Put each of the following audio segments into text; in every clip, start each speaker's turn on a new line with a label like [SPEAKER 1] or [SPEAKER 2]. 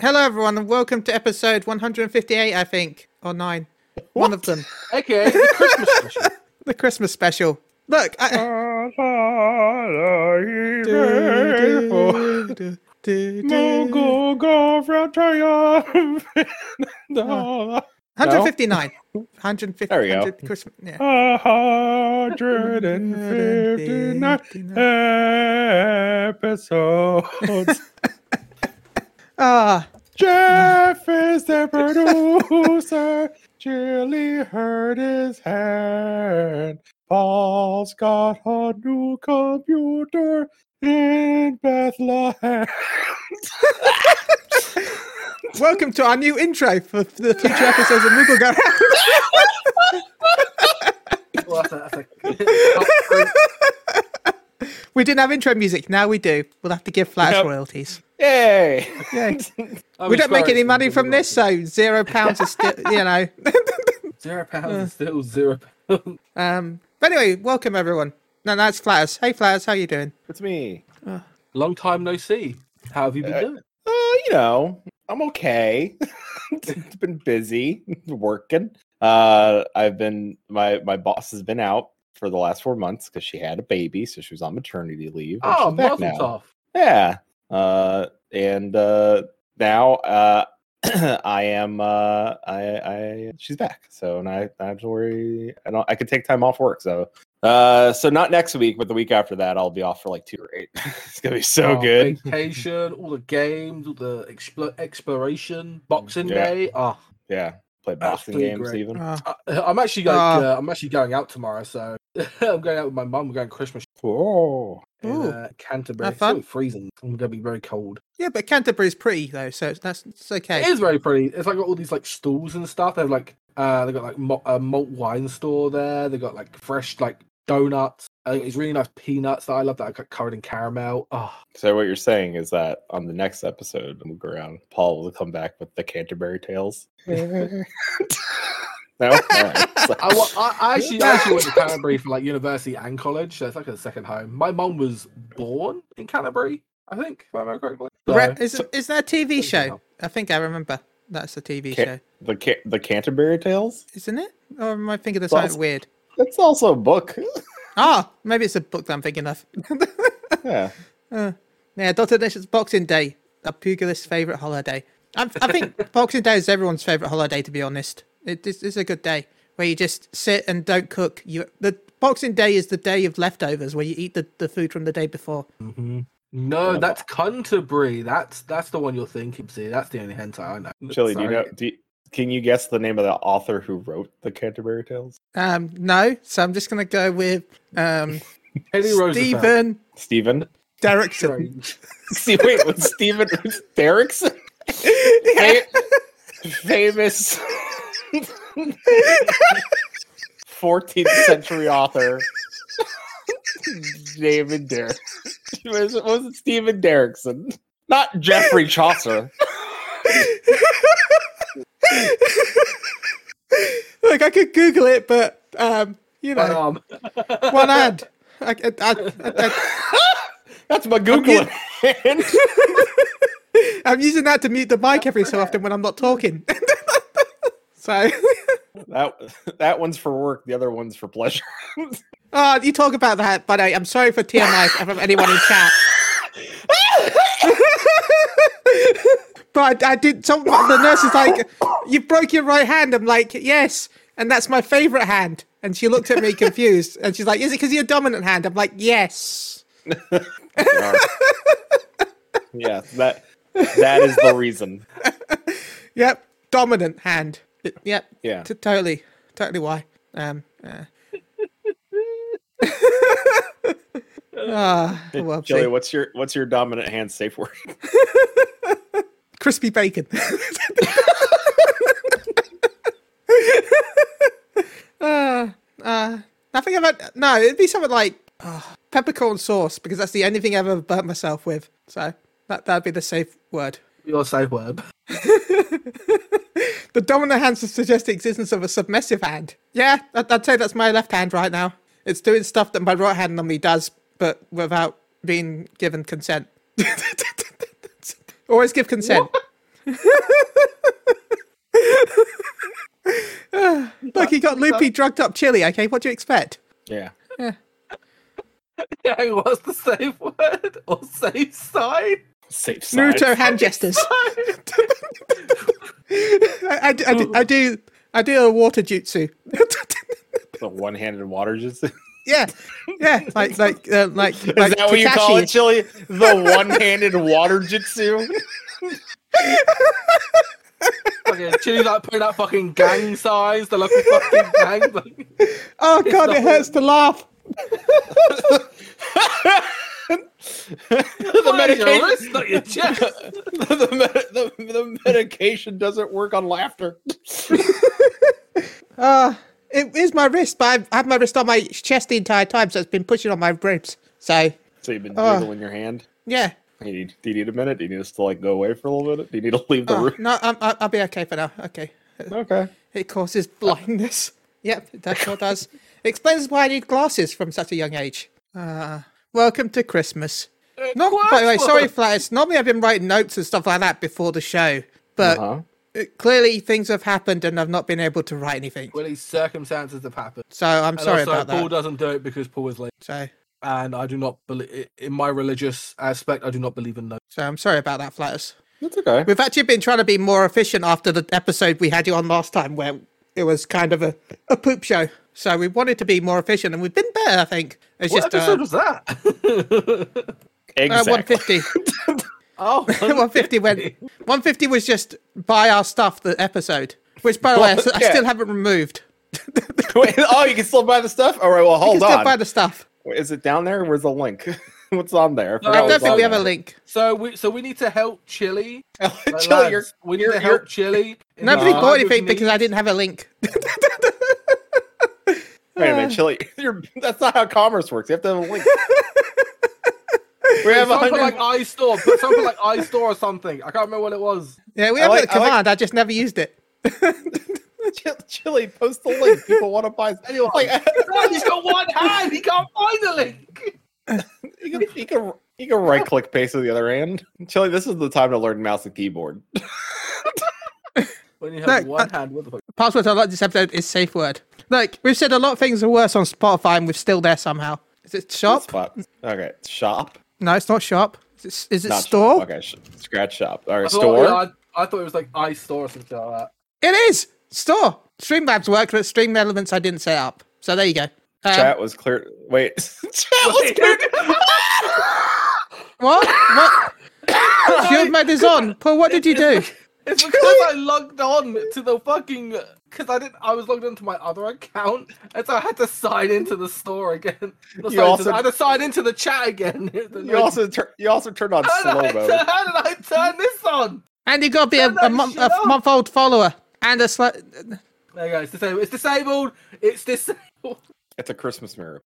[SPEAKER 1] Hello, everyone, and welcome to episode 158, I think, or nine. One of them.
[SPEAKER 2] Okay, the Christmas special.
[SPEAKER 1] The Christmas special. Look, I.
[SPEAKER 2] Oh, No?
[SPEAKER 1] 159. 150.
[SPEAKER 2] There we go. Oh.
[SPEAKER 1] 100 Christmas. Yeah.
[SPEAKER 3] A hundred and fifty-nine episodes.
[SPEAKER 1] Ah,
[SPEAKER 3] Jeff is the producer. Chili hurt his hand. Paul's got a new computer in Bethlehem.
[SPEAKER 1] welcome to our new intro for the future episodes of Google Garage.
[SPEAKER 2] Well, that's a- that's a-
[SPEAKER 1] We didn't have intro music. Now we do. We'll have to give Flash
[SPEAKER 3] Yep.
[SPEAKER 1] royalties.
[SPEAKER 3] Yay!
[SPEAKER 1] Yay.
[SPEAKER 2] I
[SPEAKER 1] we
[SPEAKER 2] was
[SPEAKER 1] don't make
[SPEAKER 2] sorry,
[SPEAKER 1] any money from
[SPEAKER 2] something
[SPEAKER 1] this,
[SPEAKER 2] wrong.
[SPEAKER 1] so zero pounds is still, you know.
[SPEAKER 2] Zero pounds is still zero pounds.
[SPEAKER 1] Um, but anyway, welcome everyone. No, that's Flowers. Hey, Flowers, how you doing?
[SPEAKER 3] It's me.
[SPEAKER 2] Long time no see. How have you been
[SPEAKER 3] Uh,
[SPEAKER 2] doing?
[SPEAKER 3] Uh, you know, I'm okay. it's been busy working. Uh, I've been my my boss has been out for the last four months because she had a baby, so she was on maternity leave. and
[SPEAKER 2] Oh,
[SPEAKER 3] she's back
[SPEAKER 2] Marvel
[SPEAKER 3] now.
[SPEAKER 2] Toff.
[SPEAKER 3] Yeah. Uh, and uh, now uh, I am uh, I, I she's back, so and I I have to worry. I don't. I could take time off work, so. Uh, so not next week, but the week after that, I'll be off for like two or eight. it's gonna be so
[SPEAKER 2] Oh,
[SPEAKER 3] good.
[SPEAKER 2] Vacation, all the games, all the expl- exploration, Boxing
[SPEAKER 3] Yeah.
[SPEAKER 2] Day. Oh,
[SPEAKER 3] Yeah, play
[SPEAKER 2] That's
[SPEAKER 3] boxing
[SPEAKER 2] pretty
[SPEAKER 3] games
[SPEAKER 2] great. Ah.
[SPEAKER 3] even.
[SPEAKER 1] Oh,
[SPEAKER 2] I, I'm actually like,
[SPEAKER 1] Ah.
[SPEAKER 2] uh, I'm actually going out tomorrow, so I'm going out with my mum. We're going Christmas
[SPEAKER 3] Oh,
[SPEAKER 2] in
[SPEAKER 1] Ooh.
[SPEAKER 2] uh, Canterbury. It's
[SPEAKER 1] fun.
[SPEAKER 2] still freezing. I'm going to be very cold.
[SPEAKER 1] yeah, but Canterbury's pretty though, so it's, that's it's okay.
[SPEAKER 2] It is very pretty. It's like got all these like stalls and stuff. They've like uh they got like mo- a malt wine store there. They got like fresh like donuts. Uh, it's really nice peanuts that I love that I got covered in caramel. Oh,
[SPEAKER 3] so what you're saying is that on the next episode, we'll go around. Paul will come back with the Canterbury Tales. no, All right. It's like-
[SPEAKER 2] I, wa- I, I actually I actually went to Canterbury for like university and college, so it's like a second home. My mum was born in Canterbury, I think, if I remember correctly. So,
[SPEAKER 1] Re- is, is that a TV
[SPEAKER 2] Something
[SPEAKER 1] show?
[SPEAKER 2] else.
[SPEAKER 1] I think I remember. That's a TV
[SPEAKER 3] Ca-
[SPEAKER 1] show,
[SPEAKER 3] the Ca- the Canterbury Tales.
[SPEAKER 1] isn't it? Or am I thinking of
[SPEAKER 3] Well,
[SPEAKER 1] something weird?
[SPEAKER 3] That's also a book.
[SPEAKER 1] Ah, maybe it's a book that I'm thinking of.
[SPEAKER 3] yeah.
[SPEAKER 1] Yeah, Doctor Nish's Boxing Day, a pugilist's favourite holiday. I, I think Boxing Day is everyone's favourite holiday, to be honest. It is it's a good day where you just sit and don't cook. You the Boxing Day is the day of leftovers where you eat the, the food from the day before.
[SPEAKER 3] Mm-hmm.
[SPEAKER 2] no,
[SPEAKER 3] Yeah,
[SPEAKER 2] that's Canterbury. That's that's the one you're thinking. See, that's the only hentai I know.
[SPEAKER 3] Chili, do
[SPEAKER 2] Sorry.
[SPEAKER 3] you know? Do you- can you guess the name of the author who wrote the Canterbury Tales?
[SPEAKER 1] Um, no, so I'm just gonna go with um
[SPEAKER 2] Teddy Roosevelt.
[SPEAKER 1] Stephen
[SPEAKER 3] Stephen.
[SPEAKER 1] Derrickson.
[SPEAKER 2] Strange.
[SPEAKER 3] See, wait, was Stephen Derrickson?
[SPEAKER 1] Yeah.
[SPEAKER 3] Fa- famous 14th century author David Derrick. Was, it- was it Stephen Derrickson? Not Geoffrey Chaucer.
[SPEAKER 1] Look, I could Google it, but um, you
[SPEAKER 2] One
[SPEAKER 1] know,
[SPEAKER 2] arm.
[SPEAKER 1] one ad. I, I, I, I,
[SPEAKER 3] That's my Googling.
[SPEAKER 1] I'm using that to mute the mic every so often when I'm not talking. so,
[SPEAKER 3] that that one's for work. The other one's for pleasure.
[SPEAKER 1] oh, you talk about that, but I, I'm sorry for TMI from anyone in chat. but I, I did. Some the nurse is like, "You broke your right hand." I'm like, "Yes," and that's my favorite hand. And she looked at me confused, and she's like, "Is it because your dominant hand?" I'm like, "Yes."
[SPEAKER 3] Yeah. yeah, that that is the reason.
[SPEAKER 1] Yep, dominant hand. It- Yep.
[SPEAKER 3] Yeah.
[SPEAKER 1] T- totally, totally. Why? Um. Uh. Ah, whoopsie.
[SPEAKER 3] Chili, what's your what's your dominant hand safe word?
[SPEAKER 1] crispy bacon. uh, uh, I think about no. It'd be something like uh, peppercorn sauce because that's the only thing I've ever burnt myself with. So that that'd be the safe word.
[SPEAKER 2] Your safe word.
[SPEAKER 1] The dominant hand suggests the existence of a submissive hand. Yeah, I'd, I'd say that's my left hand right now. It's doing stuff that my right hand normally does, but without being given consent. Always give consent. Look, he got loopy, drugged up chili. Okay, what do you expect?
[SPEAKER 3] Yeah.
[SPEAKER 2] Yeah, what's the safe word or safe sign?
[SPEAKER 3] Safe side.
[SPEAKER 1] Naruto hand gestures. I, I, I do, I do, I do a water jutsu.
[SPEAKER 3] The one handed water jutsu.
[SPEAKER 1] yeah, yeah, like, like, uh, like.
[SPEAKER 3] Is that what you call it, Chili? The one handed water jutsu?
[SPEAKER 2] Fucking chili like putting out fucking gang signs. They're like a fucking gang. Like,
[SPEAKER 1] Oh god,
[SPEAKER 2] not-
[SPEAKER 1] it hurts to laugh.
[SPEAKER 3] the,
[SPEAKER 2] your
[SPEAKER 3] medication,
[SPEAKER 2] wrist, not your chest.
[SPEAKER 3] the, med- the, the medication doesn't work on laughter.
[SPEAKER 1] Uh, it is my wrist, but I've, I have my wrist on my chest the entire time, so it's been pushing on my ribs. So
[SPEAKER 3] So you've been
[SPEAKER 1] Ah.
[SPEAKER 3] jiggling your hand.
[SPEAKER 1] yeah,
[SPEAKER 3] You need- do you need a minute? Do you need us to like go away for a little bit? Do you need to leave the
[SPEAKER 1] Oh,
[SPEAKER 3] room?
[SPEAKER 1] no, I'm, I- I'll be okay for now. Okay,
[SPEAKER 3] Okay.
[SPEAKER 1] it causes blindness. Yep, that sure does. Explains why I need glasses from such a young age. Uh, welcome to Christmas.
[SPEAKER 3] Uh,
[SPEAKER 1] No, by the way, sorry, Flatus. Normally I've been writing notes and stuff like that before the show, but
[SPEAKER 3] Uh-huh.
[SPEAKER 1] uh, clearly things have happened and I've not been able to write anything.
[SPEAKER 2] Well, these circumstances have happened.
[SPEAKER 1] So I'm
[SPEAKER 2] And
[SPEAKER 1] sorry
[SPEAKER 2] also,
[SPEAKER 1] about
[SPEAKER 2] Paul
[SPEAKER 1] that.
[SPEAKER 2] doesn't do it because Paul is late.
[SPEAKER 1] So,
[SPEAKER 2] And I do not believe, in my religious aspect, I do not believe in no.
[SPEAKER 1] so I'm sorry about that, Flatus.
[SPEAKER 3] That's okay.
[SPEAKER 1] We've actually been trying to be more efficient after the episode we had you on last time, where it was kind of a, a poop show. So we wanted to be more efficient, and we've been better, I think. It's
[SPEAKER 2] What
[SPEAKER 1] just uh,
[SPEAKER 2] episode was that?
[SPEAKER 1] uh,
[SPEAKER 3] Exactly.
[SPEAKER 1] 150.
[SPEAKER 2] oh,
[SPEAKER 1] 150 went. 150 was just buy our stuff. The episode, which by the way, I, s- I
[SPEAKER 3] Yeah.
[SPEAKER 1] still haven't removed.
[SPEAKER 3] Wait, oh, you can still buy the stuff? All right, well,
[SPEAKER 1] You
[SPEAKER 3] hold
[SPEAKER 1] can still
[SPEAKER 3] on.
[SPEAKER 1] buy the stuff.
[SPEAKER 3] Wait, Is it down there? Where's the link? What's on there?
[SPEAKER 2] No,
[SPEAKER 1] I
[SPEAKER 2] I
[SPEAKER 1] don't
[SPEAKER 2] was
[SPEAKER 1] think
[SPEAKER 2] on
[SPEAKER 1] we have a
[SPEAKER 2] there.
[SPEAKER 1] link.
[SPEAKER 2] So we so we need to help Chile.
[SPEAKER 3] link.
[SPEAKER 2] Like,
[SPEAKER 3] Chili, you're,
[SPEAKER 2] lads, we need
[SPEAKER 3] you're,
[SPEAKER 2] to
[SPEAKER 3] you're,
[SPEAKER 2] help Chile. in
[SPEAKER 1] Nobody
[SPEAKER 3] No.
[SPEAKER 2] time
[SPEAKER 1] bought
[SPEAKER 2] of
[SPEAKER 1] anything because
[SPEAKER 2] need.
[SPEAKER 1] I didn't have a link.
[SPEAKER 3] wait a minute, Chili. You're, that's not how commerce works. You have to have a link. we have a
[SPEAKER 2] Something like
[SPEAKER 3] hundred.
[SPEAKER 2] iStore, put something like iStore or something. I can't remember what it was.
[SPEAKER 1] Yeah, we
[SPEAKER 3] I
[SPEAKER 1] have
[SPEAKER 3] like-
[SPEAKER 1] the
[SPEAKER 3] I like-
[SPEAKER 1] command. I, just never used it.
[SPEAKER 3] Ch- Chili, post the link. People want to buy.
[SPEAKER 2] Anyway.
[SPEAKER 3] Like,
[SPEAKER 2] Man, he's got one hand. He can't find the link.
[SPEAKER 3] you can, you can, you can right click paste on the other end. Chili, this is the time to learn mouse and keyboard.
[SPEAKER 2] When you have
[SPEAKER 1] No,
[SPEAKER 2] one hand, what the fuck?
[SPEAKER 1] Password unlocked this episode is safe word. Like we've said, a lot of things are worse on Spotify, and we're still there somehow. Is it shop?
[SPEAKER 3] Spot. Okay, shop.
[SPEAKER 1] No, it's not shop. Is it, is it
[SPEAKER 3] Not shop.
[SPEAKER 1] store?
[SPEAKER 3] Okay, sh- scratch shop. All right,
[SPEAKER 2] I thought,
[SPEAKER 3] store.
[SPEAKER 2] Oh, yeah, I, I thought it was like iStore or something like that.
[SPEAKER 1] It is store. Streamlabs work, but Stream Elements I didn't set up. So there you go. Um,
[SPEAKER 3] Chat was clear. Wait, chat was clear.
[SPEAKER 1] What? What? you have my design. Paul, what did you do?
[SPEAKER 2] It's because I logged on to the fucking because I didn't. I was logged into my other account, and so I had to sign into the store again. No, sorry,
[SPEAKER 3] also-
[SPEAKER 2] I had to sign into the chat again.
[SPEAKER 3] You also tur- you also turned on
[SPEAKER 2] how,
[SPEAKER 3] slow
[SPEAKER 2] did I,
[SPEAKER 3] mo.
[SPEAKER 2] turn- how did I turn this on?
[SPEAKER 1] And you got to be a,
[SPEAKER 2] Turn that
[SPEAKER 1] a, mon-
[SPEAKER 2] shit
[SPEAKER 1] a
[SPEAKER 2] off.
[SPEAKER 1] month old follower and a sl-
[SPEAKER 2] There you go. It's disabled. It's disabled. It's disabled.
[SPEAKER 3] It's a Christmas mirror.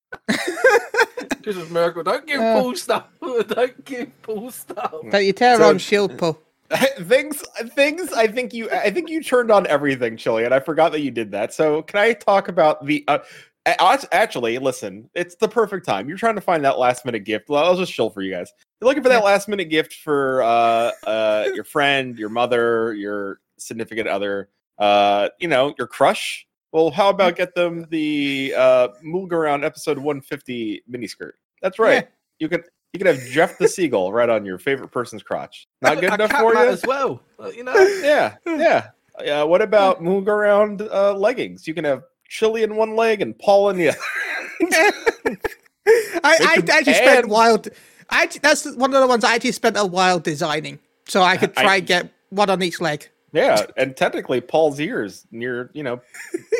[SPEAKER 2] This is miracle. Don't give
[SPEAKER 1] Uh.
[SPEAKER 2] Paul stuff. Don't give Paul stuff.
[SPEAKER 1] that you tear
[SPEAKER 3] So-
[SPEAKER 1] on shield pull.
[SPEAKER 3] things things I think you I think you turned on everything, Chili, and I forgot that you did that. So can I talk about the uh, a- act- actually listen, it's the perfect time. You're trying to find that last minute gift. Well, I'll just chill for you guys. You're looking for that last minute gift for uh uh your friend, your mother, your significant other, uh, you know, your crush. Well, how about get them the uh Moog Around episode 150 miniskirt? That's right.
[SPEAKER 1] Yeah.
[SPEAKER 3] You can you can have Jeff the Seagull right on your favorite person's crotch. Not good
[SPEAKER 2] I
[SPEAKER 3] enough
[SPEAKER 2] count
[SPEAKER 3] for you?
[SPEAKER 2] that as well. Uh, You know,
[SPEAKER 3] yeah, yeah. Uh, what about move around uh, leggings? You can have chili in one leg and Paul in the other.
[SPEAKER 1] I,
[SPEAKER 3] Make
[SPEAKER 1] I
[SPEAKER 3] them
[SPEAKER 1] actually spent
[SPEAKER 3] add-
[SPEAKER 1] wild. I act- that's one of the ones I actually spent a while designing, so I could
[SPEAKER 3] Uh, I-
[SPEAKER 1] try and get one on each leg.
[SPEAKER 3] Yeah, and technically Paul's ears near, you know,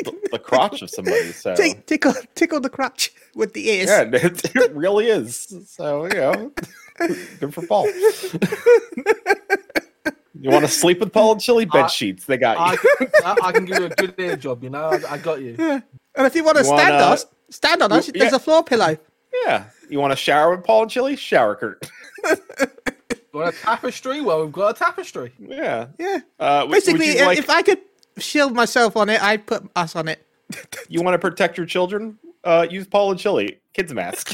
[SPEAKER 3] the, the crotch of somebody. So
[SPEAKER 1] Tick tickle, tickle the crotch with the ears.
[SPEAKER 3] Oh. yeah, it, it really is. So you know, good for Paul. you want to sleep with Paul and Chili
[SPEAKER 2] I-
[SPEAKER 1] Uh,
[SPEAKER 3] bed sheets? They got
[SPEAKER 2] I,
[SPEAKER 3] you.
[SPEAKER 2] I, I can give you a good ear job. You know, I, I got you.
[SPEAKER 1] And if you want to
[SPEAKER 3] You wanna-
[SPEAKER 1] stand us, stand on us.
[SPEAKER 3] You-
[SPEAKER 1] There's
[SPEAKER 3] yeah.
[SPEAKER 1] a floor pillow.
[SPEAKER 3] Yeah, you want to shower with Paul and Chili? Shower curtain.
[SPEAKER 2] Want a tapestry? Well, we've got a tapestry.
[SPEAKER 3] Yeah.
[SPEAKER 1] Yeah.
[SPEAKER 3] Uh, w- would
[SPEAKER 1] Basically,
[SPEAKER 3] you
[SPEAKER 1] i-
[SPEAKER 3] like-
[SPEAKER 1] if I could shield myself on it, I'd put us on it.
[SPEAKER 3] You want to protect your children? Uh, use Paul and Chili kids mask.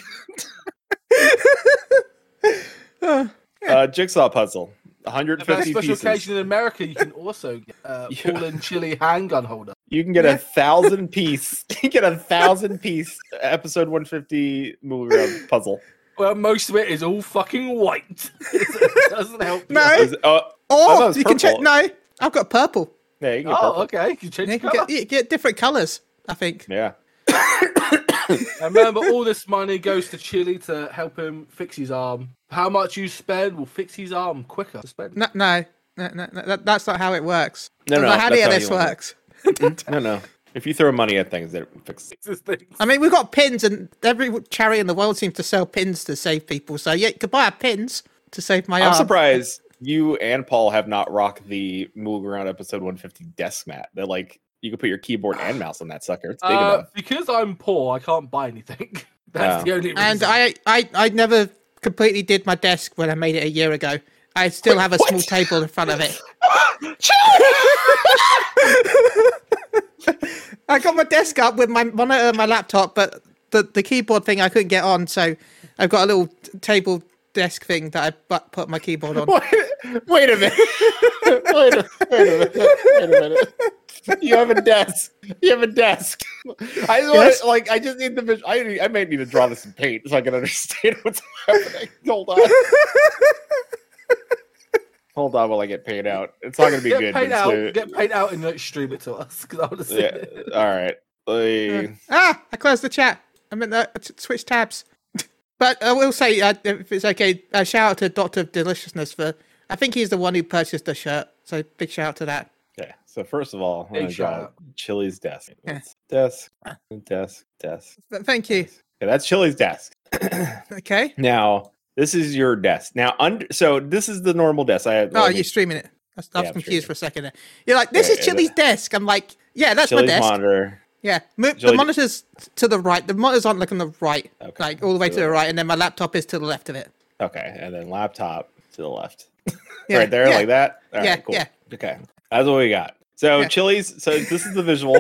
[SPEAKER 3] uh, jigsaw puzzle.
[SPEAKER 2] If there's a
[SPEAKER 3] 150
[SPEAKER 2] special
[SPEAKER 3] pieces.
[SPEAKER 2] occasion in America, you can also get uh,
[SPEAKER 3] Yeah.
[SPEAKER 2] Paul and Chili handgun holder.
[SPEAKER 3] You can get a
[SPEAKER 1] Yeah.
[SPEAKER 3] thousand piece. You can get a thousand piece episode 150 movie round puzzle.
[SPEAKER 2] Well, most of it is all fucking white. it doesn't help. you.
[SPEAKER 1] No.
[SPEAKER 3] Is- oh,
[SPEAKER 1] Or
[SPEAKER 3] it's
[SPEAKER 1] you can check.
[SPEAKER 3] purple.
[SPEAKER 1] No, I've got purple.
[SPEAKER 3] yeah, you can get
[SPEAKER 2] Oh,
[SPEAKER 3] purple.
[SPEAKER 2] okay. You can change
[SPEAKER 1] You
[SPEAKER 2] the
[SPEAKER 1] can
[SPEAKER 2] colour.
[SPEAKER 1] get, you get different colors. I think.
[SPEAKER 3] Yeah.
[SPEAKER 2] And remember, all this money goes to Chili to help him fix his arm. How much you spend will fix his arm quicker. Spend.
[SPEAKER 1] No, no, no, no, no, that, that's not how it works.
[SPEAKER 3] No,
[SPEAKER 1] That's
[SPEAKER 3] no,
[SPEAKER 1] not how any
[SPEAKER 3] that's
[SPEAKER 1] of
[SPEAKER 3] how
[SPEAKER 1] this
[SPEAKER 3] you want it.
[SPEAKER 1] works.
[SPEAKER 3] No, no. If you throw money at things, it fixes. it.
[SPEAKER 2] This thing.
[SPEAKER 1] I mean, we've got pins, and every charity in the world seems to sell pins to save people. So yeah, you could buy pins to save my
[SPEAKER 2] Oh.
[SPEAKER 3] I'm
[SPEAKER 1] arm.
[SPEAKER 3] surprised you and Paul have not rocked the move around episode 150 desk mat. That like you could put your keyboard and mouse on that sucker. It's big
[SPEAKER 2] Uh,
[SPEAKER 3] enough.
[SPEAKER 2] because I'm poor, I can't buy anything. That's
[SPEAKER 3] Oh.
[SPEAKER 2] the only reason.
[SPEAKER 1] And I, I, I never completely did my desk when I made it a year ago. I still have a small table in front of it. I got my desk up with my monitor and my laptop, but the, the keyboard thing I couldn't get on, so I've got a little t- table desk thing that I bu- put my keyboard on.
[SPEAKER 3] Wait a minute. wait, a, wait a minute. Wait a minute. You have a desk. You have a desk. I just
[SPEAKER 1] Yes.
[SPEAKER 3] want like I just need the visual. I, need- I may need to draw this in paint so I can understand what's happening. Hold on. Hold on while I get paid out. It's not gonna be
[SPEAKER 2] get
[SPEAKER 3] good.
[SPEAKER 2] paid
[SPEAKER 3] but it's
[SPEAKER 2] out.
[SPEAKER 3] gonna-
[SPEAKER 2] Get paid out and like, stream it to us because I want to see
[SPEAKER 3] yeah.
[SPEAKER 2] it.
[SPEAKER 3] All right. Like,
[SPEAKER 1] ah, I closed the chat. I meant uh, t- switch tabs. But I will say, uh, if it's okay, a shout out to Doctor Deliciousness for. I think he's the one who purchased the shirt, so big shout out to that.
[SPEAKER 3] Okay, so first of all, I'm
[SPEAKER 2] Big
[SPEAKER 3] gonna
[SPEAKER 2] shout
[SPEAKER 3] draw
[SPEAKER 2] out.
[SPEAKER 3] Chili's desk.
[SPEAKER 1] Yeah.
[SPEAKER 3] It's desk, desk, desk.
[SPEAKER 1] But thank you.
[SPEAKER 3] Okay, that's Chili's desk.
[SPEAKER 1] Okay.
[SPEAKER 3] Now, this is your desk. Now, under so this is the normal desk. I
[SPEAKER 1] Oh,
[SPEAKER 3] I
[SPEAKER 1] you're
[SPEAKER 3] mean,
[SPEAKER 1] streaming it. I was, I was
[SPEAKER 3] Yeah, I'm
[SPEAKER 1] confused
[SPEAKER 3] streaming.
[SPEAKER 1] for a second there. You're like, this
[SPEAKER 3] Yeah,
[SPEAKER 1] is
[SPEAKER 3] yeah, that-
[SPEAKER 1] Chili's desk. I'm like, yeah, that's my
[SPEAKER 3] Chili's
[SPEAKER 1] desk.
[SPEAKER 3] monitor.
[SPEAKER 1] Yeah, move the
[SPEAKER 3] Jolly-
[SPEAKER 1] monitors to the right. The monitors aren't like on the right,
[SPEAKER 3] Okay,
[SPEAKER 1] like all the way
[SPEAKER 3] to
[SPEAKER 1] to
[SPEAKER 3] the
[SPEAKER 1] the right, and then my laptop is to the left of it.
[SPEAKER 3] Okay, and then laptop to the left,
[SPEAKER 1] Yeah,
[SPEAKER 3] right there,
[SPEAKER 1] yeah.
[SPEAKER 3] like that. All right,
[SPEAKER 1] Yeah,
[SPEAKER 3] cool.
[SPEAKER 1] yeah.
[SPEAKER 3] Okay, that's what we got. So
[SPEAKER 1] Yeah.
[SPEAKER 3] Chili's. So this is the visual.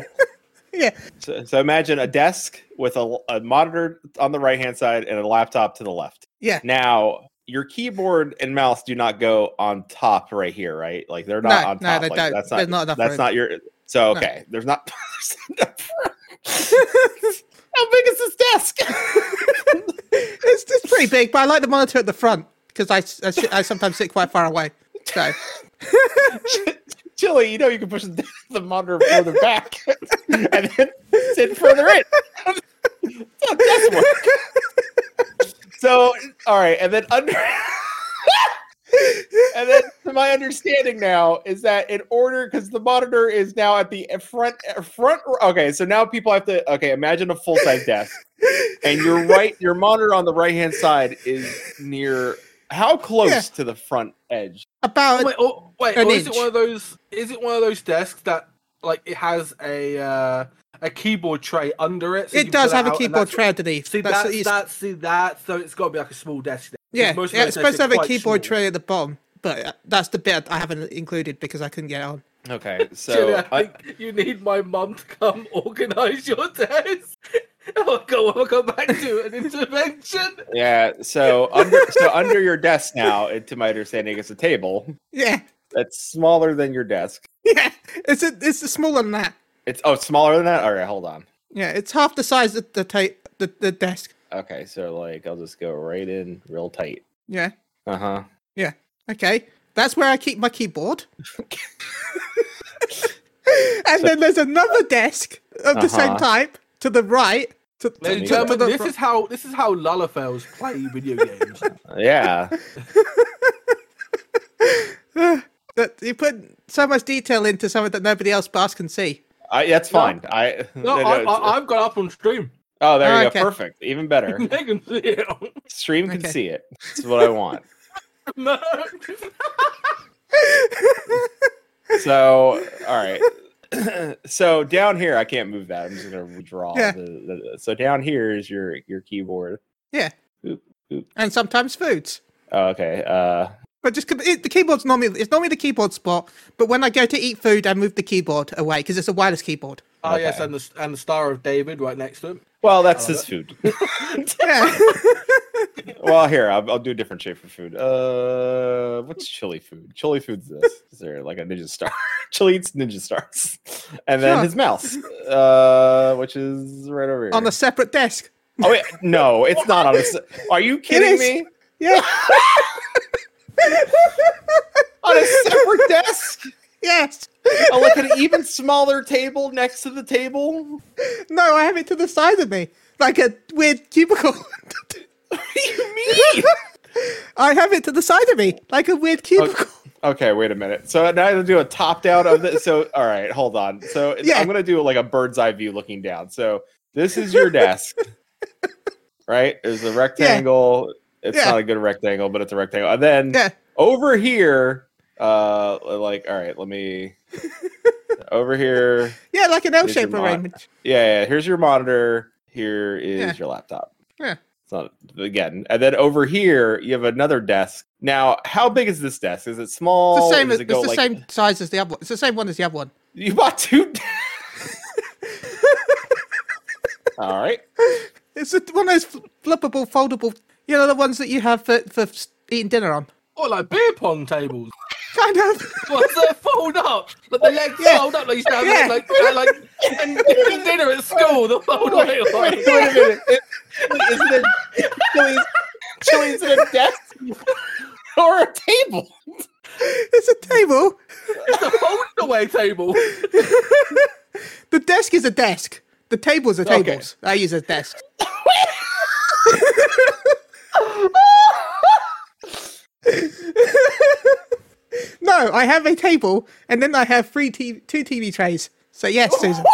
[SPEAKER 1] Yeah,
[SPEAKER 3] so, so imagine a desk with a, a monitor on the right hand side and a laptop to the left.
[SPEAKER 1] yeah.
[SPEAKER 3] Now, your keyboard and mouse do not go on top right here, right? Like they're not
[SPEAKER 1] No,
[SPEAKER 3] on
[SPEAKER 1] no,
[SPEAKER 3] top.
[SPEAKER 1] they
[SPEAKER 3] like,
[SPEAKER 1] don't.
[SPEAKER 3] That's
[SPEAKER 1] There's
[SPEAKER 3] not,
[SPEAKER 1] not enough
[SPEAKER 3] that's
[SPEAKER 1] room.
[SPEAKER 3] not your so
[SPEAKER 1] No.
[SPEAKER 3] okay. There's not How big is this desk?
[SPEAKER 1] It's it's pretty big, but I like the monitor at the front because I, s- I, s- I sometimes sit quite far away. So
[SPEAKER 3] Chili, you know you can push the, the monitor further back and then sit further in. It's not desk work. So all right, and then under and then to my understanding now is that in order because the monitor is now at the front front okay so now people have to okay imagine a full-size desk and your right your monitor on the right hand side is near how close
[SPEAKER 1] Yeah.
[SPEAKER 3] to the front edge
[SPEAKER 1] about
[SPEAKER 2] Oh, wait, oh, wait
[SPEAKER 1] an
[SPEAKER 2] or is it
[SPEAKER 1] inch.
[SPEAKER 2] one of those? Is it one of those desks that like it has a uh, a keyboard tray under it? so you
[SPEAKER 1] it
[SPEAKER 2] can
[SPEAKER 1] does
[SPEAKER 2] pull
[SPEAKER 1] have a
[SPEAKER 2] out and
[SPEAKER 1] keyboard
[SPEAKER 2] that's-
[SPEAKER 1] tray underneath.
[SPEAKER 2] See
[SPEAKER 1] That's
[SPEAKER 2] that's
[SPEAKER 1] what
[SPEAKER 2] that's,
[SPEAKER 1] you s-
[SPEAKER 2] see that. So it's got to be like a small desk. then, 'cause
[SPEAKER 1] yeah,
[SPEAKER 2] most of
[SPEAKER 1] yeah. It's
[SPEAKER 2] those desks
[SPEAKER 1] supposed to
[SPEAKER 2] are
[SPEAKER 1] have a
[SPEAKER 2] quite
[SPEAKER 1] keyboard
[SPEAKER 2] small.
[SPEAKER 1] tray at the bottom, but uh, that's the bit I haven't included because I couldn't get it on.
[SPEAKER 3] okay
[SPEAKER 2] Jimmy,
[SPEAKER 3] so
[SPEAKER 2] I think you need my mum to come organise your desk. Oh God, we'll come back to an intervention.
[SPEAKER 3] yeah so under so under your desk now it- to my understanding is a table
[SPEAKER 1] Yeah,
[SPEAKER 3] that's smaller than your desk
[SPEAKER 1] yeah. It's a, it's a smaller than that.
[SPEAKER 3] it's oh it's smaller than that all right hold on
[SPEAKER 1] Yeah, it's half the size of the ta- the, the desk.
[SPEAKER 3] okay so like i'll just go right in real tight
[SPEAKER 1] Yeah.
[SPEAKER 3] uh-huh
[SPEAKER 1] Okay, that's where I keep my keyboard. and then there's another desk of the same
[SPEAKER 3] Uh-huh.
[SPEAKER 1] type to the right. To, to-
[SPEAKER 2] Ladies
[SPEAKER 1] to-
[SPEAKER 2] and
[SPEAKER 1] to
[SPEAKER 2] gentlemen,
[SPEAKER 1] the
[SPEAKER 2] this
[SPEAKER 1] fr-
[SPEAKER 2] is how this is how Lullafels play video games.
[SPEAKER 3] Yeah.
[SPEAKER 1] that you put so much detail into something that nobody else but us can see.
[SPEAKER 3] I, that's
[SPEAKER 2] No.
[SPEAKER 3] fine. I,
[SPEAKER 2] No, I,
[SPEAKER 3] it's-
[SPEAKER 2] I, I've got up on stream.
[SPEAKER 3] oh, there you
[SPEAKER 1] uh, okay.
[SPEAKER 3] go. Perfect. Even better.
[SPEAKER 2] They can see it.
[SPEAKER 3] Stream can
[SPEAKER 1] Okay.
[SPEAKER 3] see it. That's what I want.
[SPEAKER 2] No.
[SPEAKER 3] So, all right. so down here, I can't move that. I'm just gonna draw.
[SPEAKER 1] Yeah.
[SPEAKER 3] The, the- so down here is your your keyboard.
[SPEAKER 1] And sometimes foods.
[SPEAKER 3] Oh, okay. Uh,
[SPEAKER 1] But just com- it, the keyboard's normally it's normally the keyboard spot. But when I go to eat food, I move the keyboard away because it's a wireless keyboard.
[SPEAKER 2] Oh yes,
[SPEAKER 3] Okay.
[SPEAKER 2] and
[SPEAKER 1] Oh,
[SPEAKER 2] the and the Star of David right next to him.
[SPEAKER 3] well, that's
[SPEAKER 2] I
[SPEAKER 3] his
[SPEAKER 2] love
[SPEAKER 3] food.
[SPEAKER 1] Yeah.
[SPEAKER 3] well, here I'll, I'll do a different shape for food. Uh, what's chili food? Chili food's this. Is there like a ninja star? chili eats ninja stars, and then
[SPEAKER 1] Sure.
[SPEAKER 3] his mouse, uh, which is right over here.
[SPEAKER 1] on a separate desk.
[SPEAKER 3] oh wait, no, it's not on. A, se- are you kidding
[SPEAKER 1] is.
[SPEAKER 3] me?
[SPEAKER 1] Yeah,
[SPEAKER 3] On a separate desk,
[SPEAKER 1] yes.
[SPEAKER 3] on like an even smaller table next to the table.
[SPEAKER 1] No, I have it to the side of me, like a weird cubicle.
[SPEAKER 3] What do you mean?
[SPEAKER 1] I have it to the side of me, like a weird
[SPEAKER 3] Okay,
[SPEAKER 1] cubicle.
[SPEAKER 3] okay, wait a minute. So now I have to do a top down of this. So all right, hold on. So
[SPEAKER 1] Yeah.
[SPEAKER 3] I'm gonna do like a bird's eye view looking down. So this is your desk, right? There's a rectangle. It's
[SPEAKER 1] Yeah.
[SPEAKER 3] not a good rectangle, but it's a rectangle. And then
[SPEAKER 1] Yeah,
[SPEAKER 3] over here, uh, like all right, let me over here.
[SPEAKER 1] yeah, like an
[SPEAKER 3] Here's your
[SPEAKER 1] L-shaped
[SPEAKER 3] mon-
[SPEAKER 1] arrangement.
[SPEAKER 3] Yeah, yeah, here's your monitor. Here is
[SPEAKER 1] Yeah.
[SPEAKER 3] your laptop.
[SPEAKER 1] Yeah.
[SPEAKER 3] It's not again. And then over here, you have another desk. Now, how big is this desk? Oh, Is it small?
[SPEAKER 1] It's the same.
[SPEAKER 3] Does
[SPEAKER 1] It's
[SPEAKER 3] it
[SPEAKER 1] the
[SPEAKER 3] go like-
[SPEAKER 1] same size as the other one. It's the same one as the other one.
[SPEAKER 3] You bought two. d- All right.
[SPEAKER 1] It's a, one of those fl- flippable, foldable. You know the ones that you have for, for s- eating dinner on.
[SPEAKER 2] Or Oh, like beer pong tables.
[SPEAKER 1] Kind of.
[SPEAKER 2] What's that fold up? Like the legs
[SPEAKER 1] Yeah.
[SPEAKER 2] fold up like you stand
[SPEAKER 1] Yeah.
[SPEAKER 2] like uh, like, like and and dinner at school, the fold away
[SPEAKER 3] Wait,
[SPEAKER 2] like
[SPEAKER 3] wait a minute. It- Is it a Chili's, Chili's at a desk or a table?
[SPEAKER 1] It's a table.
[SPEAKER 2] it's a fold away table.
[SPEAKER 1] The desk is a desk. The tables are
[SPEAKER 3] Okay.
[SPEAKER 1] tables. I use a desk. no, I have a table, and then I have three t- two TV trays. So yes, Susan.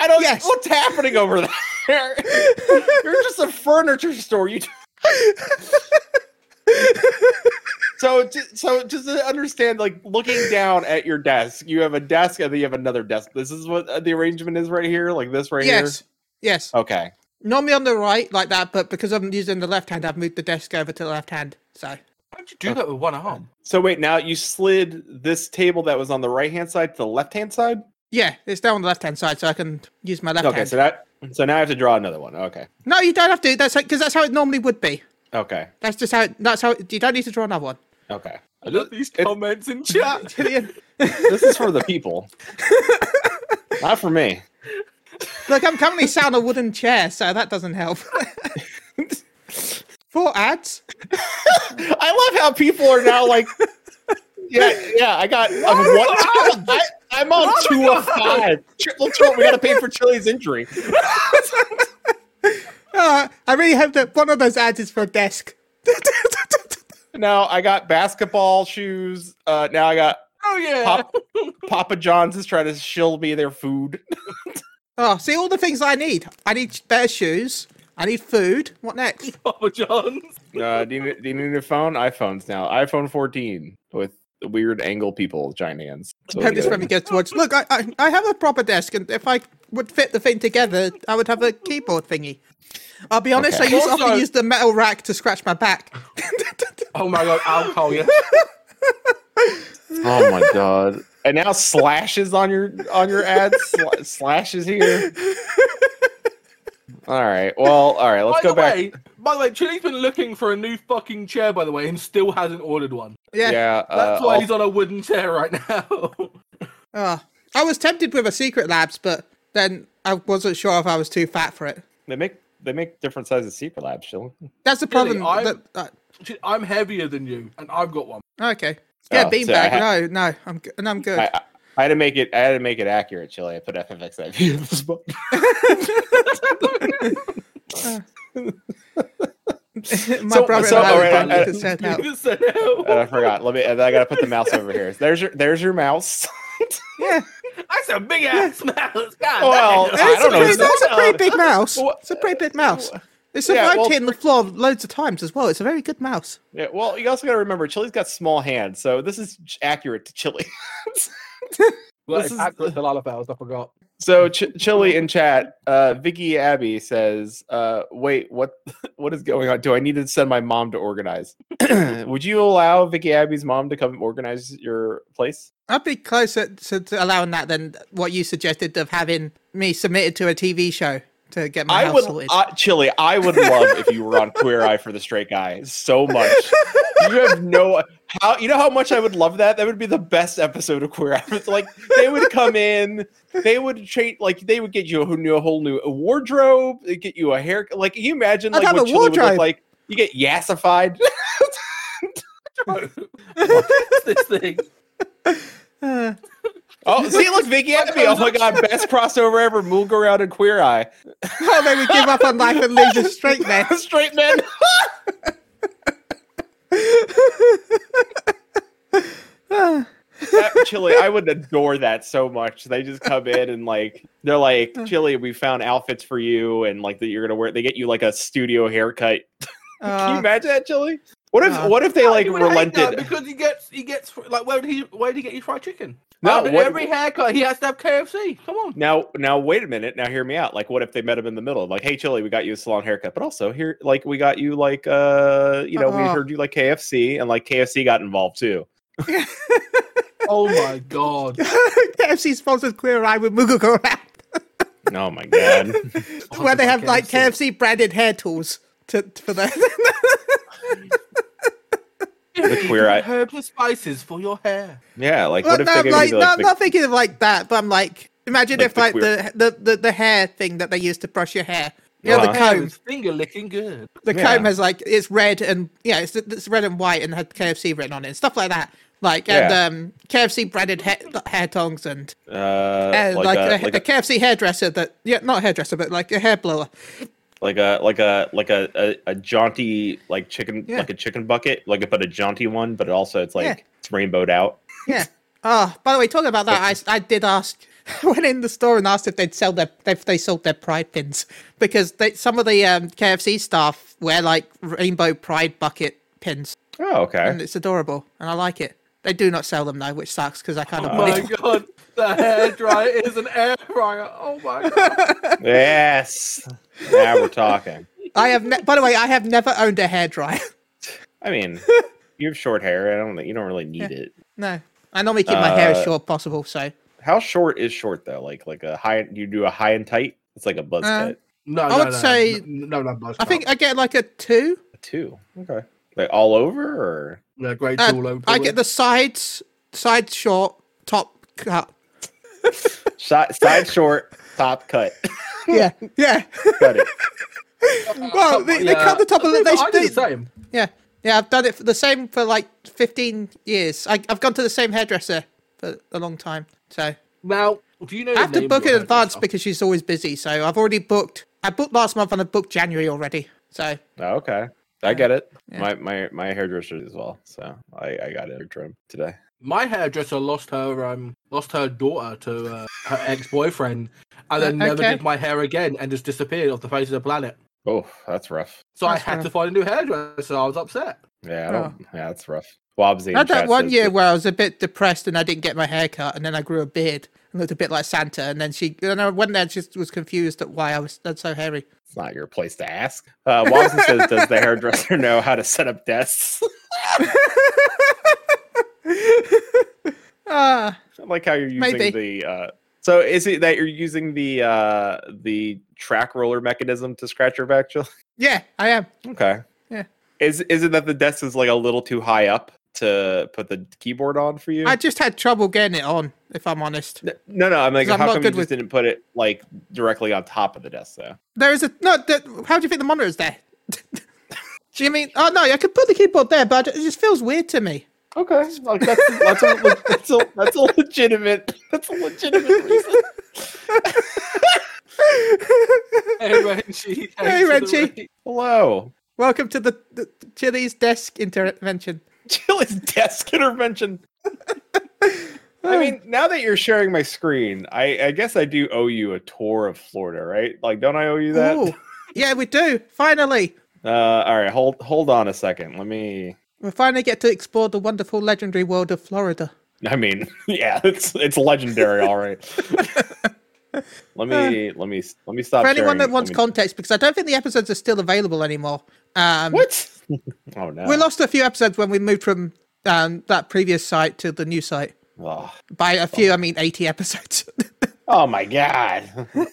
[SPEAKER 3] I don't.
[SPEAKER 1] Yes.
[SPEAKER 3] What's happening over there? You're just a furniture store. You. so, ju- so just to understand, like looking down at your desk, you have a desk, and then you have another desk. This is what uh, the arrangement is right here, like this right
[SPEAKER 1] Yes, yes.
[SPEAKER 3] here. Oh. Okay.
[SPEAKER 1] Normally on the right like that, but because I'm using the left hand, I've moved the desk over to the left hand. So
[SPEAKER 2] How'd you do that with one arm?
[SPEAKER 3] So wait, now you slid this table that was on the right hand side to the left hand side.
[SPEAKER 1] yeah, it's down on the left hand side, so I can use my left
[SPEAKER 3] okay,
[SPEAKER 1] hand.
[SPEAKER 3] so that so now I have to draw another one. Okay.
[SPEAKER 1] No, you don't have to. That's because that's how it normally would be.
[SPEAKER 3] Okay.
[SPEAKER 1] That's just how. That's how. You don't need to draw another one.
[SPEAKER 3] Okay.
[SPEAKER 2] I love these
[SPEAKER 3] It-
[SPEAKER 2] comments in chat.
[SPEAKER 1] Gillian,
[SPEAKER 3] This is for the people, not for me.
[SPEAKER 1] Look, I'm currently sat on a wooden chair, so that doesn't help. Four ads.
[SPEAKER 3] I love how people are now like, yeah, yeah. I got I'm, one, I, I'm on two of five, triple trouble. We got to pay for Chili's injury.
[SPEAKER 1] Uh, I really hope that one of those ads is for a desk.
[SPEAKER 3] Now I got basketball shoes. Uh, now I got
[SPEAKER 2] Oh yeah.
[SPEAKER 3] Pop- Papa John's is trying to shill me their food.
[SPEAKER 1] oh, see all the things I need. I need better shoes. I need food. What next?
[SPEAKER 2] Papa John's.
[SPEAKER 3] Uh, do, you, do you need a phone? iPhones now. iPhone 14 with the weird angle people, with giant hands. So
[SPEAKER 1] hope this
[SPEAKER 3] Oh, yeah.
[SPEAKER 1] really gets watched. Look, I, I I have a proper desk, and if I would fit the thing together, I would have a keyboard thingy. I'll be honest.
[SPEAKER 3] Okay.
[SPEAKER 1] I used,
[SPEAKER 2] Also-
[SPEAKER 1] often use the metal rack to scratch my back.
[SPEAKER 2] Oh my god, alcohol, yeah.
[SPEAKER 3] Oh my god! And now slashes on your on your ads. Sla- slashes here. All right. Well. All right. Let's
[SPEAKER 2] by
[SPEAKER 3] go
[SPEAKER 2] the
[SPEAKER 3] back.
[SPEAKER 2] way, by the way, Chili's been looking for a new fucking chair, by the way, and still hasn't ordered one.
[SPEAKER 1] yeah.
[SPEAKER 3] Yeah.
[SPEAKER 2] That's
[SPEAKER 3] uh,
[SPEAKER 2] why
[SPEAKER 3] I'll-
[SPEAKER 2] he's on a wooden chair right now.
[SPEAKER 1] Oh, I was tempted with a Secret Labs, but then I wasn't sure if I was too fat for it.
[SPEAKER 3] they make they make different sizes secret labs. Shall we?
[SPEAKER 1] That's the
[SPEAKER 2] Really,
[SPEAKER 1] problem.
[SPEAKER 2] I'm-
[SPEAKER 1] that- that-
[SPEAKER 2] Ch- I'm heavier than you, and I've got one.
[SPEAKER 1] okay. Yeah,
[SPEAKER 3] Oh, so I
[SPEAKER 1] beanbag.
[SPEAKER 3] ha-
[SPEAKER 1] no, no, I'm g- and I'm good.
[SPEAKER 3] I, I, I had to make it. I had to make it accurate. Chili. I put FFXIV in this book.
[SPEAKER 1] My
[SPEAKER 3] so-
[SPEAKER 1] brother
[SPEAKER 3] so- uh,
[SPEAKER 1] and I
[SPEAKER 3] alright,
[SPEAKER 1] finally
[SPEAKER 3] I- I-
[SPEAKER 1] just set out.
[SPEAKER 2] You just said no.
[SPEAKER 3] And I forgot. Let me. and I gotta put the mouse over here. There's your. There's your mouse.
[SPEAKER 1] Yeah,
[SPEAKER 2] That's a big ass mouse. God,
[SPEAKER 3] Well,
[SPEAKER 2] damn.
[SPEAKER 3] I
[SPEAKER 1] that's a,
[SPEAKER 3] don't know,
[SPEAKER 1] pretty,
[SPEAKER 3] it's
[SPEAKER 1] that's a pretty big mouse.
[SPEAKER 3] Wha-
[SPEAKER 1] It's a pretty big mouse. It's
[SPEAKER 3] uh, yeah,
[SPEAKER 1] survived
[SPEAKER 3] well,
[SPEAKER 1] hitting the floor loads of times as well. It's a very good mouse.
[SPEAKER 3] Yeah, well, you also got to remember, Chili's got small hands, so this is ch- accurate to Chili.
[SPEAKER 2] Well,
[SPEAKER 3] This
[SPEAKER 2] it's
[SPEAKER 3] is-
[SPEAKER 2] accurate to Lalapels, I forgot.
[SPEAKER 3] So Ch- Chili in chat, uh, Vicky Abbey says, uh, "Wait, what? What is going on? Do I need to send my mom to organize? Would you allow Vicky Abbey's mom to come organize your place?
[SPEAKER 1] I'd be closer to, to allowing that than what you suggested of having me submitted to a TV show to get my
[SPEAKER 3] I
[SPEAKER 1] house
[SPEAKER 3] would,
[SPEAKER 1] sorted.
[SPEAKER 3] uh, Chili, I would love if you were on Queer Eye for the Straight Guy so much. You have no how you know how much I would love that. That would be the best episode of Queer Eye. It's like they would come in, they would treat like they would get you a whole new, a whole new wardrobe. They get you a hair. Like can you imagine
[SPEAKER 1] I'd
[SPEAKER 3] like
[SPEAKER 1] have
[SPEAKER 3] what
[SPEAKER 1] a
[SPEAKER 3] Chili would look
[SPEAKER 1] wardrobe.
[SPEAKER 3] like. You get yassified.
[SPEAKER 2] what is this thing?
[SPEAKER 1] Uh,
[SPEAKER 3] Oh, see, look, Vicky Abby. Oh my god, best crossover ever. Moog around in Queer Eye.
[SPEAKER 1] oh, maybe give up on life and leave the straight man.
[SPEAKER 3] Straight men. That- Chili, I would adore that so much. They just come in and like they're like, Chili, we found outfits for you and like that you're gonna wear. They get you like a studio haircut. Can you
[SPEAKER 1] Uh,
[SPEAKER 3] imagine that, Chili? What if
[SPEAKER 1] Uh,
[SPEAKER 3] what if they like
[SPEAKER 2] You would hate that
[SPEAKER 3] relented?
[SPEAKER 2] because he gets he gets like where did he where did he get his fried chicken?
[SPEAKER 3] No,
[SPEAKER 2] No, every,
[SPEAKER 3] what-
[SPEAKER 2] every haircut he has to have KFC. Come on.
[SPEAKER 3] Now, now, wait a minute. Now, hear me out. Like, what if they met him in the middle? Like, hey, Chili, we got you a salon haircut, but also here, like, we got you like, uh, you know, we
[SPEAKER 2] Uh-huh.
[SPEAKER 1] Uh-uh.
[SPEAKER 3] heard you like KFC, and like KFC got involved too.
[SPEAKER 2] Oh my god.
[SPEAKER 1] KFC sponsors Queer Eye with Moogle Go Round,
[SPEAKER 3] Oh my god. Oh,
[SPEAKER 1] where they have like
[SPEAKER 2] KFC.
[SPEAKER 1] KFC branded hair tools to, for their
[SPEAKER 3] The queer eye.
[SPEAKER 2] herbs and spices for your hair.
[SPEAKER 3] Yeah, like
[SPEAKER 1] Well,
[SPEAKER 3] what if
[SPEAKER 1] no,
[SPEAKER 3] they
[SPEAKER 1] I'm
[SPEAKER 3] gave
[SPEAKER 1] like,
[SPEAKER 3] you
[SPEAKER 1] no,
[SPEAKER 3] like,
[SPEAKER 1] I'm
[SPEAKER 3] the-
[SPEAKER 1] not thinking of like that, but I'm like, imagine
[SPEAKER 3] Like
[SPEAKER 1] if
[SPEAKER 3] the
[SPEAKER 1] like
[SPEAKER 3] queer-
[SPEAKER 1] the, the, the the hair thing that they use to brush your hair. You know, the
[SPEAKER 3] Uh-huh.
[SPEAKER 1] comb.
[SPEAKER 2] It's finger licking good.
[SPEAKER 1] The
[SPEAKER 3] Yeah.
[SPEAKER 1] comb has like it's red and yeah, it's, it's red and white and had KFC written on it and stuff like that. Like
[SPEAKER 3] Yeah.
[SPEAKER 1] and um, KFC branded hair, hair tongs and
[SPEAKER 3] uh,
[SPEAKER 1] and
[SPEAKER 3] like,
[SPEAKER 1] like,
[SPEAKER 3] a,
[SPEAKER 1] a,
[SPEAKER 3] like,
[SPEAKER 1] a
[SPEAKER 3] a,
[SPEAKER 1] KFC hairdresser that yeah, not a hairdresser but like a hair blower.
[SPEAKER 3] like a like a like a a, a jaunty like chicken
[SPEAKER 1] Yeah.
[SPEAKER 3] like a chicken bucket like but a jaunty one, but also it's like
[SPEAKER 1] Yeah.
[SPEAKER 3] it's rainbowed out.
[SPEAKER 1] Yeah. Oh, by the way, talking about that, I, s- I did ask. I went in the store and asked if they'd sell their if they sold their pride pins because they, some of the um, KFC staff wear like rainbow pride bucket pins
[SPEAKER 3] Oh, okay.
[SPEAKER 1] and it's adorable and I like it. They do not sell them though, which sucks because I kind of
[SPEAKER 2] Oh
[SPEAKER 1] want
[SPEAKER 2] my
[SPEAKER 1] it.
[SPEAKER 2] god. The hair dryer is an air fryer. Oh my god.
[SPEAKER 3] yes. Now we're talking.
[SPEAKER 1] I have. Ne- by the way, I have never owned a hairdryer.
[SPEAKER 3] I mean, you have short hair. I don't. think- You don't really need it.
[SPEAKER 1] no, I normally keep my hair as
[SPEAKER 3] Uh,
[SPEAKER 1] short possible. So
[SPEAKER 3] How short is short though? Like like a high. You do a high and tight. It's like a buzz
[SPEAKER 1] Uh,
[SPEAKER 3] cut.
[SPEAKER 2] No,
[SPEAKER 1] I
[SPEAKER 2] no,
[SPEAKER 1] would
[SPEAKER 2] no,
[SPEAKER 1] say-
[SPEAKER 2] no, no, no, no
[SPEAKER 1] I think I get like a two.
[SPEAKER 3] A two. Okay. Like all over or
[SPEAKER 2] no, great
[SPEAKER 1] Uh,
[SPEAKER 2] all over.
[SPEAKER 1] I get the sides, sides short, top cut.
[SPEAKER 3] side, side short, top cut.
[SPEAKER 1] Yeah, yeah.
[SPEAKER 3] cut it.
[SPEAKER 1] well, they, they cut the top of it. They,
[SPEAKER 2] I
[SPEAKER 1] they,
[SPEAKER 2] did the same.
[SPEAKER 1] yeah, yeah. I've done it for the same for like fifteen years. I, I've gone to the same hairdresser for a long time. So
[SPEAKER 2] Now, do you know?
[SPEAKER 1] I have to book in advance
[SPEAKER 2] because.
[SPEAKER 1] because she's always busy. So I've already booked. I booked last month and I booked January already. So
[SPEAKER 3] Oh, okay. I get it.
[SPEAKER 1] Yeah.
[SPEAKER 3] My my my hairdresser as well. So I I got it trim today.
[SPEAKER 2] my hairdresser lost her um lost her daughter to uh, her ex boyfriend, and
[SPEAKER 1] Uh,
[SPEAKER 2] then never
[SPEAKER 1] okay.
[SPEAKER 2] did my hair again, and just disappeared off the face of the planet.
[SPEAKER 3] Oh, that's rough.
[SPEAKER 2] So
[SPEAKER 1] That's
[SPEAKER 2] I had
[SPEAKER 1] fair.
[SPEAKER 2] to find a new hairdresser. I was upset.
[SPEAKER 3] Yeah, I
[SPEAKER 1] Oh.
[SPEAKER 3] don't. Yeah, that's rough. Wobsy.
[SPEAKER 1] I had that one year where I was a bit depressed and I didn't get my hair cut, and then I grew a beard and looked a bit like Santa. And then she, and I went there and she was confused at why I was that's so hairy.
[SPEAKER 3] It's not your place to ask. Uh, Wobsy says, "Does the hairdresser know how to set up desks?"
[SPEAKER 1] Ah,
[SPEAKER 3] I like how you're using
[SPEAKER 1] Maybe.
[SPEAKER 3] the. Uh, so is it that you're using the uh the track roller mechanism to scratch your back? Jill?
[SPEAKER 1] yeah, I am.
[SPEAKER 3] Okay.
[SPEAKER 1] Yeah.
[SPEAKER 3] Is is it that the desk is like a little too high up to put the keyboard on for you?
[SPEAKER 1] I just had trouble getting it on, if I'm honest.
[SPEAKER 3] N- No, no. I'm like,
[SPEAKER 1] 'Cause I'm
[SPEAKER 3] how
[SPEAKER 1] not
[SPEAKER 3] come you
[SPEAKER 1] good
[SPEAKER 3] just
[SPEAKER 1] with-
[SPEAKER 3] didn't put it like directly on top of the desk though?
[SPEAKER 1] There is a no. That, how do you think the monitor is there? do you mean? Oh no, I could put the keyboard there, but it just feels weird to me.
[SPEAKER 3] Okay, like that's that's a, le- that's a that's a legitimate that's a legitimate reason.
[SPEAKER 2] Hey Renchi.
[SPEAKER 1] Hey, Renchi.
[SPEAKER 3] Hello,
[SPEAKER 1] Welcome to the, the Chili's desk intervention.
[SPEAKER 3] Jill's desk intervention. I mean, now that you're sharing my screen, I, I guess I do owe you a tour of Florida, right? Like, don't I owe you that?
[SPEAKER 1] Ooh. yeah, we do. Finally,
[SPEAKER 3] Uh, all right, hold hold on a second. Let me.
[SPEAKER 1] we finally get to explore the wonderful, legendary world of Florida.
[SPEAKER 3] I mean, yeah, it's it's legendary. All right. let me let me let me stop.
[SPEAKER 1] For anyone
[SPEAKER 3] sharing.
[SPEAKER 1] that
[SPEAKER 3] Let
[SPEAKER 1] wants
[SPEAKER 3] me-
[SPEAKER 1] context, because I don't think the episodes are still available anymore. Um,
[SPEAKER 3] what? oh no.
[SPEAKER 1] We lost a few episodes when we moved from um, that previous site to the new site.
[SPEAKER 3] Ugh.
[SPEAKER 1] By a few, I mean 80 episodes.
[SPEAKER 3] Oh my god. Oh,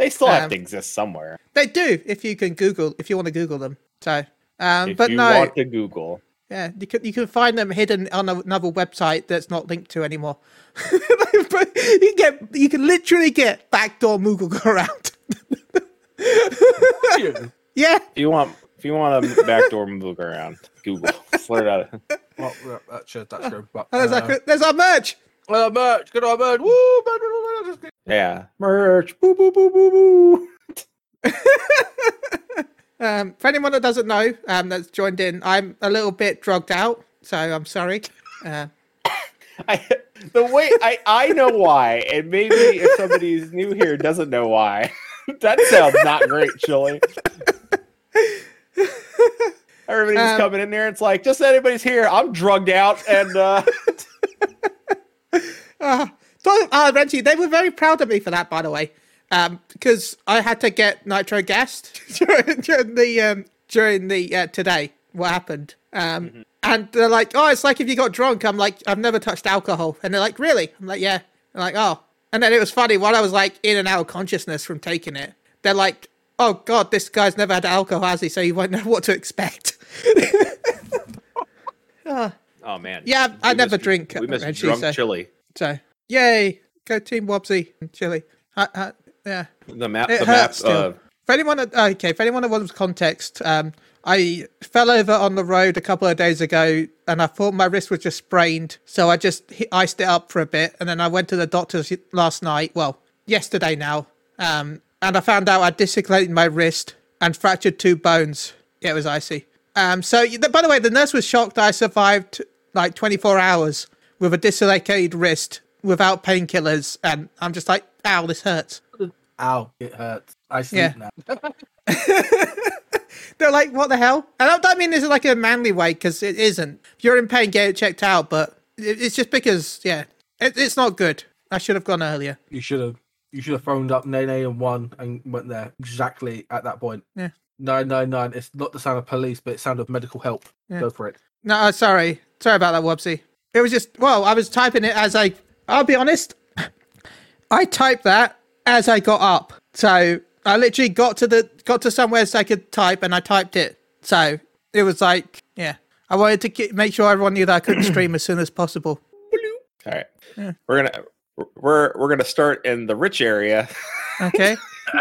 [SPEAKER 3] They still have
[SPEAKER 1] Um,
[SPEAKER 3] to exist somewhere.
[SPEAKER 1] They do if you can Google if you want to Google them. So, um,
[SPEAKER 3] if
[SPEAKER 1] but
[SPEAKER 3] you
[SPEAKER 1] no,
[SPEAKER 3] want to Google,
[SPEAKER 1] yeah, you can you can find them hidden on a- another website that's not linked to anymore. you can get you can literally get backdoor Moogle go around.
[SPEAKER 2] You.
[SPEAKER 1] yeah,
[SPEAKER 3] if you want, if you want a backdoor Moogle around, Google. Flirt out.
[SPEAKER 2] Well, yeah, that's your, that's your, but,
[SPEAKER 1] and there's,
[SPEAKER 2] uh,
[SPEAKER 1] our, there's our merch.
[SPEAKER 2] uh, merch, good on merch, woo, merch, merch, merch, merch.
[SPEAKER 3] Yeah, merch. Boo boo boo boo boo.
[SPEAKER 1] Um, for anyone that doesn't know, um, that's joined in, I'm a little bit drugged out, so I'm sorry. Uh,
[SPEAKER 3] I, the way I, I know why, and maybe if somebody's new here doesn't know why, that sounds not great, Chili. Everybody's
[SPEAKER 1] Um,
[SPEAKER 3] coming in there. It's like just anybody's here. I'm drugged out, and uh,
[SPEAKER 1] So, uh, Reggie, they were very proud of me for that, by the way, um, because I had to get nitro gassed during, during the um, during the uh, today. What happened? Um, And they're like, "Oh, it's like if you got drunk." I'm like, "I've never touched alcohol," and they're like, "Really?" I'm like, "Yeah." They're like, "Oh," and then it was funny while I was like in and out of consciousness from taking it. They're like, "Oh God, this guy's never had alcohol, has he? So you won't know what to expect."
[SPEAKER 3] oh man,
[SPEAKER 1] Yeah,
[SPEAKER 3] We
[SPEAKER 1] I never
[SPEAKER 3] missed-
[SPEAKER 1] drink,
[SPEAKER 3] We miss
[SPEAKER 1] actually,
[SPEAKER 3] drunk
[SPEAKER 1] so-
[SPEAKER 3] Chili.
[SPEAKER 1] so, yay, go Team Wobbsy and Chili. Uh, uh, yeah.
[SPEAKER 3] The map,
[SPEAKER 1] It
[SPEAKER 3] the map
[SPEAKER 1] hurts still.
[SPEAKER 3] of
[SPEAKER 1] For anyone that okay, for anyone that wants context, um, I fell over on the road a couple of days ago, and I thought my wrist was just sprained, so I just hi- iced it up for a bit, and then I went to the doctor's y- last night. Well, yesterday now, um, and I found out I dislocated my wrist and fractured two bones. Yeah, it was icy. Um, so y- by the way, the nurse was shocked I survived like 24 hours with a dislocated wrist without painkillers, and I'm just like, ow, this hurts.
[SPEAKER 2] Ow, it hurts. I sleep
[SPEAKER 1] Yeah.
[SPEAKER 2] now.
[SPEAKER 1] They're like, what the hell? And I don't mean this is like a manly way because it isn't. If you're in pain, get it checked out. But it- it's just because, yeah, it, it's not good. I should have gone earlier.
[SPEAKER 2] You should have. You should have phoned up nine and one and went there exactly at that point.
[SPEAKER 1] Yeah.
[SPEAKER 2] Nine nine nine. It's not the sound of police, but it's sound of medical help.
[SPEAKER 1] Yeah.
[SPEAKER 2] Go for it.
[SPEAKER 1] No, uh, sorry. Sorry about that, Wobsy. It was just, well, I was typing it as I, I'll be honest, I typed that as I got up. So I literally got to the, got to somewhere so I could type and I typed it. So it was like, yeah, I wanted to ke- make sure everyone knew that I couldn't stream as soon as possible.
[SPEAKER 3] All right, we're gonna we're we're gonna start in the rich area.
[SPEAKER 1] Okay.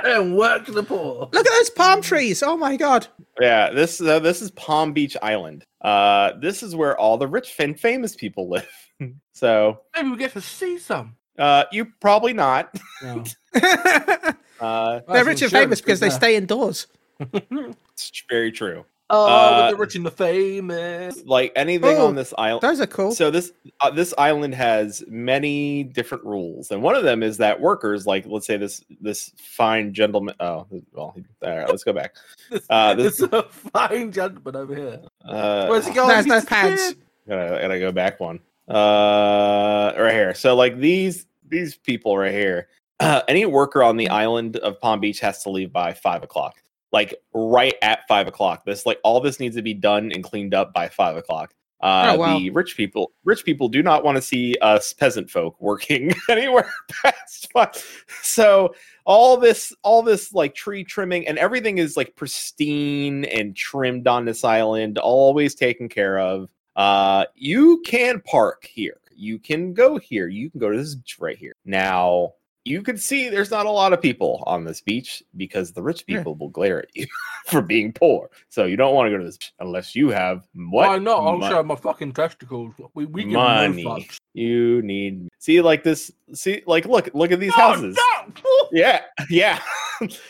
[SPEAKER 2] and work the poor.
[SPEAKER 1] Look at those palm trees. Oh my God.
[SPEAKER 3] Yeah, this uh, this is Palm Beach Island. Uh, this is where all the rich and famous people live. so
[SPEAKER 2] Maybe we get to see some.
[SPEAKER 3] uh, you probably not.
[SPEAKER 2] No.
[SPEAKER 1] They're
[SPEAKER 3] Uh,
[SPEAKER 1] rich and famous because they stay indoors.
[SPEAKER 3] it's very true.
[SPEAKER 2] Oh,
[SPEAKER 3] Uh,
[SPEAKER 2] but they're rich and the famous.
[SPEAKER 3] Like anything
[SPEAKER 1] Oh,
[SPEAKER 3] on this island.
[SPEAKER 1] Those are cool.
[SPEAKER 3] So this uh, this island has many different rules, and one of them is that workers, like let's say this this fine gentleman. Oh, well, all right, let's go back. Uh,
[SPEAKER 2] There's
[SPEAKER 3] this
[SPEAKER 2] a fine gentleman over here.
[SPEAKER 3] uh,
[SPEAKER 2] Where's he going?
[SPEAKER 1] There's no
[SPEAKER 2] He's
[SPEAKER 1] pants.
[SPEAKER 2] dead.
[SPEAKER 3] gotta, I gotta go back one uh right here so like these these people right here uh, any worker on the island of palm beach has to leave by five o'clock like right at five o'clock this like all this needs to be done and cleaned up by five o'clock uh
[SPEAKER 1] Oh, wow.
[SPEAKER 3] the rich people rich people do not want to see us peasant folk working anywhere past five so all this all this like tree trimming and everything is like pristine and trimmed on this island always taken care of uh you can park here you can go here you can go to this beach right here now you can see there's not a lot of people on this beach because the rich
[SPEAKER 1] Yeah.
[SPEAKER 3] people will glare at you for being poor so you don't want to go to this beach unless you have what
[SPEAKER 2] Why not? I'll
[SPEAKER 3] mon-
[SPEAKER 2] show my fucking testicles. We we give no
[SPEAKER 3] money
[SPEAKER 2] fucks.
[SPEAKER 3] you need see like this see like look look at these
[SPEAKER 2] Oh,
[SPEAKER 3] houses
[SPEAKER 2] no!
[SPEAKER 3] yeah yeah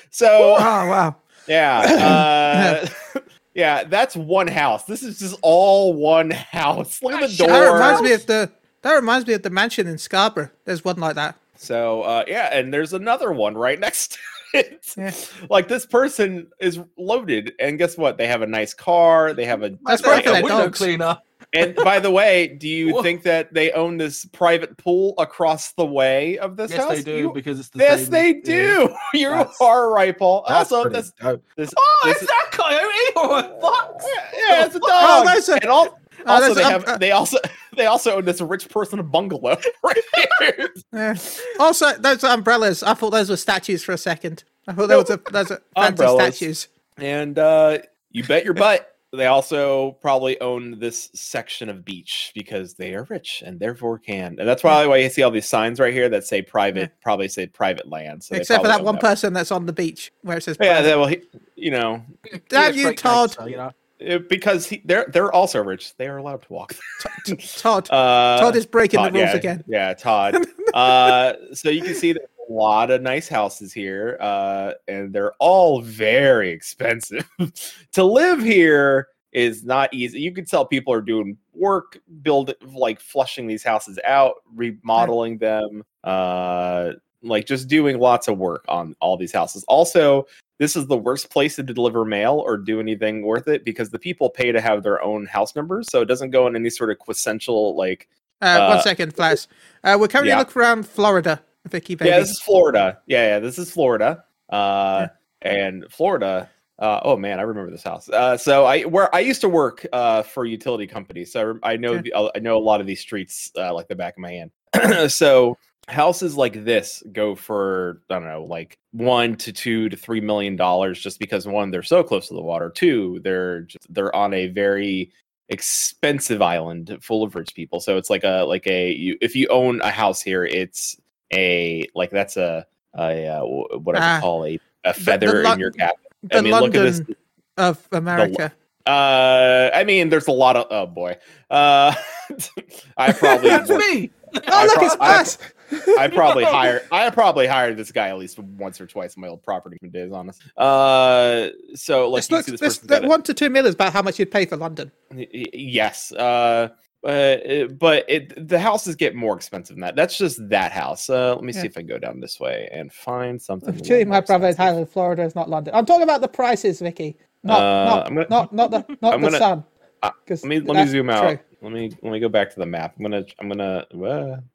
[SPEAKER 3] so
[SPEAKER 1] Oh, wow.
[SPEAKER 3] yeah. Uh, yeah, that's one house. This is just all one house. Look at the
[SPEAKER 2] That
[SPEAKER 3] door.
[SPEAKER 1] That reminds me of the that reminds me of the mansion in Scarborough. There's one like that.
[SPEAKER 3] so uh yeah, and there's another one right next to it.
[SPEAKER 1] Yeah.
[SPEAKER 3] Like this person is loaded, and guess what? They have a nice car, they have a
[SPEAKER 1] That's
[SPEAKER 3] like,
[SPEAKER 1] perfect.
[SPEAKER 3] a
[SPEAKER 1] their
[SPEAKER 3] window-
[SPEAKER 2] window
[SPEAKER 1] dogs.
[SPEAKER 2] cleaner.
[SPEAKER 3] And by the way, do you
[SPEAKER 2] Whoa.
[SPEAKER 3] think that they own this private pool across the way of this
[SPEAKER 2] Yes,
[SPEAKER 3] house?
[SPEAKER 2] they do
[SPEAKER 3] You-
[SPEAKER 2] because it's the
[SPEAKER 3] yes,
[SPEAKER 2] same-
[SPEAKER 3] they
[SPEAKER 2] yeah.
[SPEAKER 3] do. You
[SPEAKER 2] That's-
[SPEAKER 3] are right, Paul.
[SPEAKER 2] That's
[SPEAKER 3] also,
[SPEAKER 2] pretty
[SPEAKER 3] this
[SPEAKER 2] dope.
[SPEAKER 3] this
[SPEAKER 2] Oh,
[SPEAKER 3] this
[SPEAKER 2] is
[SPEAKER 3] is-
[SPEAKER 2] that coyote or a fox?
[SPEAKER 3] Yeah, yeah, it's a dog.
[SPEAKER 1] Oh, that's a-
[SPEAKER 3] and all,
[SPEAKER 1] Oh,
[SPEAKER 3] also,
[SPEAKER 1] that's
[SPEAKER 3] they
[SPEAKER 1] a-
[SPEAKER 3] have
[SPEAKER 1] uh,
[SPEAKER 3] they also they also own this rich person bungalow right here.
[SPEAKER 1] Yeah. Also, those umbrellas. I thought those were statues for a second. I thought that was a that's a fancy
[SPEAKER 3] Umbrellas.
[SPEAKER 1] statues.
[SPEAKER 3] and uh, you bet your butt they also probably own this section of beach because they are rich and therefore can. And that's probably why you see all these signs right here that say private, probably say private land. So they
[SPEAKER 1] Except for
[SPEAKER 3] probably
[SPEAKER 1] that
[SPEAKER 3] own
[SPEAKER 1] one person that's on the beach where it says
[SPEAKER 3] Yeah,
[SPEAKER 1] private.
[SPEAKER 3] that, well, he, you know,
[SPEAKER 1] Damn you,
[SPEAKER 2] straight
[SPEAKER 1] Todd.
[SPEAKER 2] gangster, you know?
[SPEAKER 3] it- because he, they're they're also rich. They are allowed to walk.
[SPEAKER 1] T- Todd.
[SPEAKER 3] Uh,
[SPEAKER 1] Todd is breaking
[SPEAKER 3] Todd,
[SPEAKER 1] the rules
[SPEAKER 3] yeah,
[SPEAKER 1] again.
[SPEAKER 3] Yeah, Todd. uh, so you can see there's a lot of nice houses here, uh, and they're all very expensive. to live here is not easy. You can tell people are doing work, build like flushing these houses out, remodeling them, uh, like just doing lots of work on all these houses. Also, this is the worst place to deliver mail or do anything worth it because the people pay to have their own house numbers, so it doesn't go in any sort of quintessential like
[SPEAKER 1] Uh,
[SPEAKER 3] uh,
[SPEAKER 1] one second, Flash. Uh, we're currently
[SPEAKER 3] yeah.
[SPEAKER 1] looking around Florida, Vicky baby.
[SPEAKER 3] Yeah, this is Florida. Yeah, yeah, this is Florida. Uh, and Florida. Uh, oh man, I remember this house. Uh, so I where I used to work uh, for a utility company, so I, rem- I know
[SPEAKER 1] Yeah.
[SPEAKER 3] the, I know a lot of these streets uh, like the back of my hand. so houses like this go for I don't know, like one to two to three million dollars, just because one they're so close to the water, two they're just, they're on a very expensive island full of rich people. So it's like a like a you, if you own a house here, it's a like that's a a uh, wh- what I
[SPEAKER 1] Ah.
[SPEAKER 3] would call a, a feather
[SPEAKER 1] lo-
[SPEAKER 3] in your cap.
[SPEAKER 1] the
[SPEAKER 3] I mean, look
[SPEAKER 1] London
[SPEAKER 3] at this.
[SPEAKER 1] of America.
[SPEAKER 3] Uh, I mean, there's a lot of oh boy. Uh, I probably
[SPEAKER 2] That's me.
[SPEAKER 1] oh,
[SPEAKER 3] I
[SPEAKER 1] look,
[SPEAKER 3] pro-
[SPEAKER 1] it's
[SPEAKER 3] I-
[SPEAKER 1] us.
[SPEAKER 3] I probably hired I probably hired this guy at least once or twice in my old property days, honest. Uh, so like
[SPEAKER 1] This
[SPEAKER 3] you
[SPEAKER 1] looks,
[SPEAKER 3] see
[SPEAKER 1] this,
[SPEAKER 3] this person's
[SPEAKER 1] that
[SPEAKER 3] got a-
[SPEAKER 1] one to two million is about how much you'd pay for London.
[SPEAKER 3] Y- y- yes uh but it, but it, the houses get more expensive than that that's just that house uh let me see
[SPEAKER 1] Yeah.
[SPEAKER 3] if i can go down this way and find something a little
[SPEAKER 1] Chile, my
[SPEAKER 3] more
[SPEAKER 1] brother is
[SPEAKER 3] expensive.
[SPEAKER 1] Highland, Florida is not London. I'm talking about the prices, Vicky. Not,
[SPEAKER 3] Uh,
[SPEAKER 1] not,
[SPEAKER 3] I'm gonna-
[SPEAKER 1] not, not the, not
[SPEAKER 3] I'm
[SPEAKER 1] the
[SPEAKER 3] gonna-
[SPEAKER 1] sun.
[SPEAKER 3] uh,
[SPEAKER 1] 'Cause
[SPEAKER 3] let me let me
[SPEAKER 1] that's
[SPEAKER 3] zoom out
[SPEAKER 1] true.
[SPEAKER 3] let me let me go back to the map i'm gonna i'm gonna uh,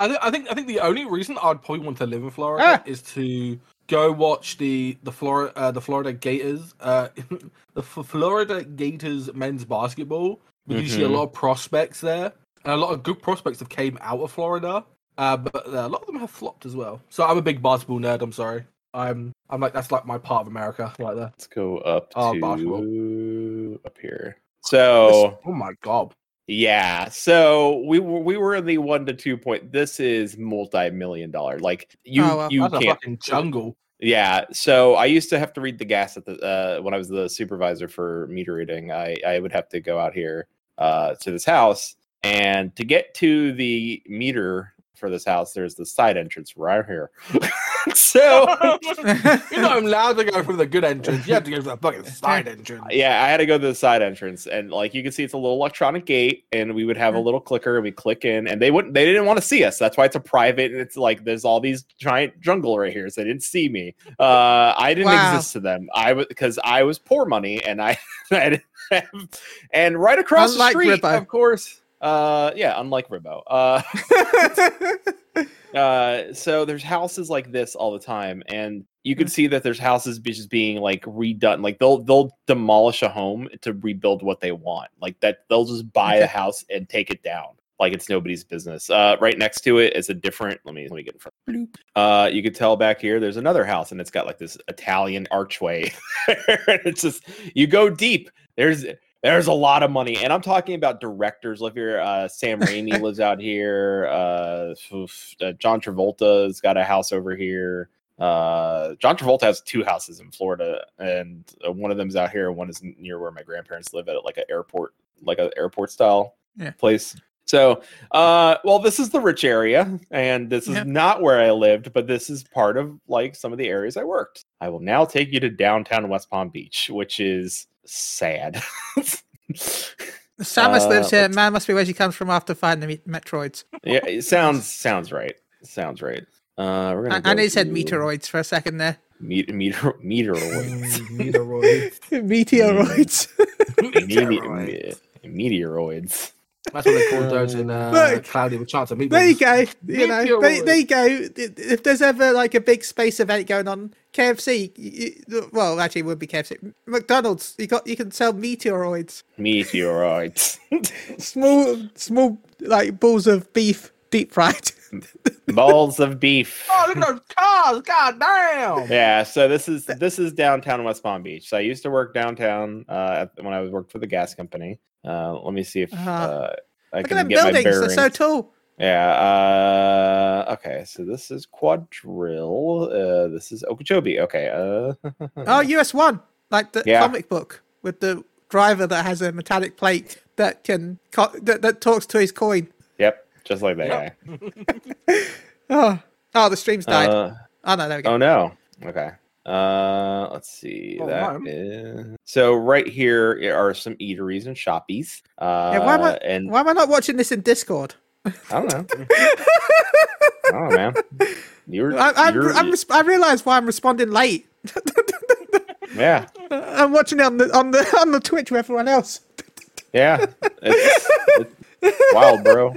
[SPEAKER 2] I, th- I think I think the only reason I'd probably want to live in Florida is to go watch the the Florida uh, the Florida Gators uh, the F- Florida Gators men's basketball because you see a
[SPEAKER 3] Mhm.
[SPEAKER 2] lot of prospects there and a lot of good prospects have came out of Florida, uh, but uh, a lot of them have flopped as well. So I'm a big basketball nerd. I'm sorry. I'm I'm like that's like my part of America right there.
[SPEAKER 3] let's go up
[SPEAKER 2] Oh,
[SPEAKER 3] to
[SPEAKER 2] Boswell.
[SPEAKER 3] up here so
[SPEAKER 2] oh my god.
[SPEAKER 3] Yeah, so we were we were in the one to two point. This is multi-million dollar. Like you
[SPEAKER 1] Oh, well,
[SPEAKER 3] you
[SPEAKER 2] That's a
[SPEAKER 3] can't.
[SPEAKER 2] fucking jungle.
[SPEAKER 3] Yeah, so I used to have to read the gas at the uh, when I was the supervisor for meter reading. I I would have to go out here uh, to this house, and to get to the meter for this house, there's the side entrance right here. so Uh,
[SPEAKER 2] You're not allowed to go from the good entrance. You have to go from the fucking side entrance.
[SPEAKER 3] yeah, I had to go to the side entrance, and like you can see, it's a little electronic gate, and we would have a
[SPEAKER 1] Mhm.
[SPEAKER 3] little clicker, and we click in, and they wouldn't, they didn't want to see us. That's why it's a private, and it's like there's all these giant jungle right here, so they didn't see me. Uh, I didn't
[SPEAKER 1] Wow.
[SPEAKER 3] exist to them. I was because I was poor money, and I, I didn't have, and right across
[SPEAKER 1] Unlike
[SPEAKER 3] the street,
[SPEAKER 1] Ribbo.
[SPEAKER 3] of course. Uh, yeah, unlike Ribbo. Uh, uh so there's houses like this all the time and you can
[SPEAKER 1] Mhm.
[SPEAKER 3] see that there's houses be- just being like redone like they'll they'll demolish a home to rebuild what they want like that they'll just buy a
[SPEAKER 1] Okay.
[SPEAKER 3] house and take it down like it's nobody's business uh right next to it is a different let me let me get in front Bloop. uh you could tell back here there's another house and it's got like this italian archway it's just you go deep there's there's a lot of money, and I'm talking about directors live here. Uh, Sam Raimi lives out here. Uh, oof, uh, John Travolta's got a house over here. Uh, John Travolta has two houses in Florida, and uh, one of them's out here, and one is near where my grandparents live at like an airport, like an airport style
[SPEAKER 1] Yeah.
[SPEAKER 3] place. So, uh, well, this is the rich area, and this is
[SPEAKER 1] Yeah.
[SPEAKER 3] not where I lived, but this is part of like some of the areas I worked. I will now take you to downtown West Palm Beach, which is sad.
[SPEAKER 1] Samus
[SPEAKER 3] Uh,
[SPEAKER 1] lives here.
[SPEAKER 3] let's-
[SPEAKER 1] Man must be where she comes from after finding the me- Metroids.
[SPEAKER 3] yeah, it sounds sounds right. Sounds right. Uh, we're gonna.
[SPEAKER 1] I, I know
[SPEAKER 3] go
[SPEAKER 1] you said
[SPEAKER 3] to
[SPEAKER 1] meteoroids for a second there.
[SPEAKER 3] Meter, meter, meteoroids.
[SPEAKER 2] Meteoroids.
[SPEAKER 1] meteoroids.
[SPEAKER 3] Mm. Meteoroids. meteoroids.
[SPEAKER 2] That's what they call those in uh,
[SPEAKER 1] Look.
[SPEAKER 2] Cloudy with Chance of Meatballs.
[SPEAKER 1] there you go. You know, there,
[SPEAKER 2] Meteoroids.
[SPEAKER 1] there you go. If there's ever like a big space event going on, KFC. y- y- Well, actually, it would be KFC. McDonald's. You got. You can sell meteoroids.
[SPEAKER 3] Meteoroids.
[SPEAKER 1] Small, small, like balls of beef, deep fried.
[SPEAKER 3] Balls of beef.
[SPEAKER 2] Oh, look at those cars! God damn!
[SPEAKER 3] Yeah, so this is this is downtown West Palm Beach. So I used to work downtown uh, at- when I worked for the gas company. Uh, let me see if
[SPEAKER 1] Uh-huh.
[SPEAKER 3] uh, I
[SPEAKER 1] Look
[SPEAKER 3] can
[SPEAKER 1] at them
[SPEAKER 3] get my
[SPEAKER 1] buildings. They're
[SPEAKER 3] bearings.
[SPEAKER 1] so tall.
[SPEAKER 3] yeah. Uh, okay, so this is Quadrille. Uh, this is Okeechobee. Okay. Uh,
[SPEAKER 1] Oh, US one, like the
[SPEAKER 3] Yeah.
[SPEAKER 1] comic book with the driver that has a metallic plate that can co- that, that talks to his coin.
[SPEAKER 3] yep, just like that
[SPEAKER 2] Yep.
[SPEAKER 1] Oh, oh, the stream's
[SPEAKER 3] guy.
[SPEAKER 1] died.
[SPEAKER 3] Uh,
[SPEAKER 1] oh no, there we go.
[SPEAKER 3] Oh no. Okay. Uh, let's see.
[SPEAKER 2] Oh,
[SPEAKER 3] That
[SPEAKER 2] mine.
[SPEAKER 3] is... So right here i- are some eateries and shoppies. Uh,
[SPEAKER 1] Yeah, why am I-
[SPEAKER 3] and
[SPEAKER 1] Why am I not watching this in Discord?
[SPEAKER 3] I don't know. I don't know, man. You're,
[SPEAKER 1] I, I'm,
[SPEAKER 3] you're-
[SPEAKER 1] I'm, resp- I realize why I'm responding late.
[SPEAKER 3] yeah,
[SPEAKER 1] I'm watching it on the on the on the Twitch with everyone else.
[SPEAKER 3] yeah. It's, it's wild, bro.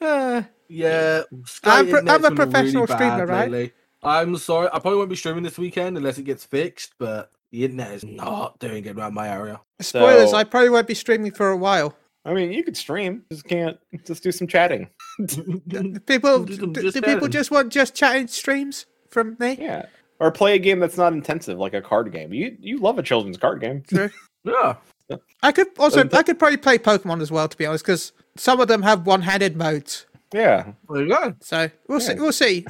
[SPEAKER 1] Uh,
[SPEAKER 2] Yeah,
[SPEAKER 1] I'm
[SPEAKER 2] Sky
[SPEAKER 1] pro-
[SPEAKER 2] Internet's
[SPEAKER 1] I'm a
[SPEAKER 2] been really
[SPEAKER 1] professional
[SPEAKER 2] bad
[SPEAKER 1] streamer, right?
[SPEAKER 2] lately. I'm sorry, I probably won't be streaming this weekend unless it gets fixed. But the internet is not doing good around my area.
[SPEAKER 1] spoilers.
[SPEAKER 3] So-
[SPEAKER 1] I probably won't be streaming for a while.
[SPEAKER 3] I mean, you could stream, just can't. Just do some chatting.
[SPEAKER 1] Do People,
[SPEAKER 2] Just-
[SPEAKER 1] do,
[SPEAKER 2] just
[SPEAKER 1] do people
[SPEAKER 2] chatting.
[SPEAKER 1] just want just chatting streams from me?
[SPEAKER 3] Yeah, or play a game that's not intensive, like a card game. You you love a children's card game.
[SPEAKER 1] True.
[SPEAKER 2] yeah,
[SPEAKER 1] I could also,
[SPEAKER 3] And the-
[SPEAKER 1] I could probably play Pokemon as well, to be honest, because some of them have one-handed modes.
[SPEAKER 3] Yeah,
[SPEAKER 2] there you go.
[SPEAKER 1] So we'll see.
[SPEAKER 3] Yeah.
[SPEAKER 1] We'll see.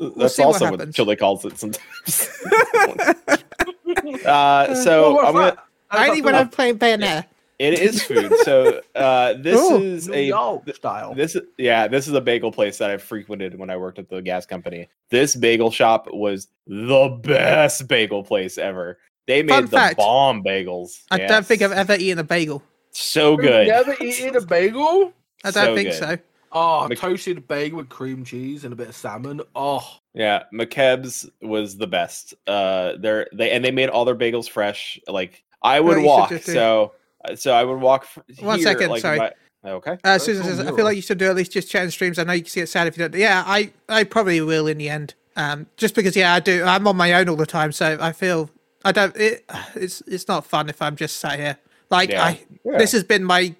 [SPEAKER 3] that's
[SPEAKER 1] see what
[SPEAKER 3] also what
[SPEAKER 1] happens.
[SPEAKER 3] Chili calls it sometimes. uh,
[SPEAKER 2] Well,
[SPEAKER 3] so
[SPEAKER 2] what's
[SPEAKER 3] I'm gonna.
[SPEAKER 2] that? That's
[SPEAKER 1] Only
[SPEAKER 2] not
[SPEAKER 1] when
[SPEAKER 2] food.
[SPEAKER 1] I'm playing Bayonetta.
[SPEAKER 3] It is food. So uh, this
[SPEAKER 1] Ooh,
[SPEAKER 3] is
[SPEAKER 2] New
[SPEAKER 3] a
[SPEAKER 2] York style.
[SPEAKER 3] this is yeah this is a bagel place that I frequented when I worked at the gas company. This bagel shop was the best bagel place ever. They made
[SPEAKER 1] Fun
[SPEAKER 3] the
[SPEAKER 1] fact.
[SPEAKER 3] bomb bagels.
[SPEAKER 1] I don't think I've
[SPEAKER 3] Yes.
[SPEAKER 1] ever eaten a bagel.
[SPEAKER 3] so
[SPEAKER 2] You've
[SPEAKER 3] good.
[SPEAKER 2] Never eaten a bagel?
[SPEAKER 1] I don't
[SPEAKER 3] So
[SPEAKER 1] think
[SPEAKER 3] good.
[SPEAKER 1] so. Uh,
[SPEAKER 2] Oh,
[SPEAKER 3] Mc-
[SPEAKER 2] toasted bagel with cream cheese and a bit of salmon. Oh,
[SPEAKER 3] Yeah, McKeb's was the best. Uh, they're they and they made all their bagels fresh. Like I would
[SPEAKER 1] Oh, you should
[SPEAKER 3] walk,
[SPEAKER 1] just do-
[SPEAKER 3] so so I would walk. F-
[SPEAKER 1] One
[SPEAKER 3] here,
[SPEAKER 1] second,
[SPEAKER 3] like,
[SPEAKER 1] sorry.
[SPEAKER 3] my- okay.
[SPEAKER 1] Uh,
[SPEAKER 2] That's
[SPEAKER 1] Susan
[SPEAKER 2] all
[SPEAKER 1] says, I
[SPEAKER 2] you
[SPEAKER 1] feel
[SPEAKER 2] are.
[SPEAKER 1] like you should do at least just chatting streams. I know you can get sad if you don't. Yeah, I, I probably will in the end. Um, just because, yeah, I do. I'm on my own all the time, so I feel I don't. It, it's it's not fun if I'm just sat here. Like
[SPEAKER 3] Yeah.
[SPEAKER 1] I,
[SPEAKER 3] Yeah.
[SPEAKER 1] this has been my.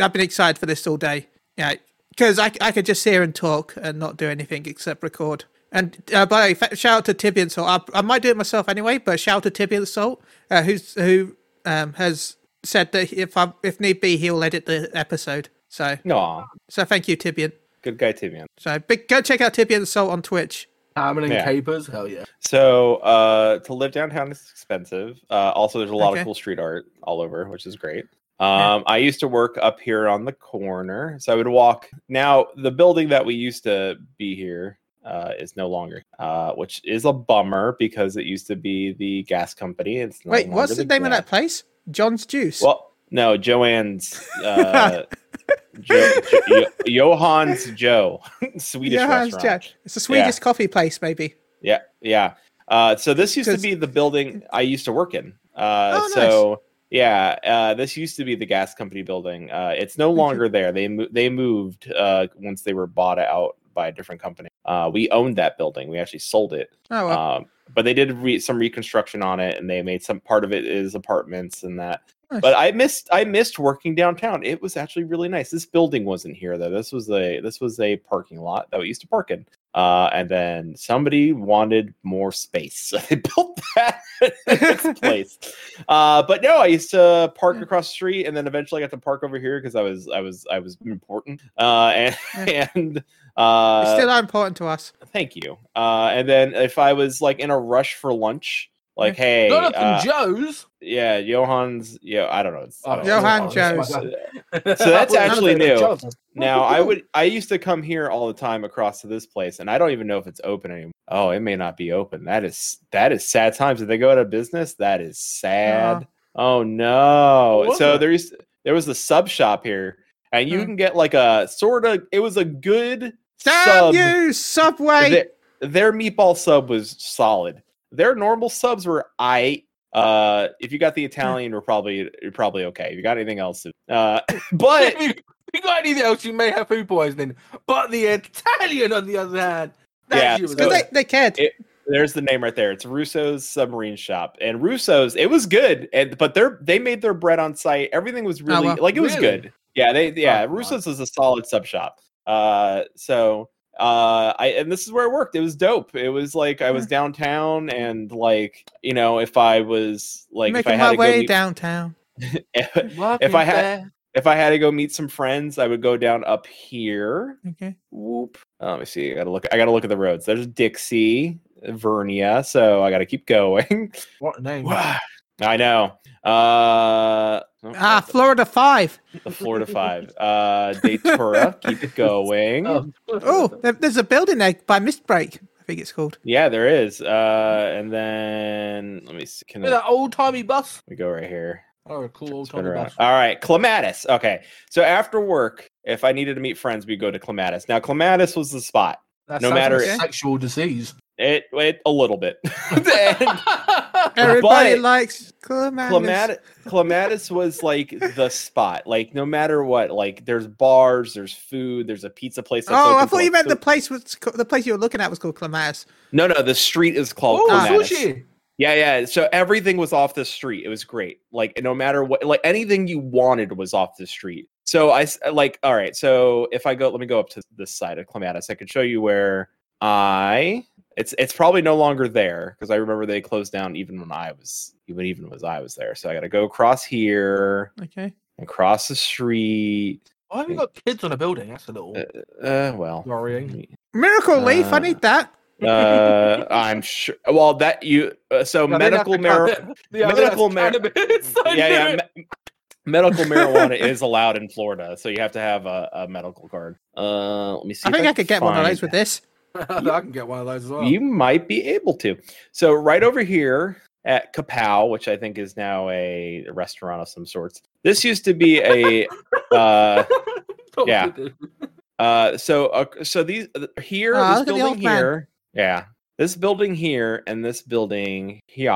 [SPEAKER 1] I've been excited for this all day. Yeah, because I I could just sit here and talk and not do anything except record. And uh, by the way, fa- shout out to Tibian Salt. I, I might do it myself anyway, but shout out to Tibian Salt, uh, who's who um, has said that if I, if need be, he'll edit the episode. So
[SPEAKER 3] No,
[SPEAKER 1] so thank you, Tibian.
[SPEAKER 3] good guy too, man.
[SPEAKER 1] So big, go check out Tibian Salt on Twitch.
[SPEAKER 2] salmon and
[SPEAKER 3] Yeah.
[SPEAKER 2] capers. Hell yeah.
[SPEAKER 3] So uh, to live downtown is expensive. Uh, also, there's a lot
[SPEAKER 1] Okay.
[SPEAKER 3] of cool street art all over, which is great.
[SPEAKER 1] Yeah.
[SPEAKER 3] Um, I used to work up here on the corner, so I would walk. Now the building that we used to be here uh, is no longer, uh, which is a bummer because it used to be the gas company. It's no
[SPEAKER 1] Wait, what's
[SPEAKER 3] longer
[SPEAKER 1] the name of
[SPEAKER 3] gas-
[SPEAKER 1] that place? John's Juice.
[SPEAKER 3] Well, no, Joanne's. Uh, jo- Jo- Yo- Johann's Joe, Swedish
[SPEAKER 1] Johan's
[SPEAKER 3] restaurant.
[SPEAKER 1] Joe. It's a Swedish coffee place, maybe.
[SPEAKER 3] Yeah, yeah. Uh, so this used to
[SPEAKER 1] Because-
[SPEAKER 3] be the building I used to work in. Uh,
[SPEAKER 1] Oh, nice.
[SPEAKER 3] so yeah, uh, this used to be the gas company building. Uh, it's no longer there. They mo- they moved uh, once they were bought out by a different company. Uh, we owned that building. We actually sold it.
[SPEAKER 1] Oh well.
[SPEAKER 3] Um, but they did re- some reconstruction on it, and they made some part of it is apartments and that.
[SPEAKER 1] Nice.
[SPEAKER 3] Uh, But I missed I missed working downtown. It was actually really nice. This building wasn't here though. This was a this was a parking lot that we used to park in. Uh, and then somebody wanted more space, so they built that next place. Uh, but no, I used to park
[SPEAKER 1] Yeah.
[SPEAKER 3] across the street, and then eventually I got to park over here because I was I was I was important. Uh, and and uh,
[SPEAKER 1] it's still important to us.
[SPEAKER 3] Thank you. Uh, and then if I was like in a rush for lunch, like hey,
[SPEAKER 2] Jonathan
[SPEAKER 3] uh,
[SPEAKER 2] Joe's.
[SPEAKER 3] yeah, Johann's, yeah, I don't know. It's, I
[SPEAKER 2] Oh,
[SPEAKER 3] don't know.
[SPEAKER 1] Johann
[SPEAKER 2] oh,
[SPEAKER 1] Joe's.
[SPEAKER 2] my
[SPEAKER 3] So that's
[SPEAKER 2] God.
[SPEAKER 3] actually
[SPEAKER 2] Jonathan
[SPEAKER 3] new.
[SPEAKER 2] Joe's.
[SPEAKER 3] Now I would, I used to come here all the time across to this place, and I don't even know if it's open anymore. Oh, it may not be open. That is that is sad times. Did they go out of business? That is sad. Oh
[SPEAKER 2] What
[SPEAKER 3] no.
[SPEAKER 2] was
[SPEAKER 3] So
[SPEAKER 2] it? Hmm.
[SPEAKER 3] there used there was a sub shop here, and you
[SPEAKER 1] Mm.
[SPEAKER 3] can get like a sort of. It was a good
[SPEAKER 1] Damn
[SPEAKER 3] sub.
[SPEAKER 1] you, Subway!
[SPEAKER 3] Their, their meatball sub was solid. Their normal subs were I. Uh, if you got
[SPEAKER 2] Hmm.
[SPEAKER 3] the Italian, we're probably you're probably okay. If you got anything else, uh, but
[SPEAKER 2] If you- if you got anything else, you may have food poisoning. But the Italian, on the other hand,
[SPEAKER 3] Yeah,
[SPEAKER 2] that you
[SPEAKER 3] it's
[SPEAKER 1] Because they, they cared.
[SPEAKER 3] It- there's the name right there. It's Russo's Submarine Shop, and Russo's it was good, and but their they made their bread on site. Everything was really
[SPEAKER 1] wow.
[SPEAKER 3] like it was
[SPEAKER 2] Really?
[SPEAKER 3] good. Yeah, they yeah,
[SPEAKER 2] come on.
[SPEAKER 3] Russo's is a solid sub shop. Uh, so uh, I and this is where it worked. It was dope. It was like I was downtown, and like you know, if I was like if I
[SPEAKER 1] Making
[SPEAKER 3] had
[SPEAKER 1] my
[SPEAKER 3] to go
[SPEAKER 1] way
[SPEAKER 3] meet,
[SPEAKER 1] downtown.
[SPEAKER 3] if, I had- if I had to go meet some friends, I would go down up here.
[SPEAKER 1] Okay.
[SPEAKER 3] Whoop. Oh, let me see. I gotta look. I gotta look at the roads. There's Dixie, Vernia. So I gotta keep going.
[SPEAKER 2] what name?
[SPEAKER 3] I know. Uh, oh,
[SPEAKER 1] Ah, Florida Five.
[SPEAKER 3] the Florida Five. Uh, Datura. keep it going.
[SPEAKER 1] Oh, there- there's a building there by Mistbreak. I think it's called.
[SPEAKER 3] Yeah, there is. Uh, and then let me see. Can I,
[SPEAKER 1] uh,
[SPEAKER 2] that old timey bus.
[SPEAKER 3] let me go right here?
[SPEAKER 2] Oh, a cool old
[SPEAKER 3] Spin
[SPEAKER 2] timey
[SPEAKER 3] around.
[SPEAKER 2] bus.
[SPEAKER 3] All right, Clematis. Okay, so after work, if I needed to meet friends, we'd go to Clematis. Now, Clematis was the spot.
[SPEAKER 2] That
[SPEAKER 3] no
[SPEAKER 2] sounds
[SPEAKER 3] matter-
[SPEAKER 2] like a sexual disease.
[SPEAKER 3] It, it a little bit. And
[SPEAKER 1] Everybody
[SPEAKER 3] But-
[SPEAKER 1] likes Clematis.
[SPEAKER 3] Clematis, Clematis was like the spot. Like no matter what, like there's bars, there's food, there's a pizza place. that's
[SPEAKER 1] Oh, I
[SPEAKER 3] open
[SPEAKER 1] thought
[SPEAKER 3] till,
[SPEAKER 1] you
[SPEAKER 3] like,
[SPEAKER 1] meant the
[SPEAKER 3] two-
[SPEAKER 1] place was co- the place you were looking at was called Clematis.
[SPEAKER 3] No, no, the street is called
[SPEAKER 2] Oh,
[SPEAKER 3] Clematis.
[SPEAKER 2] sushi.
[SPEAKER 3] Yeah, yeah. So everything was off the street. It was great. Like no matter what, like anything you wanted was off the street. So I s- uh, like, all right. So if I go, let me go up to this side of Clematis. I can show you where I. It's it's probably no longer there because I remember they closed down even when I was even even was I was there. So I got to go across here
[SPEAKER 1] Okay.
[SPEAKER 3] and cross the street.
[SPEAKER 2] Why have you got kids on a building? That's a little
[SPEAKER 3] Uh, well,
[SPEAKER 2] worrying.
[SPEAKER 1] Miracle Leaf. I
[SPEAKER 3] Uh,
[SPEAKER 1] need that.
[SPEAKER 3] uh, I'm sure. Well, that you. Uh, so
[SPEAKER 2] Yeah, they'd have
[SPEAKER 3] medical
[SPEAKER 2] to
[SPEAKER 3] marijuana.
[SPEAKER 2] cut it. Yeah,
[SPEAKER 3] medical
[SPEAKER 2] that's
[SPEAKER 3] mar-
[SPEAKER 2] cannabis. I
[SPEAKER 3] yeah,
[SPEAKER 2] knew
[SPEAKER 3] yeah.
[SPEAKER 2] it.
[SPEAKER 3] me- medical marijuana is allowed in Florida, so you have to have a, a medical card. Uh, let me see.
[SPEAKER 1] I
[SPEAKER 3] if
[SPEAKER 1] think I
[SPEAKER 3] can
[SPEAKER 1] could get one of
[SPEAKER 3] find-
[SPEAKER 1] those with this.
[SPEAKER 2] I can get one of those as well.
[SPEAKER 3] You might be able to. So right over here at Kapow, which I think is now a restaurant of some sorts. This used to be a. uh,
[SPEAKER 2] Don't
[SPEAKER 3] yeah.
[SPEAKER 2] do this.
[SPEAKER 3] uh, so uh, so these here
[SPEAKER 1] Aw,
[SPEAKER 3] this
[SPEAKER 1] look at the old
[SPEAKER 3] building
[SPEAKER 1] man.
[SPEAKER 3] here. Yeah, this building here and this building here.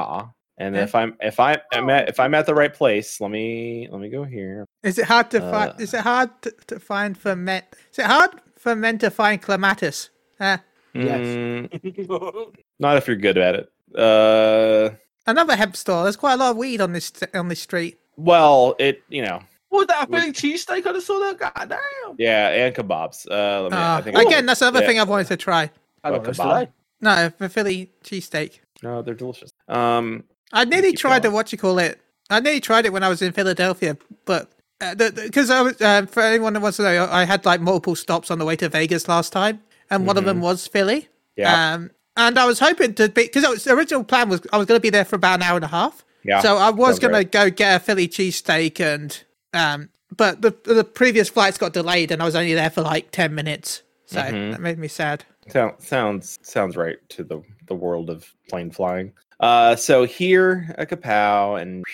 [SPEAKER 3] And
[SPEAKER 1] Okay. Oh.
[SPEAKER 3] if I'm if I am at if I'm at the right place, let me let me go here.
[SPEAKER 1] Is it hard to
[SPEAKER 3] Uh.
[SPEAKER 1] find? Is it hard to, to find for men? Is it hard for men to find Clematis? Uh,
[SPEAKER 2] Yes.
[SPEAKER 3] Mm, Not if you're good at it. Uh,
[SPEAKER 1] another hemp store. There's quite a lot of weed on this on this street.
[SPEAKER 3] well, it you know,
[SPEAKER 2] what was that? A
[SPEAKER 3] Would-
[SPEAKER 2] Philly cheesesteak I just saw that? God damn.
[SPEAKER 3] yeah, and kebabs. Uh, let me,
[SPEAKER 1] Ah,
[SPEAKER 3] I think
[SPEAKER 1] again, that's another
[SPEAKER 3] yeah.
[SPEAKER 1] thing I've wanted to try.
[SPEAKER 2] I
[SPEAKER 3] Well,
[SPEAKER 2] don't know. it's
[SPEAKER 3] kebab.
[SPEAKER 2] today.
[SPEAKER 1] No, the Philly cheesesteak.
[SPEAKER 3] no, they're delicious. Um,
[SPEAKER 1] I nearly
[SPEAKER 3] keep
[SPEAKER 1] tried the
[SPEAKER 3] going.
[SPEAKER 1] what you call it. I nearly tried it when I was in Philadelphia, but because I was uh, for anyone that wants to know, I had like multiple stops on the way to Vegas last time, and one of them was Philly.
[SPEAKER 3] Mm-hmm. yeah,
[SPEAKER 1] Um, and I was hoping to be because the original plan was I was going to be there for about an hour and a half.
[SPEAKER 3] Yeah,
[SPEAKER 1] So I was
[SPEAKER 3] sounds
[SPEAKER 1] going
[SPEAKER 3] right.
[SPEAKER 1] to go get a Philly cheesesteak and um, but the the previous flights got delayed and I was only there for like ten minutes. So
[SPEAKER 3] Mm-hmm.
[SPEAKER 1] that made me sad.
[SPEAKER 3] Sound sounds sounds right to the the world of plane flying. Uh, so here a kapow and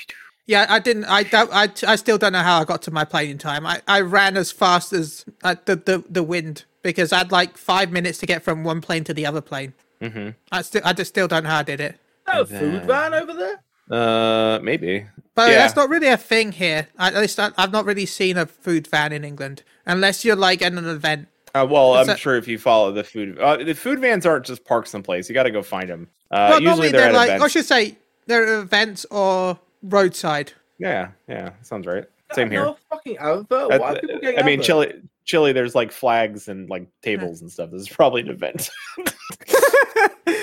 [SPEAKER 1] Yeah, I didn't. I don't. I, I still don't know how I got to my plane in time. I, I ran as fast as uh, the, the the wind because I had like five minutes to get from one plane to the other plane.
[SPEAKER 3] Mhm.
[SPEAKER 1] I still I just still don't know how I did it.
[SPEAKER 2] That a
[SPEAKER 3] And
[SPEAKER 2] food
[SPEAKER 3] then-
[SPEAKER 2] van over there?
[SPEAKER 3] uh, maybe
[SPEAKER 1] But
[SPEAKER 3] Yeah.
[SPEAKER 1] that's not really a thing here. At least I, I've not really seen a food van in England unless you're like at an event.
[SPEAKER 3] Uh, well, I'm
[SPEAKER 1] So-
[SPEAKER 3] sure if you follow the food, uh, the food vans aren't just parked someplace. You got to go find them. Uh,
[SPEAKER 1] Well,
[SPEAKER 3] usually
[SPEAKER 1] normally
[SPEAKER 3] they're,
[SPEAKER 1] they're,
[SPEAKER 3] at
[SPEAKER 1] like oh, I
[SPEAKER 3] events.
[SPEAKER 1] should say they're at events or roadside.
[SPEAKER 3] Yeah, yeah, sounds right. Same
[SPEAKER 2] No
[SPEAKER 3] here.
[SPEAKER 2] fucking advert.
[SPEAKER 3] That-
[SPEAKER 2] Why are people getting
[SPEAKER 3] I mean,
[SPEAKER 2] advert?
[SPEAKER 3] Chile, Chile. There's like flags and like tables and stuff. This is probably an event.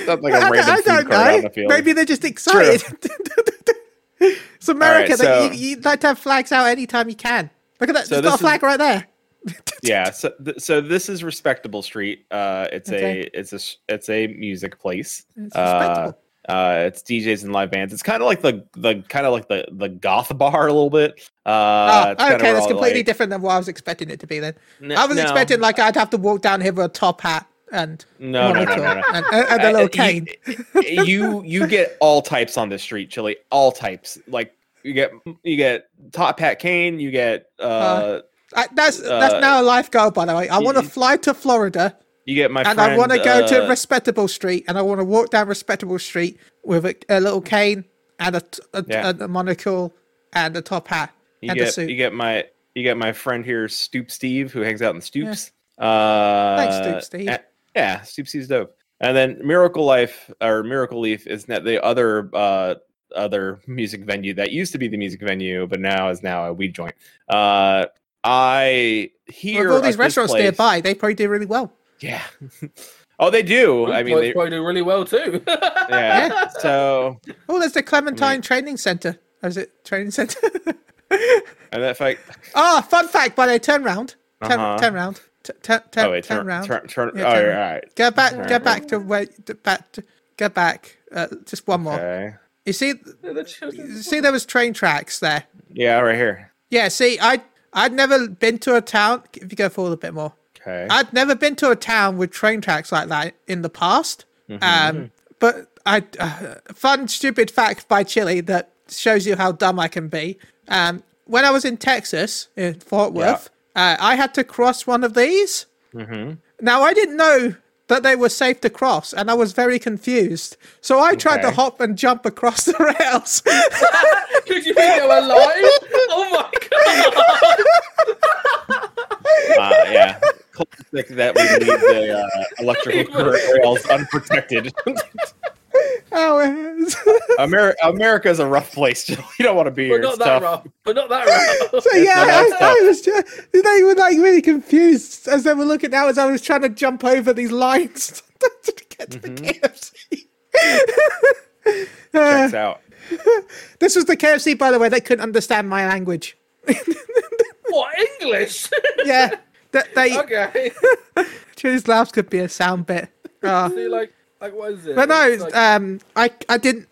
[SPEAKER 3] Sounds like a
[SPEAKER 1] I,
[SPEAKER 3] random
[SPEAKER 1] I
[SPEAKER 3] food
[SPEAKER 1] don't
[SPEAKER 3] cart out in
[SPEAKER 1] know.
[SPEAKER 3] the field.
[SPEAKER 1] Maybe they're just excited. it's America.
[SPEAKER 3] so-
[SPEAKER 1] that you, you'd like to have flags out anytime you can. Look at that.
[SPEAKER 3] So
[SPEAKER 1] There's got
[SPEAKER 3] this
[SPEAKER 1] a flag right there.
[SPEAKER 3] Yeah. So, th- so this is respectable street. Uh, it's
[SPEAKER 1] Okay.
[SPEAKER 3] a it's a sh- it's a music place.
[SPEAKER 1] It's
[SPEAKER 3] Uh,
[SPEAKER 1] respectable.
[SPEAKER 3] uh, it's DJs and live bands. It's kind of like the the kind of like the the goth bar a little bit. Uh, it's
[SPEAKER 1] oh,
[SPEAKER 3] kinda
[SPEAKER 1] okay, that's
[SPEAKER 3] all,
[SPEAKER 1] completely
[SPEAKER 3] like-
[SPEAKER 1] different than what I was expecting it to be. Then
[SPEAKER 3] N-
[SPEAKER 1] I was
[SPEAKER 3] no.
[SPEAKER 1] expecting like I'd have to walk down here with a top hat and
[SPEAKER 3] No, no, no,
[SPEAKER 1] monitor
[SPEAKER 3] no, no.
[SPEAKER 1] and, and, and a
[SPEAKER 3] Uh,
[SPEAKER 1] little
[SPEAKER 3] you-
[SPEAKER 1] cane.
[SPEAKER 3] you you get all types on the street, Chili. All types. Like you get you get top hat cane. You get uh,
[SPEAKER 1] Uh, I, that's that's
[SPEAKER 3] uh,
[SPEAKER 1] now a life goal, by the way. I want to
[SPEAKER 3] y-
[SPEAKER 1] fly to Florida
[SPEAKER 3] you get my
[SPEAKER 1] and
[SPEAKER 3] friend.
[SPEAKER 1] I want to go to
[SPEAKER 3] uh,
[SPEAKER 1] respectable street and I want to walk down respectable street with a, a little cane and a, t- a-
[SPEAKER 3] Yeah.
[SPEAKER 1] a- a monocle and a top hat
[SPEAKER 3] you
[SPEAKER 1] and a
[SPEAKER 3] get
[SPEAKER 1] suit.
[SPEAKER 3] you get my you get my friend here, Stoop Steve, who hangs out in the Stoops.
[SPEAKER 1] Thanks,
[SPEAKER 3] Uh,
[SPEAKER 1] Stoop Steve.
[SPEAKER 3] a- yeah, Stoop Steve's dope. And then Miracle Life or Miracle Leaf is not the other uh, other music venue that used to be the music venue, but now is now a weed joint. Uh, I
[SPEAKER 1] Well,
[SPEAKER 3] hear
[SPEAKER 1] with all these
[SPEAKER 3] at this
[SPEAKER 1] restaurants
[SPEAKER 3] place-
[SPEAKER 1] nearby, they probably do really well.
[SPEAKER 3] Yeah. oh, they do. I mean, they,
[SPEAKER 2] probably do really well too.
[SPEAKER 3] yeah. So,
[SPEAKER 1] Oh, there's the Clementine Training Center. Or is it training center?
[SPEAKER 3] and if I
[SPEAKER 1] Ah, fun fact. By the way, turn round. Turn,
[SPEAKER 3] Uh-huh.
[SPEAKER 1] turn round. T- turn, turn,
[SPEAKER 3] oh wait, turn
[SPEAKER 1] turn round.
[SPEAKER 3] turn turn.
[SPEAKER 1] Yeah,
[SPEAKER 3] oh,
[SPEAKER 1] turn
[SPEAKER 3] all right.
[SPEAKER 1] Go back.
[SPEAKER 3] Turn
[SPEAKER 1] go
[SPEAKER 3] round.
[SPEAKER 1] back to where. To, back. To, go back. Uh, just one more.
[SPEAKER 3] Okay.
[SPEAKER 1] You see, see, there was train tracks there.
[SPEAKER 3] Yeah, right here.
[SPEAKER 1] Yeah. See, I I'd never been to a town. If you go forward a bit more,
[SPEAKER 3] Okay.
[SPEAKER 1] I'd never been to a town with train tracks like that in the past.
[SPEAKER 3] Mm-hmm.
[SPEAKER 1] Um, but I uh, fun stupid fact by Chile that shows you how dumb I can be. Um, when I was in Texas in Fort
[SPEAKER 3] Yeah.
[SPEAKER 1] Worth, uh, I had to cross one of these.
[SPEAKER 3] mm-hmm.
[SPEAKER 1] Now I didn't know that they were safe to cross, and I was very confused. So I tried to
[SPEAKER 3] Okay.
[SPEAKER 1] hop and jump across the rails.
[SPEAKER 2] Did you think they were alive? Oh my god!
[SPEAKER 3] Uh, yeah. Classic that we leave the uh, electrical current rails unprotected.
[SPEAKER 1] oh,
[SPEAKER 3] Ameri- America is a rough place. Jill. You don't want to be
[SPEAKER 2] But
[SPEAKER 3] here. It's
[SPEAKER 2] not that
[SPEAKER 3] tough.
[SPEAKER 2] rough. But not that rough.
[SPEAKER 1] So yeah,
[SPEAKER 3] not
[SPEAKER 1] I,
[SPEAKER 3] that
[SPEAKER 1] I was just, they were like really confused as they were looking out as I was trying to jump over these lines to get to the KFC.
[SPEAKER 3] Mm-hmm. Checks out.
[SPEAKER 1] Uh, This was the KFC, by the way. They couldn't understand my language.
[SPEAKER 2] What English?
[SPEAKER 1] Yeah, that they
[SPEAKER 2] okay.
[SPEAKER 1] Chili's laughs could be a sound bit. Ah.
[SPEAKER 2] See, like, like what is it?
[SPEAKER 1] But no,
[SPEAKER 2] It's
[SPEAKER 1] it's,
[SPEAKER 2] like,
[SPEAKER 1] um, I I didn't.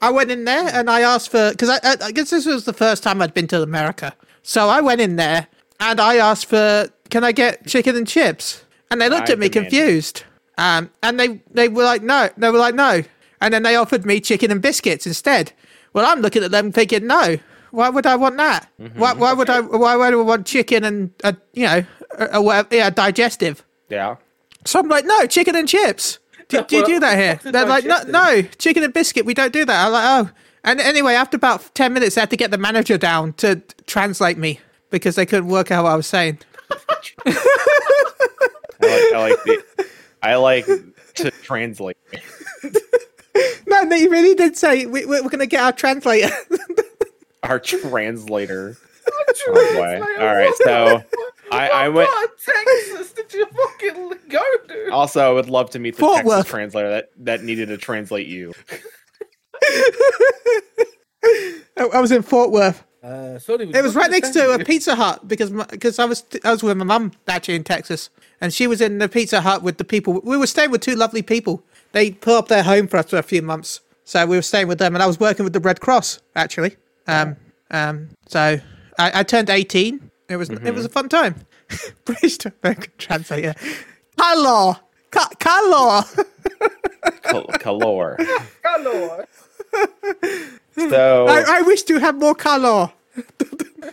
[SPEAKER 1] I went in there and I asked for because I, I I guess this was the first time I'd been to America, so I went in there and I asked for can I get chicken and chips, and they looked
[SPEAKER 3] I
[SPEAKER 1] at me
[SPEAKER 3] demanded-
[SPEAKER 1] confused, um, and they they were like no, they were like no, and then they offered me chicken and biscuits instead. Well, I'm looking at them thinking no. Why would I want that?
[SPEAKER 2] Mm-hmm.
[SPEAKER 1] Why, why would I? Why would I want chicken and uh, you know, a, a, yeah, digestive?
[SPEAKER 3] Yeah.
[SPEAKER 1] So I'm like, no, chicken and chips. Do, do you do that here?
[SPEAKER 2] Well,
[SPEAKER 1] They're like, no,
[SPEAKER 2] digestive.
[SPEAKER 1] no, chicken and biscuit. We don't do that. I'm like, oh. And anyway, after about 10 minutes, I had to get the manager down to translate me because they couldn't work out what I was saying.
[SPEAKER 3] I like, I like, the, I like to translate.
[SPEAKER 1] No, they really did say, we, we- we're going to get our translator.
[SPEAKER 3] Our translator.
[SPEAKER 2] oh,
[SPEAKER 3] boy. All right, so I- I went-
[SPEAKER 2] Texas, did you fucking go, dude?
[SPEAKER 3] Also, I would love to meet the
[SPEAKER 1] Fort
[SPEAKER 3] Texas
[SPEAKER 1] Worth.
[SPEAKER 3] translator that, that needed to translate you.
[SPEAKER 1] I I was in Fort Worth.
[SPEAKER 2] Uh, sorry,
[SPEAKER 1] It was right next to a Pizza Hut because because I was I was with my mum actually in Texas, and she was in the Pizza Hut with the people. We were staying with two lovely people. They put up their home for us for a few months, so we were staying with them. And I was working with the Red Cross actually. Um, um, so I, I turned eighteen. It was it was a
[SPEAKER 3] Mm-hmm.
[SPEAKER 1] fun time. British to American translator. Hello, Ka- hello.
[SPEAKER 3] Cal- Calor.
[SPEAKER 2] Hello.
[SPEAKER 3] So
[SPEAKER 1] I, I wish to have more color.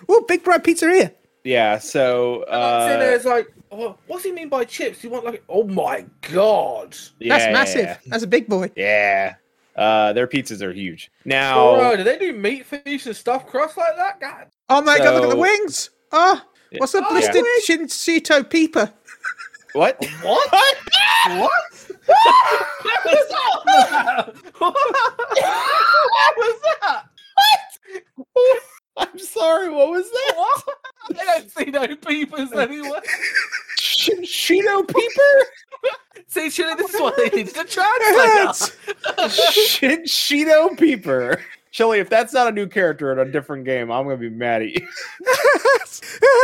[SPEAKER 1] oh, big bright pizzeria.
[SPEAKER 3] yeah. So
[SPEAKER 2] Uh, so
[SPEAKER 3] uh,
[SPEAKER 2] there's like, oh, what's he mean by chips? You want like, oh my god.
[SPEAKER 3] yeah,
[SPEAKER 1] That's
[SPEAKER 3] yeah,
[SPEAKER 1] massive.
[SPEAKER 3] yeah.
[SPEAKER 1] That's a big boy.
[SPEAKER 3] Yeah. Uh, their pizzas are huge. Now,
[SPEAKER 2] Bro, do they do meat feast and stuff cross like that? God.
[SPEAKER 1] Oh my god, look at the
[SPEAKER 3] So-
[SPEAKER 1] wings! Oh, what's a
[SPEAKER 2] Yeah.
[SPEAKER 1] blistered Shinshito peeper?
[SPEAKER 3] what?
[SPEAKER 2] What? what? what was that? what was that?
[SPEAKER 3] I'm sorry. What was that?
[SPEAKER 2] What? I don't see no peepers anywhere.
[SPEAKER 3] Shino peeper?
[SPEAKER 2] See, surely this is what they needed to translate.
[SPEAKER 1] It's-
[SPEAKER 3] Shin Shino peeper. Shelly, if that's not a new character in a different game, I'm gonna be mad at you.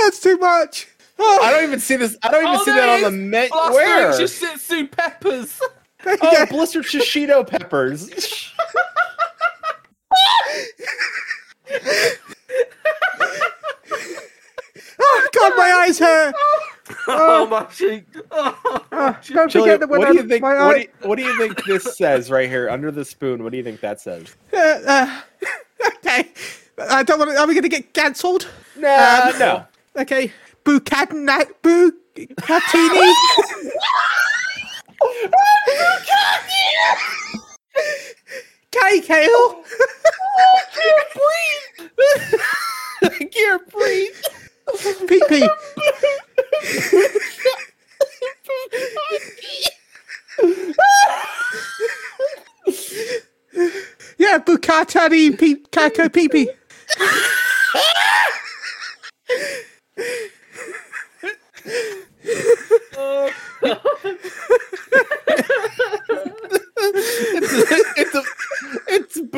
[SPEAKER 1] That's too much. Oh,
[SPEAKER 3] I don't even see this. I don't even
[SPEAKER 2] Oh,
[SPEAKER 3] see
[SPEAKER 2] there
[SPEAKER 3] that
[SPEAKER 2] it
[SPEAKER 3] on the
[SPEAKER 2] is.
[SPEAKER 3] menu. Where?
[SPEAKER 2] Blastering Shih peppers.
[SPEAKER 3] Oh, blister shishito peppers.
[SPEAKER 1] oh god, my eyes hurt.
[SPEAKER 2] Oh, my cheek. Oh, my
[SPEAKER 1] Oh,
[SPEAKER 2] cheek.
[SPEAKER 1] don't
[SPEAKER 3] Shelly,
[SPEAKER 1] forget that when
[SPEAKER 3] what
[SPEAKER 1] I,
[SPEAKER 3] do you think?
[SPEAKER 1] my
[SPEAKER 3] What
[SPEAKER 1] eye,
[SPEAKER 3] do you, what do you think this says right here under the spoon? What do you think that says?
[SPEAKER 1] uh, uh, okay, I don't want. to. Are we going to get cancelled?
[SPEAKER 3] No,
[SPEAKER 1] Um,
[SPEAKER 3] Uh, no.
[SPEAKER 1] Okay, Bucatini. Bucatini. KKL.
[SPEAKER 3] I can't breathe.
[SPEAKER 1] Pee pee. Yeah, Bucatini. Pee, Kako pee pee.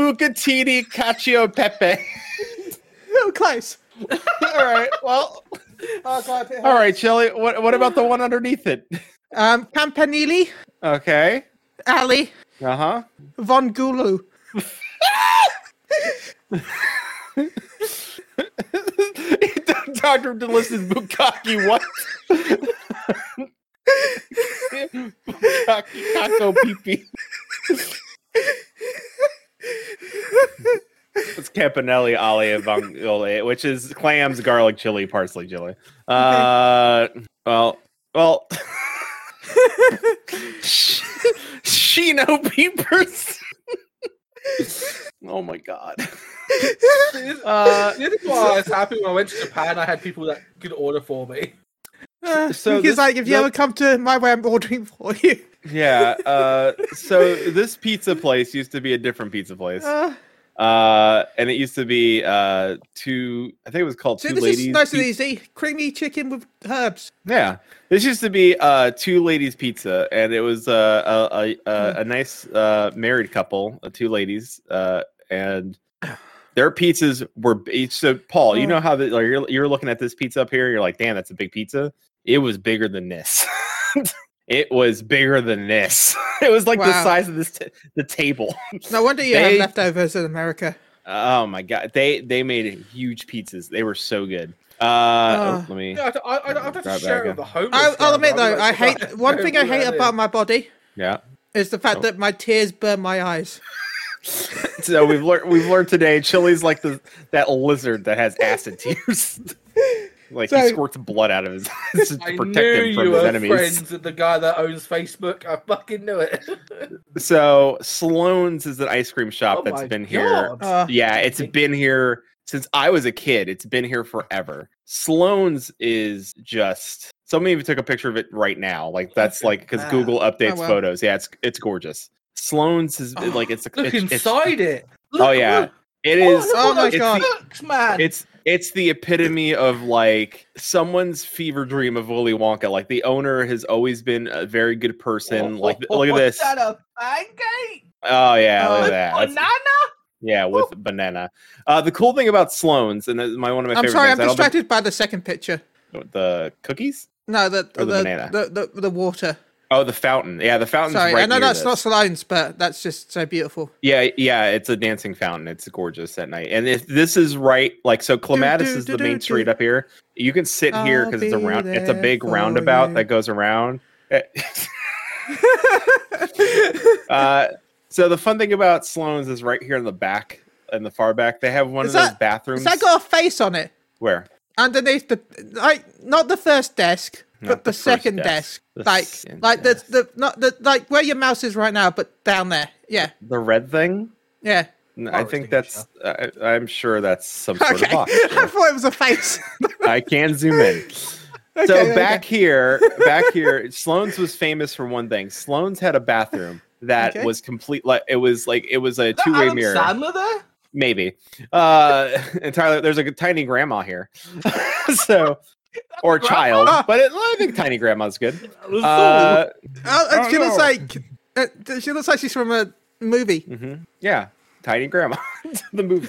[SPEAKER 3] Martini Cacio Pepe.
[SPEAKER 1] Oh, close.
[SPEAKER 3] All right. Well.
[SPEAKER 1] Oh, God.
[SPEAKER 2] Uh,
[SPEAKER 3] All right, Shelly. What what about the one underneath it?
[SPEAKER 1] Um, Campanile,
[SPEAKER 3] Okay.
[SPEAKER 1] Ali,
[SPEAKER 3] Uh huh.
[SPEAKER 1] Von Gulu.
[SPEAKER 3] Doctor Delist is Bukaki what? Bukaki Kako Peepee. It's Campanelli Alia Vongole, which is clams, garlic, chili, parsley, chili. Uh, well, well, Shino peepers. oh my god.
[SPEAKER 2] This-
[SPEAKER 3] Uh,
[SPEAKER 2] the other thing I was happy when I went to Japan, I had people that could order for me.
[SPEAKER 1] Uh,
[SPEAKER 3] so
[SPEAKER 1] because,
[SPEAKER 3] this-
[SPEAKER 1] like, if you
[SPEAKER 3] the-
[SPEAKER 1] ever come to my way, I'm ordering for you.
[SPEAKER 3] Yeah. Uh, so this pizza place used to be a different pizza place,
[SPEAKER 1] Uh,
[SPEAKER 3] uh, and it used to be uh, two. I think it was called
[SPEAKER 1] so
[SPEAKER 3] Two
[SPEAKER 1] this
[SPEAKER 3] Ladies.
[SPEAKER 1] is nice and
[SPEAKER 3] Pizza-
[SPEAKER 1] easy. Creamy chicken with herbs.
[SPEAKER 3] Yeah, this used to be uh, two ladies pizza, and it was uh, a a, a, a nice uh, married couple, uh, two ladies, uh, and their pizzas were. b- So Paul, you
[SPEAKER 1] Mm.
[SPEAKER 3] know how the, like you're you're looking at this pizza up here, you're like, damn, that's a big pizza. It was bigger than this. it was bigger than this. It was like the
[SPEAKER 1] Wow.
[SPEAKER 3] size of this t- the table.
[SPEAKER 1] No wonder you
[SPEAKER 3] They-
[SPEAKER 1] have leftovers in America.
[SPEAKER 3] oh my god, they they made huge pizzas. They were so good. Uh,
[SPEAKER 1] Ah.
[SPEAKER 3] oh, let me.
[SPEAKER 2] Yeah, I'd, I'd, I'd, I'd have to
[SPEAKER 3] Right
[SPEAKER 2] share
[SPEAKER 3] back
[SPEAKER 2] it with
[SPEAKER 3] in.
[SPEAKER 2] the homeless.
[SPEAKER 1] I'll, I'll
[SPEAKER 2] guy,
[SPEAKER 1] admit
[SPEAKER 2] but I'd
[SPEAKER 1] though,
[SPEAKER 2] be
[SPEAKER 1] I
[SPEAKER 2] like,
[SPEAKER 1] hate one thing I hate
[SPEAKER 2] Yeah,
[SPEAKER 1] about my body
[SPEAKER 3] Yeah.
[SPEAKER 1] is the fact
[SPEAKER 3] Oh.
[SPEAKER 1] that my tears burn my eyes.
[SPEAKER 3] So we've learned we've learned today Chili's like the that lizard that has acid tears. like
[SPEAKER 1] So-
[SPEAKER 3] he squirts blood out of his eyes to
[SPEAKER 2] I
[SPEAKER 3] protect
[SPEAKER 2] knew
[SPEAKER 3] him from
[SPEAKER 2] you
[SPEAKER 3] his
[SPEAKER 2] were
[SPEAKER 3] enemies.
[SPEAKER 2] friends with the guy that owns Facebook. I fucking knew it.
[SPEAKER 3] So Sloan's is an ice cream shop
[SPEAKER 2] Oh
[SPEAKER 3] that's
[SPEAKER 2] my
[SPEAKER 3] been here.
[SPEAKER 2] God.
[SPEAKER 1] Uh,
[SPEAKER 3] Yeah, it's
[SPEAKER 2] Thank-
[SPEAKER 3] been here since I was a kid. It's been here forever. Sloan's is just somebody even took a picture of it right now. Like that's like because
[SPEAKER 2] Wow.
[SPEAKER 3] Google updates
[SPEAKER 1] wow.
[SPEAKER 3] photos. Yeah, it's it's gorgeous. Sloan's is
[SPEAKER 2] Oh,
[SPEAKER 3] like it's a
[SPEAKER 2] Look
[SPEAKER 3] it's, it's-
[SPEAKER 2] inside it.
[SPEAKER 3] Oh, yeah. it is
[SPEAKER 1] Oh my
[SPEAKER 2] it
[SPEAKER 1] God.
[SPEAKER 2] Looks, man.
[SPEAKER 3] It's it's the epitome of like someone's fever dream of Willy Wonka. Like the owner has always been a very good person.
[SPEAKER 1] Oh,
[SPEAKER 3] like look at this.
[SPEAKER 2] Is that a pancake?
[SPEAKER 3] Oh yeah, look
[SPEAKER 1] Oh,
[SPEAKER 3] at that. That's-
[SPEAKER 2] Banana?
[SPEAKER 3] yeah, with banana. Uh, the cool thing about Sloan's and this is my one of my
[SPEAKER 1] I'm
[SPEAKER 3] favorite
[SPEAKER 1] sorry, I'm
[SPEAKER 3] things. I don't think-
[SPEAKER 1] distracted by the second picture.
[SPEAKER 3] the cookies.
[SPEAKER 1] No, the
[SPEAKER 3] Or the
[SPEAKER 1] the
[SPEAKER 3] banana.
[SPEAKER 1] the, the, the, water.
[SPEAKER 3] Oh, the fountain. Yeah, the fountain's
[SPEAKER 1] Sorry,
[SPEAKER 3] right
[SPEAKER 1] I know
[SPEAKER 3] near
[SPEAKER 1] that's
[SPEAKER 3] this.
[SPEAKER 1] not Salone's, but that's just so beautiful.
[SPEAKER 3] Yeah, yeah, it's a dancing fountain. It's gorgeous at night. And if this is right, like so Clematis
[SPEAKER 1] do,
[SPEAKER 3] is
[SPEAKER 1] do,
[SPEAKER 3] the
[SPEAKER 1] do,
[SPEAKER 3] main
[SPEAKER 1] do.
[SPEAKER 3] street up here. You can sit here because it's a
[SPEAKER 1] I'll be
[SPEAKER 3] round it's a
[SPEAKER 1] there
[SPEAKER 3] big
[SPEAKER 1] for
[SPEAKER 3] roundabout
[SPEAKER 1] you.
[SPEAKER 3] that goes around. Eh, uh so the fun thing about Sloan's is right here in the back, in the far back. They have one
[SPEAKER 1] Is
[SPEAKER 3] of those
[SPEAKER 1] that-
[SPEAKER 3] bathrooms
[SPEAKER 1] Has that got a face on it?
[SPEAKER 3] where
[SPEAKER 1] Underneath the like not the first desk,
[SPEAKER 3] Not
[SPEAKER 1] but
[SPEAKER 3] the
[SPEAKER 1] the,
[SPEAKER 3] first
[SPEAKER 1] second
[SPEAKER 3] desk.
[SPEAKER 1] desk.
[SPEAKER 3] The
[SPEAKER 1] Like
[SPEAKER 3] second
[SPEAKER 1] like the the not the like where your mouse is right now, but down there. Yeah.
[SPEAKER 3] the red thing.
[SPEAKER 1] Yeah.
[SPEAKER 3] N-
[SPEAKER 2] Fire
[SPEAKER 3] I think that's.
[SPEAKER 2] extinguisher.
[SPEAKER 3] I, I'm sure that's some sort
[SPEAKER 1] Okay.
[SPEAKER 3] of box.
[SPEAKER 1] I thought it was a face.
[SPEAKER 3] I can zoom in. so
[SPEAKER 1] Okay, okay.
[SPEAKER 3] back here, back here, Sloan's was famous for one thing. Sloan's had a bathroom that
[SPEAKER 1] Okay.
[SPEAKER 3] was complete. Like it was like it was a
[SPEAKER 2] Is that
[SPEAKER 3] two way
[SPEAKER 2] Adam
[SPEAKER 3] mirror,
[SPEAKER 2] Sandler there?
[SPEAKER 3] maybe. Uh, and Tyler, there's a tiny grandma here, so or
[SPEAKER 2] grandma?
[SPEAKER 3] child, but it, I think tiny grandma's good.
[SPEAKER 2] Zool.
[SPEAKER 3] Uh,
[SPEAKER 1] Oh, and
[SPEAKER 3] Oh,
[SPEAKER 1] she looks
[SPEAKER 3] no.
[SPEAKER 1] like uh, th- she looks like she's from a movie.
[SPEAKER 3] mhm, Yeah, tiny grandma, the movie.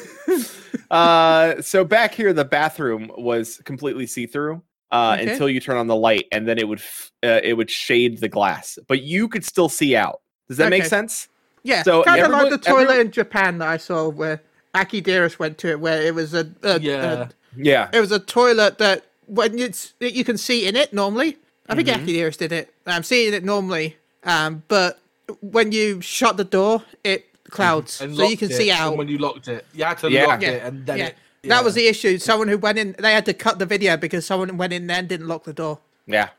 [SPEAKER 3] Uh, so back here, the bathroom was completely see through uh,
[SPEAKER 1] Okay.
[SPEAKER 3] until you turn on the light, and then it would f- uh, it would shade the glass, but you could still see out. Does that make
[SPEAKER 1] Okay.
[SPEAKER 3] sense?
[SPEAKER 1] Yeah,
[SPEAKER 3] So,
[SPEAKER 1] kind of
[SPEAKER 3] everyone-
[SPEAKER 1] like the toilet
[SPEAKER 3] everyone-
[SPEAKER 1] in Japan that I saw where Aki Dearest went to, where it was a, a,
[SPEAKER 2] Yeah.
[SPEAKER 3] Yeah.
[SPEAKER 1] a- it was a toilet that when it's that you can see in it normally. I think
[SPEAKER 2] Mm-hmm.
[SPEAKER 3] Mhm.
[SPEAKER 1] Aki Dearest did it. I'm seeing it normally, um, but when you shut the door, it clouds,
[SPEAKER 2] And
[SPEAKER 1] so you
[SPEAKER 2] locked
[SPEAKER 1] can
[SPEAKER 2] it,
[SPEAKER 1] see
[SPEAKER 2] and
[SPEAKER 1] out.
[SPEAKER 2] when you locked it, you had to
[SPEAKER 3] Yeah.
[SPEAKER 2] lock
[SPEAKER 1] Yeah.
[SPEAKER 2] it, and then
[SPEAKER 1] Yeah.
[SPEAKER 2] it.
[SPEAKER 1] That was the issue. Someone who went in, they had to cut the video because someone went in there and didn't lock the door.
[SPEAKER 3] Yeah.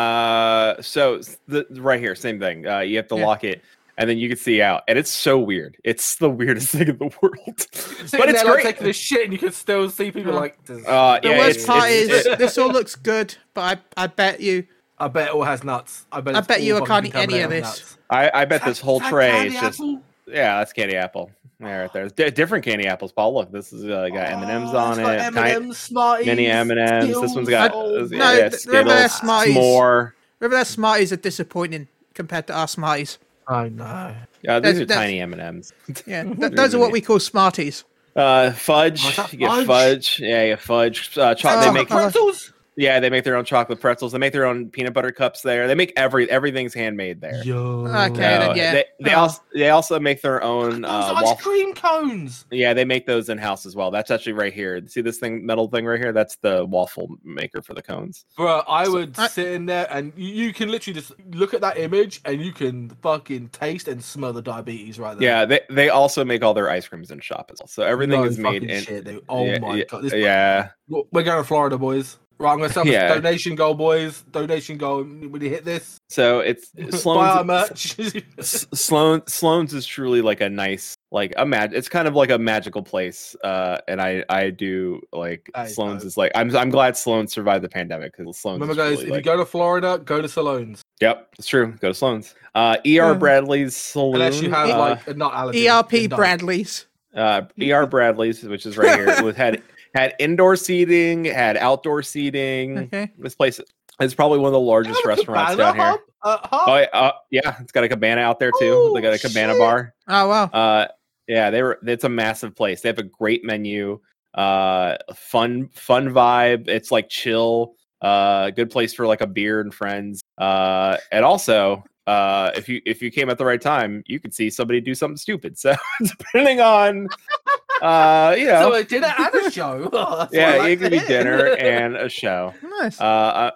[SPEAKER 3] Uh, so s- the right here, same thing. Uh, you have to
[SPEAKER 1] Yeah.
[SPEAKER 3] lock it, and then you can see out, and it's so weird. It's the weirdest thing in the world, but
[SPEAKER 2] but
[SPEAKER 3] it's
[SPEAKER 2] there, like,
[SPEAKER 3] great.
[SPEAKER 2] taking a shit, and you can still see people
[SPEAKER 1] Uh,
[SPEAKER 2] like. This.
[SPEAKER 3] Uh,
[SPEAKER 1] The
[SPEAKER 3] yeah,
[SPEAKER 1] worst
[SPEAKER 3] it's-
[SPEAKER 1] part
[SPEAKER 3] it's-
[SPEAKER 1] is
[SPEAKER 3] it-
[SPEAKER 1] this all looks good, but I, I bet you
[SPEAKER 2] I bet it all has nuts. I bet.
[SPEAKER 1] I
[SPEAKER 2] it's
[SPEAKER 1] bet
[SPEAKER 2] all
[SPEAKER 1] you I
[SPEAKER 2] fucking
[SPEAKER 1] can't eat any
[SPEAKER 2] contaminated
[SPEAKER 1] of
[SPEAKER 2] with
[SPEAKER 1] this.
[SPEAKER 2] nuts.
[SPEAKER 3] I, I bet this whole
[SPEAKER 2] Is that
[SPEAKER 3] tray is
[SPEAKER 2] candy
[SPEAKER 3] just
[SPEAKER 2] apple?
[SPEAKER 3] Yeah, that's candy apple. Yeah, right there. D- different candy apples, Paul. Look, this is uh, got M and M's
[SPEAKER 2] Oh,
[SPEAKER 3] on
[SPEAKER 2] it's
[SPEAKER 3] it.
[SPEAKER 2] got
[SPEAKER 3] tiny-
[SPEAKER 2] M&M's, Smarties,
[SPEAKER 3] mini M and M's. This one's
[SPEAKER 2] Skittles.
[SPEAKER 3] got
[SPEAKER 2] Oh,
[SPEAKER 3] uh,
[SPEAKER 1] No,
[SPEAKER 3] yeah,
[SPEAKER 2] man.
[SPEAKER 1] th- remember
[SPEAKER 3] Skittles,
[SPEAKER 1] Smarties.
[SPEAKER 3] s'more.
[SPEAKER 1] Remember their Smarties are disappointing compared to our Smarties.
[SPEAKER 2] I know.
[SPEAKER 3] Uh, these
[SPEAKER 1] That's-
[SPEAKER 3] are
[SPEAKER 1] that's-
[SPEAKER 3] tiny M and M's.
[SPEAKER 1] Yeah, th- those are what we call Smarties.
[SPEAKER 3] Uh, fudge.
[SPEAKER 2] Oh, is that
[SPEAKER 3] you get
[SPEAKER 2] fudge?
[SPEAKER 3] fudge. Yeah, you get fudge. Uh, cho-
[SPEAKER 1] Oh,
[SPEAKER 3] they make.
[SPEAKER 1] uh,
[SPEAKER 2] pretzels.
[SPEAKER 3] Yeah, they make their own chocolate pretzels. They make their own peanut butter cups there. They make every everything's handmade there.
[SPEAKER 2] Yo.
[SPEAKER 1] Okay,
[SPEAKER 3] So
[SPEAKER 1] then, yeah.
[SPEAKER 3] They, they
[SPEAKER 1] Oh.
[SPEAKER 3] also they also make their own
[SPEAKER 2] Those
[SPEAKER 3] uh,
[SPEAKER 2] ice
[SPEAKER 3] waffle.
[SPEAKER 2] cream cones.
[SPEAKER 3] Yeah, they make those in house as well. That's actually right here. See this thing, metal thing right here? That's the waffle maker for the cones.
[SPEAKER 2] Bro, I
[SPEAKER 3] So-
[SPEAKER 2] would
[SPEAKER 1] I-
[SPEAKER 2] sit in there and you- you can literally just look at that image and you can fucking taste and smell the diabetes right there.
[SPEAKER 3] Yeah, they, they also make all their ice creams in shop as well. So everything
[SPEAKER 2] No
[SPEAKER 3] is made
[SPEAKER 2] fucking
[SPEAKER 3] in.
[SPEAKER 2] shit, dude. Oh
[SPEAKER 3] yeah,
[SPEAKER 2] my
[SPEAKER 3] yeah,
[SPEAKER 2] god. This,
[SPEAKER 3] yeah,
[SPEAKER 2] We're going to Florida, boys. Right, I'm going to set up
[SPEAKER 3] Yeah.
[SPEAKER 2] a donation goal, boys. Donation goal. When you hit this,
[SPEAKER 3] so it's
[SPEAKER 2] buy our
[SPEAKER 3] Sloan's.
[SPEAKER 2] merch.
[SPEAKER 3] S- Sloan Sloan's is truly like a nice like a mag- it's kind of like a magical place uh and I I do like
[SPEAKER 2] I
[SPEAKER 3] Sloan's
[SPEAKER 2] know.
[SPEAKER 3] is like I'm I'm glad Sloan survived the pandemic cuz Sloan's
[SPEAKER 2] Remember,
[SPEAKER 3] is
[SPEAKER 2] guys,
[SPEAKER 3] truly,
[SPEAKER 2] if you
[SPEAKER 3] like-
[SPEAKER 2] go to Florida, go to Saloons.
[SPEAKER 3] Yep, it's true. Go to Sloan's. Uh ER
[SPEAKER 1] Yeah.
[SPEAKER 3] Bradley's Saloon
[SPEAKER 2] Um, Unless you have,
[SPEAKER 3] uh,
[SPEAKER 2] like, a nut allergy.
[SPEAKER 1] ERP
[SPEAKER 2] then don't.
[SPEAKER 1] E Bradleys.
[SPEAKER 3] uh ER Bradley's which is right here with had had indoor seating, had outdoor
[SPEAKER 2] Mm.
[SPEAKER 3] seating.
[SPEAKER 1] Okay.
[SPEAKER 3] This place is probably one of the
[SPEAKER 2] Do you
[SPEAKER 3] largest
[SPEAKER 2] have a
[SPEAKER 3] restaurants
[SPEAKER 2] cabana
[SPEAKER 3] down here.
[SPEAKER 2] hub? Uh, hub?
[SPEAKER 3] Oh yeah, uh, yeah, it's got a cabana out there too.
[SPEAKER 2] Oh,
[SPEAKER 3] they got a cabana
[SPEAKER 2] shit.
[SPEAKER 3] bar.
[SPEAKER 1] Oh wow.
[SPEAKER 3] Uh, yeah, they were. It's a massive place. They have a great menu. Uh, fun, fun vibe. It's like chill. Uh, good place for like a beer and friends. Uh, and also, uh, if you if you came at the right time, you could see somebody do something stupid. So depending on, uh, you know,
[SPEAKER 2] So a dinner and a show. Oh, that's what I
[SPEAKER 3] yeah,
[SPEAKER 2] like
[SPEAKER 3] it
[SPEAKER 2] to
[SPEAKER 3] could be
[SPEAKER 2] hear.
[SPEAKER 3] dinner and a show.
[SPEAKER 1] Nice.
[SPEAKER 3] Uh,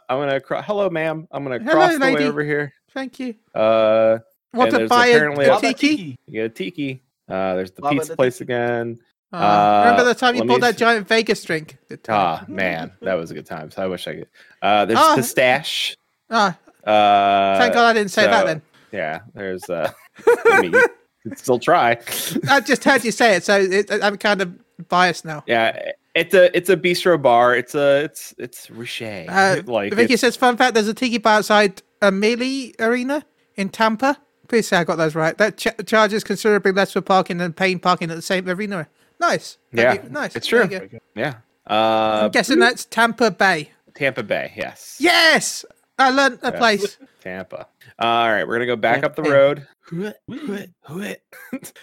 [SPEAKER 3] I, I'm gonna cross. Hello, ma'am. I'm gonna
[SPEAKER 1] Hello,
[SPEAKER 3] cross the way
[SPEAKER 1] lady.
[SPEAKER 3] over here.
[SPEAKER 1] Thank you.
[SPEAKER 3] Uh,
[SPEAKER 1] Want
[SPEAKER 3] and
[SPEAKER 1] to
[SPEAKER 3] there's
[SPEAKER 1] buy
[SPEAKER 3] apparently
[SPEAKER 1] a,
[SPEAKER 3] a-
[SPEAKER 1] a tiki?
[SPEAKER 3] you get a tiki. Uh, there's the
[SPEAKER 2] Love it,
[SPEAKER 3] pizza
[SPEAKER 2] the
[SPEAKER 3] place again.
[SPEAKER 1] Oh,
[SPEAKER 3] Uh,
[SPEAKER 1] remember the time you
[SPEAKER 3] let
[SPEAKER 1] bought
[SPEAKER 3] me
[SPEAKER 1] that
[SPEAKER 3] s-
[SPEAKER 1] giant Vegas drink? The time.
[SPEAKER 3] Ah, man, that was a good time. So I wish I could. Uh, there's
[SPEAKER 1] Ah.
[SPEAKER 3] pistache.
[SPEAKER 1] Ah,
[SPEAKER 3] Uh,
[SPEAKER 1] thank God I didn't say that
[SPEAKER 3] so-
[SPEAKER 1] then.
[SPEAKER 3] Yeah, there's. Uh, I mean, you could still try.
[SPEAKER 1] I just heard you say it, so it, I'm kind of biased now.
[SPEAKER 3] Yeah, it's a it's a bistro bar. It's a it's it's Riche.
[SPEAKER 1] Uh,
[SPEAKER 3] like
[SPEAKER 1] Vicky
[SPEAKER 3] it's-
[SPEAKER 1] says, fun fact, there's a tiki bar outside a Melee Arena in Tampa. Please say I got those right. That ch- charges considerably less for parking than paying parking at the same arena. Nice. Thank
[SPEAKER 3] Yeah,
[SPEAKER 1] you. Nice.
[SPEAKER 3] it's
[SPEAKER 1] There you
[SPEAKER 3] true.
[SPEAKER 1] go.
[SPEAKER 3] yeah.
[SPEAKER 1] I'm
[SPEAKER 3] Uh,
[SPEAKER 1] guessing that's Tampa Bay.
[SPEAKER 3] Tampa Bay. Yes.
[SPEAKER 1] Yes! I learned a
[SPEAKER 3] Yeah.
[SPEAKER 1] place.
[SPEAKER 3] Tampa. All right, we're gonna go back up the
[SPEAKER 1] Tampa.
[SPEAKER 3] road.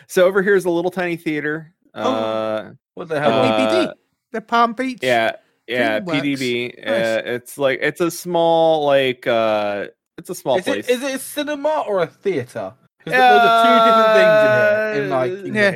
[SPEAKER 3] so over here is a little tiny theater.
[SPEAKER 2] Oh.
[SPEAKER 3] Uh,
[SPEAKER 2] What the
[SPEAKER 1] The
[SPEAKER 2] hell?
[SPEAKER 3] Uh,
[SPEAKER 1] PBD. The Palm Beach.
[SPEAKER 3] yeah yeah
[SPEAKER 1] Dreamworks.
[SPEAKER 3] pdb
[SPEAKER 1] Nice.
[SPEAKER 3] uh, it's like it's a small like uh it's a small
[SPEAKER 2] is,
[SPEAKER 3] place
[SPEAKER 2] it, is it a cinema or a theater? Because those are two different things in here. In
[SPEAKER 1] Yeah.
[SPEAKER 2] like,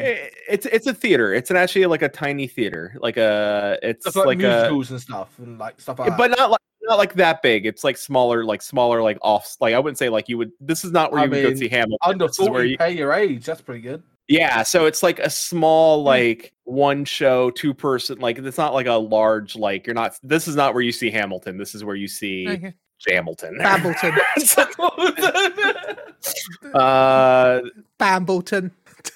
[SPEAKER 2] England.
[SPEAKER 3] yeah Uh, it's it's a theater it's an actually like a tiny theater like a it's
[SPEAKER 2] Stuff like,
[SPEAKER 3] like, a
[SPEAKER 2] musicals and stuff and like stuff like
[SPEAKER 3] but
[SPEAKER 2] that.
[SPEAKER 3] not like not like that big. It's like smaller, like smaller, like off. Like I wouldn't say like you would. This is not where
[SPEAKER 2] I
[SPEAKER 3] you would go
[SPEAKER 2] mean,
[SPEAKER 3] see Hamilton.
[SPEAKER 2] Under
[SPEAKER 3] this is where
[SPEAKER 2] 40,
[SPEAKER 3] you-
[SPEAKER 2] pay your age. That's pretty good.
[SPEAKER 3] Yeah, so it's like a small,
[SPEAKER 1] Hmm.
[SPEAKER 3] like one show, two person. Like it's not like a large. Like you're not. This is not where you see Hamilton. This is where you see
[SPEAKER 1] Okay.
[SPEAKER 3] Hamilton.
[SPEAKER 1] Bambleton.
[SPEAKER 3] uh,
[SPEAKER 1] Bambleton.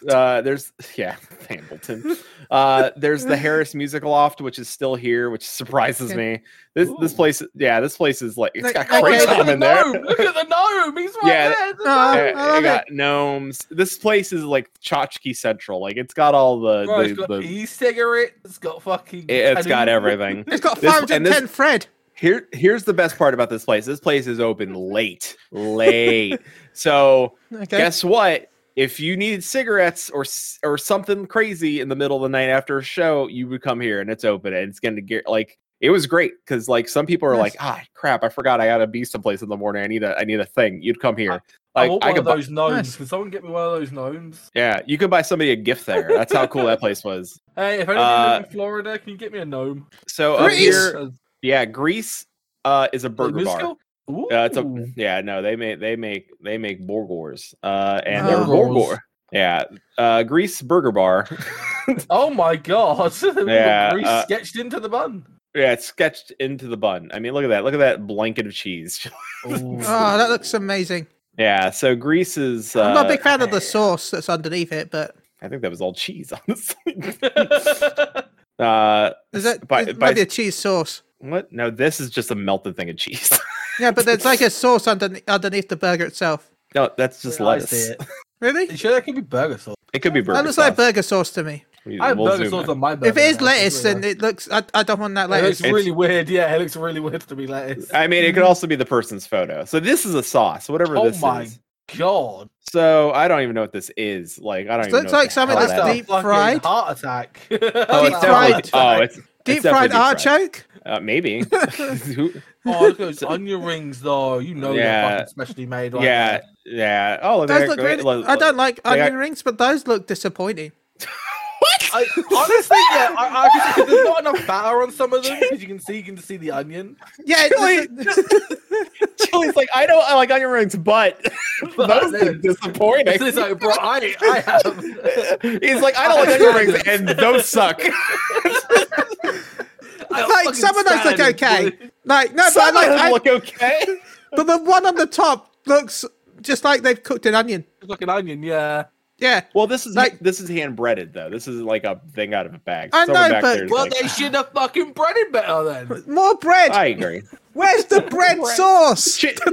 [SPEAKER 3] uh, there's yeah, Hamilton. Uh, there's the Harris Music Loft, which is still here, which surprises me. This this
[SPEAKER 2] Ooh.
[SPEAKER 3] place, yeah, this place is like it's
[SPEAKER 1] Like-
[SPEAKER 3] got
[SPEAKER 1] like
[SPEAKER 3] great
[SPEAKER 1] a-
[SPEAKER 3] time in there.
[SPEAKER 2] gnome. Look at the gnome. He's right
[SPEAKER 3] Yeah,
[SPEAKER 2] there.
[SPEAKER 1] Oh,
[SPEAKER 3] Uh,
[SPEAKER 1] I
[SPEAKER 3] It
[SPEAKER 1] love it.
[SPEAKER 3] got gnomes. This place is like tchotchke central. Like it's got all the,
[SPEAKER 2] Bro,
[SPEAKER 3] the,
[SPEAKER 2] it's got
[SPEAKER 3] the
[SPEAKER 2] e-cigarette. It's got fucking.
[SPEAKER 3] it, has got
[SPEAKER 2] canoe.
[SPEAKER 3] everything.
[SPEAKER 1] It's got
[SPEAKER 3] This- and
[SPEAKER 1] 510
[SPEAKER 3] this-
[SPEAKER 1] Fred.
[SPEAKER 3] Here here's the best part about this place. This place is open late, late. So
[SPEAKER 1] Okay.
[SPEAKER 3] guess what? If you needed cigarettes or s- or something crazy in the middle of the night after a show, you would come here and it's open and it's gonna get like it was great because like some people are like, ah, crap, I forgot I gotta be someplace in the morning. I need a I need a thing. You'd come here.
[SPEAKER 2] I
[SPEAKER 3] Like
[SPEAKER 2] want
[SPEAKER 3] I,
[SPEAKER 2] one
[SPEAKER 3] could
[SPEAKER 2] of
[SPEAKER 3] buy,
[SPEAKER 2] those gnomes.
[SPEAKER 1] Nice.
[SPEAKER 2] Can someone get me one of those gnomes?
[SPEAKER 3] yeah, you could buy somebody a gift there. That's how cool that place was.
[SPEAKER 2] Hey, if anyone
[SPEAKER 3] Uh,
[SPEAKER 2] live in Florida, can you get me a gnome?
[SPEAKER 3] So up
[SPEAKER 1] Grease!
[SPEAKER 3] here, yeah, Greece uh, is a burger bar.
[SPEAKER 2] Musical? Ooh.
[SPEAKER 3] Uh, it's a, yeah, no, they make they make they make borgors, uh, and they're
[SPEAKER 2] Burgers.
[SPEAKER 3] borgor. Yeah, uh, Greece Burger Bar.
[SPEAKER 2] Oh my god!
[SPEAKER 3] Yeah,
[SPEAKER 2] Grease
[SPEAKER 3] uh,
[SPEAKER 2] sketched into the bun.
[SPEAKER 3] Yeah, it's sketched into the bun. I mean, look at that. Look at that blanket of cheese.
[SPEAKER 1] Oh, that looks amazing.
[SPEAKER 3] yeah, so grease is. Uh,
[SPEAKER 1] I'm not a big fan of the sauce that's underneath it, but
[SPEAKER 3] I think that was all cheese, honestly.
[SPEAKER 2] looks.
[SPEAKER 3] uh,
[SPEAKER 1] is that
[SPEAKER 3] By-
[SPEAKER 1] it
[SPEAKER 3] by-
[SPEAKER 1] might be a cheese sauce?
[SPEAKER 3] what? No, this is just a melted thing of cheese.
[SPEAKER 1] Yeah, but there's like a sauce under, underneath the burger itself.
[SPEAKER 3] no, that's just lettuce.
[SPEAKER 2] It.
[SPEAKER 1] Really?
[SPEAKER 2] You sure that could be burger sauce?
[SPEAKER 3] It could be burger
[SPEAKER 1] That looks
[SPEAKER 3] sauce.
[SPEAKER 1] like burger sauce to me.
[SPEAKER 3] We-
[SPEAKER 2] I have
[SPEAKER 3] we'll
[SPEAKER 2] burger
[SPEAKER 3] zoom
[SPEAKER 2] sauce
[SPEAKER 3] in.
[SPEAKER 2] on my burger.
[SPEAKER 1] if it is
[SPEAKER 2] now, it's
[SPEAKER 1] lettuce, then
[SPEAKER 2] really
[SPEAKER 1] it looks. I, I don't want that
[SPEAKER 2] nice. it
[SPEAKER 1] lettuce.
[SPEAKER 2] looks
[SPEAKER 3] It's-
[SPEAKER 2] really weird. Yeah, it looks really weird to be lettuce.
[SPEAKER 3] I mean, it could also be the person's photo. So this is a sauce, whatever
[SPEAKER 2] Mm-hmm. Oh
[SPEAKER 3] this
[SPEAKER 2] my
[SPEAKER 3] is.
[SPEAKER 2] god!
[SPEAKER 3] So I don't even know what this is. Like I don't.
[SPEAKER 1] It
[SPEAKER 3] even
[SPEAKER 1] looks
[SPEAKER 3] know what
[SPEAKER 1] like
[SPEAKER 3] the
[SPEAKER 1] something
[SPEAKER 3] hell
[SPEAKER 1] that's
[SPEAKER 3] that is.
[SPEAKER 1] deep
[SPEAKER 2] Fucking
[SPEAKER 1] fried.
[SPEAKER 2] heart attack.
[SPEAKER 3] Oh, it's
[SPEAKER 1] deep fried.
[SPEAKER 3] definitely- Oh, it's
[SPEAKER 1] Deep
[SPEAKER 3] It's definitely
[SPEAKER 1] fried
[SPEAKER 3] deep fried.
[SPEAKER 1] artichoke.
[SPEAKER 3] uh, maybe. Who-
[SPEAKER 2] Oh, look at those onion rings, though. You know
[SPEAKER 3] Yeah.
[SPEAKER 2] they're fucking specially made. Right
[SPEAKER 3] yeah, yeah. Oh, look,
[SPEAKER 1] Those
[SPEAKER 3] there-
[SPEAKER 1] look
[SPEAKER 3] there-
[SPEAKER 1] really,
[SPEAKER 3] look-
[SPEAKER 1] I don't like
[SPEAKER 3] they
[SPEAKER 1] onion rings, but those look disappointing.
[SPEAKER 2] there. I, honestly, yeah. I, I can see, there's not enough batter on some of them because you can see you can see the onion.
[SPEAKER 1] Yeah,
[SPEAKER 3] Wait, Chili's Oh, like I don't I like onion rings, but those
[SPEAKER 2] they're-
[SPEAKER 3] look disappointing.
[SPEAKER 2] It's, it's like, bro, I, I have.
[SPEAKER 3] He's like I don't like onion rings, and those suck.
[SPEAKER 2] I
[SPEAKER 1] like some of those look
[SPEAKER 2] fucking stand-
[SPEAKER 1] okay. Like no,
[SPEAKER 3] Some
[SPEAKER 1] but I
[SPEAKER 3] of
[SPEAKER 1] like,
[SPEAKER 3] them look okay.
[SPEAKER 1] I, but the one on the top looks just like they've cooked an onion.
[SPEAKER 2] It's like an onion, yeah.
[SPEAKER 1] Yeah,
[SPEAKER 3] Well, this is
[SPEAKER 1] Like-
[SPEAKER 3] this is hand breaded though. This is like a thing out of a bag.
[SPEAKER 1] I know,
[SPEAKER 3] back
[SPEAKER 1] but-
[SPEAKER 3] there is
[SPEAKER 2] Well,
[SPEAKER 3] like, ah.
[SPEAKER 2] they should have fucking breaded better then.
[SPEAKER 1] more bread.
[SPEAKER 3] I agree.
[SPEAKER 1] Where's the bread
[SPEAKER 3] Bread.
[SPEAKER 1] sauce?
[SPEAKER 3] Chi- chi-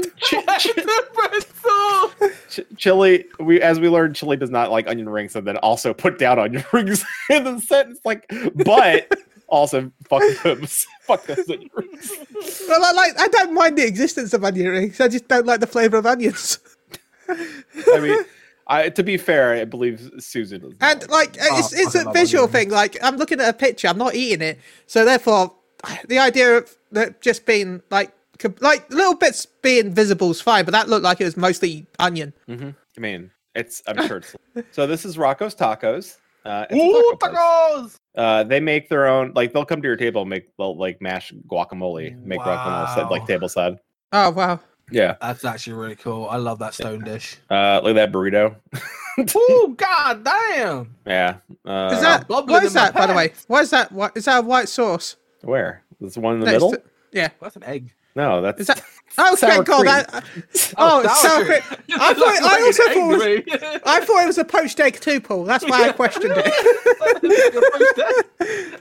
[SPEAKER 2] the bread sauce.
[SPEAKER 3] chi- chili, we as we learned, chili does not like onion rings, and then also put down onion rings in the sentence. Like, but also fuck those, fuck those onion rings.
[SPEAKER 1] Well, I like I don't mind the existence of onion rings. I just don't like the flavor of onions.
[SPEAKER 3] I mean, I to be fair, I believe Susan. does not
[SPEAKER 1] And like it's
[SPEAKER 2] Oh,
[SPEAKER 1] it's
[SPEAKER 2] I
[SPEAKER 1] a
[SPEAKER 2] love
[SPEAKER 1] visual
[SPEAKER 2] onion
[SPEAKER 1] thing. Like I'm looking at a picture, I'm not eating it, so therefore the idea of that just being like com- like little bits being visible is fine, but that looked like it was mostly onion.
[SPEAKER 3] Mm-hmm. I mean, it's I'm sure it's. So this is Rocco's Tacos. Uh, it's a
[SPEAKER 2] Ooh,
[SPEAKER 3] taco place.
[SPEAKER 2] tacos.
[SPEAKER 3] Uh, they make their own. Like they'll come to your table, and make they'll like mash guacamole, make guacamole set, like
[SPEAKER 2] Wow.
[SPEAKER 3] table side.
[SPEAKER 1] Oh wow!
[SPEAKER 3] Yeah,
[SPEAKER 2] That's actually really cool. I love that stone dish.
[SPEAKER 3] uh, look at that burrito.
[SPEAKER 2] Ooh, god damn.
[SPEAKER 3] Yeah, uh,
[SPEAKER 1] Is that
[SPEAKER 2] bubbling
[SPEAKER 1] what
[SPEAKER 2] in
[SPEAKER 1] is
[SPEAKER 2] my
[SPEAKER 1] that by the way?
[SPEAKER 2] pants.
[SPEAKER 1] What is that? What is that? A white sauce?
[SPEAKER 3] where? This one in the
[SPEAKER 1] Next
[SPEAKER 3] middle?
[SPEAKER 1] to- yeah.
[SPEAKER 2] That's an egg.
[SPEAKER 3] No, that's
[SPEAKER 1] Is that? Oh,
[SPEAKER 3] Sour
[SPEAKER 1] thank God! I,
[SPEAKER 3] cream.
[SPEAKER 1] oh, it's sour cream. I thought- I also thought I thought it was a poached egg too, Paul. That's why I questioned it.
[SPEAKER 2] it.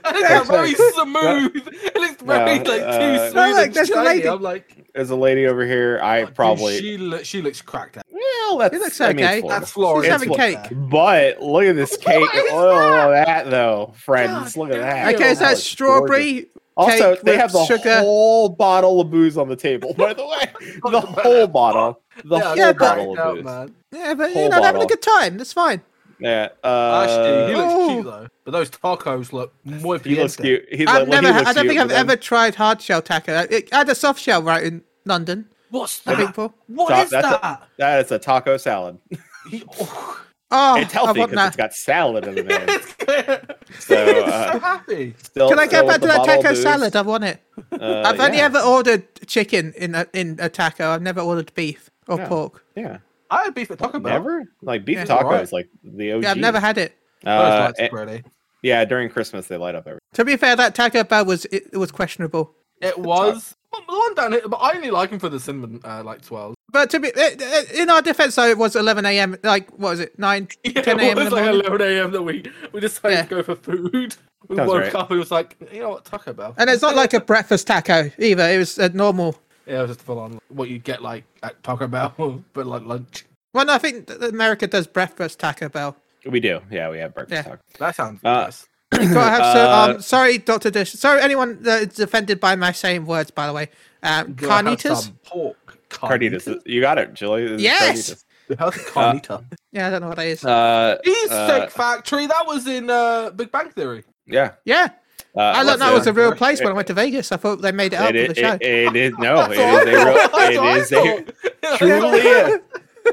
[SPEAKER 2] it's very
[SPEAKER 3] Perfect.
[SPEAKER 2] smooth. It looks very like too
[SPEAKER 3] uh,
[SPEAKER 2] smooth.
[SPEAKER 1] No, look,
[SPEAKER 2] and
[SPEAKER 1] there's a
[SPEAKER 2] shiny.
[SPEAKER 1] lady.
[SPEAKER 2] I'm like,
[SPEAKER 3] there's a lady over here. I
[SPEAKER 2] oh, dude,
[SPEAKER 3] probably
[SPEAKER 2] She looks. She looks cracked out.
[SPEAKER 3] well, that's
[SPEAKER 1] looks
[SPEAKER 3] I mean, it's
[SPEAKER 1] okay.
[SPEAKER 3] Florida.
[SPEAKER 2] That's Florida.
[SPEAKER 1] She's
[SPEAKER 3] having
[SPEAKER 2] It's
[SPEAKER 1] cake.
[SPEAKER 2] Florida.
[SPEAKER 3] But look at this cake.
[SPEAKER 2] is
[SPEAKER 3] Oh, that? though, friends.
[SPEAKER 2] God
[SPEAKER 3] look at that.
[SPEAKER 2] damn.
[SPEAKER 1] Okay, is
[SPEAKER 3] Oh,
[SPEAKER 1] that
[SPEAKER 3] it's gorgeous.
[SPEAKER 1] strawberry?
[SPEAKER 3] Also,
[SPEAKER 1] cake
[SPEAKER 3] they
[SPEAKER 1] with
[SPEAKER 3] have the
[SPEAKER 1] sugar?
[SPEAKER 3] whole bottle of booze on the table. By the way, the whole bottle, the
[SPEAKER 2] Yeah,
[SPEAKER 3] whole
[SPEAKER 2] yeah, but-
[SPEAKER 3] bottle
[SPEAKER 2] out,
[SPEAKER 3] of booze.
[SPEAKER 2] man.
[SPEAKER 1] Yeah, but
[SPEAKER 3] Whole
[SPEAKER 1] you know, they're having
[SPEAKER 3] bottle.
[SPEAKER 1] a good time. That's fine.
[SPEAKER 3] Yeah,
[SPEAKER 2] Actually, he
[SPEAKER 3] uh,
[SPEAKER 2] looks cute
[SPEAKER 1] Ooh.
[SPEAKER 2] though. But those tacos look muy
[SPEAKER 3] he looks
[SPEAKER 2] fiesta.
[SPEAKER 3] cute. He's
[SPEAKER 1] I've
[SPEAKER 3] like,
[SPEAKER 1] never.
[SPEAKER 3] He
[SPEAKER 1] ha-
[SPEAKER 3] looks
[SPEAKER 1] I don't
[SPEAKER 3] cute,
[SPEAKER 1] think I've
[SPEAKER 3] but then-
[SPEAKER 1] ever tried hard shell taco. It I had a soft shell right in London.
[SPEAKER 2] What's
[SPEAKER 1] I think,
[SPEAKER 2] that?
[SPEAKER 1] Paul.
[SPEAKER 2] What
[SPEAKER 3] Ta-
[SPEAKER 2] is
[SPEAKER 3] that's a-
[SPEAKER 2] that?
[SPEAKER 3] That is a taco salad.
[SPEAKER 2] He- oh,
[SPEAKER 1] Oh,
[SPEAKER 3] it's healthy
[SPEAKER 1] I want
[SPEAKER 3] because
[SPEAKER 1] that.
[SPEAKER 3] it's got salad in the name.
[SPEAKER 2] it's good.
[SPEAKER 3] So,
[SPEAKER 2] It's
[SPEAKER 3] uh,
[SPEAKER 2] so happy.
[SPEAKER 3] Still-
[SPEAKER 1] Can I
[SPEAKER 3] still
[SPEAKER 1] go
[SPEAKER 3] with
[SPEAKER 1] back to
[SPEAKER 3] the
[SPEAKER 1] that
[SPEAKER 3] bottle of
[SPEAKER 1] taco
[SPEAKER 3] booze.
[SPEAKER 1] salad? I want it.
[SPEAKER 3] Uh,
[SPEAKER 1] I've only
[SPEAKER 3] yeah,
[SPEAKER 1] ever ordered chicken in a, in a taco. I've never ordered beef or
[SPEAKER 3] Yeah.
[SPEAKER 1] pork.
[SPEAKER 3] yeah
[SPEAKER 2] I had beef at Taco Bell.
[SPEAKER 3] never like beef
[SPEAKER 1] Yeah.
[SPEAKER 3] tacos
[SPEAKER 2] Alright.
[SPEAKER 3] like the OG.
[SPEAKER 1] Yeah, I've never had it.
[SPEAKER 2] Those
[SPEAKER 3] Uh,
[SPEAKER 2] lights
[SPEAKER 3] eh,
[SPEAKER 2] are pretty.
[SPEAKER 3] yeah, during Christmas they light up everything.
[SPEAKER 1] To be fair, that Taco Bell was it, it was questionable.
[SPEAKER 2] It was well, the one down here, but I only like him for the cinnamon uh, like twelve.
[SPEAKER 1] But to be it, it- in our defense, though, it was 11 a.m. Like what was it? Nine, 10 a.m. in the morning.
[SPEAKER 2] eleven a.m. that we we decided
[SPEAKER 1] Yeah.
[SPEAKER 2] to go for food. We
[SPEAKER 3] Sounds
[SPEAKER 2] woke
[SPEAKER 3] right.
[SPEAKER 2] up and was like, you know what, Taco Bell.
[SPEAKER 1] And it's not like a breakfast taco either. It was a normal.
[SPEAKER 2] yeah, it was just full on what you get like at Taco Bell, but like lunch.
[SPEAKER 1] Well, no, I think that America does breakfast Taco Bell.
[SPEAKER 3] We do. Yeah, we have breakfast
[SPEAKER 1] Yeah.
[SPEAKER 3] tacos.
[SPEAKER 2] That sounds
[SPEAKER 3] Uh,
[SPEAKER 2] nice.
[SPEAKER 1] You've got to have
[SPEAKER 3] Uh,
[SPEAKER 1] so, um, sorry, Doctor Dish. Sorry, anyone that is offended by my saying words. By the way, um,
[SPEAKER 2] Gonna have
[SPEAKER 1] carnitas.
[SPEAKER 2] some pork.
[SPEAKER 3] Carnitas. You got it, Julie. This is
[SPEAKER 1] Yes!
[SPEAKER 2] How's carnita?
[SPEAKER 1] Yeah, I don't know what that is.
[SPEAKER 3] carnitas. Uh,
[SPEAKER 2] Cheesesteak
[SPEAKER 3] uh,
[SPEAKER 2] Factory. That was in uh, Big Bang Theory.
[SPEAKER 3] yeah.
[SPEAKER 1] yeah,
[SPEAKER 3] Uh,
[SPEAKER 1] I
[SPEAKER 3] what's
[SPEAKER 1] thought that
[SPEAKER 3] the-
[SPEAKER 1] was a real
[SPEAKER 2] Sorry.
[SPEAKER 1] place when I went to Vegas. I thought they made it up
[SPEAKER 3] It,
[SPEAKER 1] for
[SPEAKER 3] it,
[SPEAKER 1] the show.
[SPEAKER 3] it- it is no. It
[SPEAKER 2] That's
[SPEAKER 3] is a
[SPEAKER 2] what I
[SPEAKER 3] real.
[SPEAKER 2] thought.
[SPEAKER 3] It is a
[SPEAKER 2] That's what I thought.
[SPEAKER 3] truly a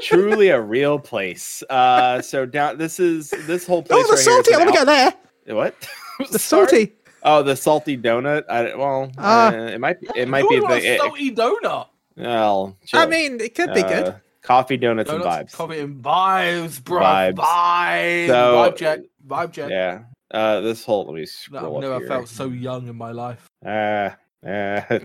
[SPEAKER 3] truly a real place. Uh, so down. This is this whole
[SPEAKER 1] oh,
[SPEAKER 3] place.
[SPEAKER 1] the
[SPEAKER 3] right here is
[SPEAKER 1] salty! I
[SPEAKER 3] an
[SPEAKER 1] want to go there.
[SPEAKER 3] out- What?
[SPEAKER 1] The
[SPEAKER 3] Sorry?
[SPEAKER 1] salty.
[SPEAKER 3] Oh, the salty donut. I, well,
[SPEAKER 1] Ah.
[SPEAKER 3] uh, it might be. It
[SPEAKER 2] Who
[SPEAKER 3] might be
[SPEAKER 2] would
[SPEAKER 3] the.
[SPEAKER 2] want a
[SPEAKER 3] It,
[SPEAKER 2] salty donut.
[SPEAKER 3] well,
[SPEAKER 1] I
[SPEAKER 3] Julie,
[SPEAKER 1] mean, it could be
[SPEAKER 3] uh,
[SPEAKER 1] good.
[SPEAKER 3] Coffee donuts, and
[SPEAKER 2] Donuts
[SPEAKER 3] vibes.
[SPEAKER 2] coffee and vibes, bro.
[SPEAKER 3] Vibes.
[SPEAKER 2] Vibes. Vibe.
[SPEAKER 3] So-
[SPEAKER 2] vibe check. Vibe check.
[SPEAKER 3] Yeah. Uh, this whole let me
[SPEAKER 2] No,
[SPEAKER 3] scroll
[SPEAKER 2] I've
[SPEAKER 3] up
[SPEAKER 2] never
[SPEAKER 3] here.
[SPEAKER 2] felt so young in my life.
[SPEAKER 3] Ah, ah.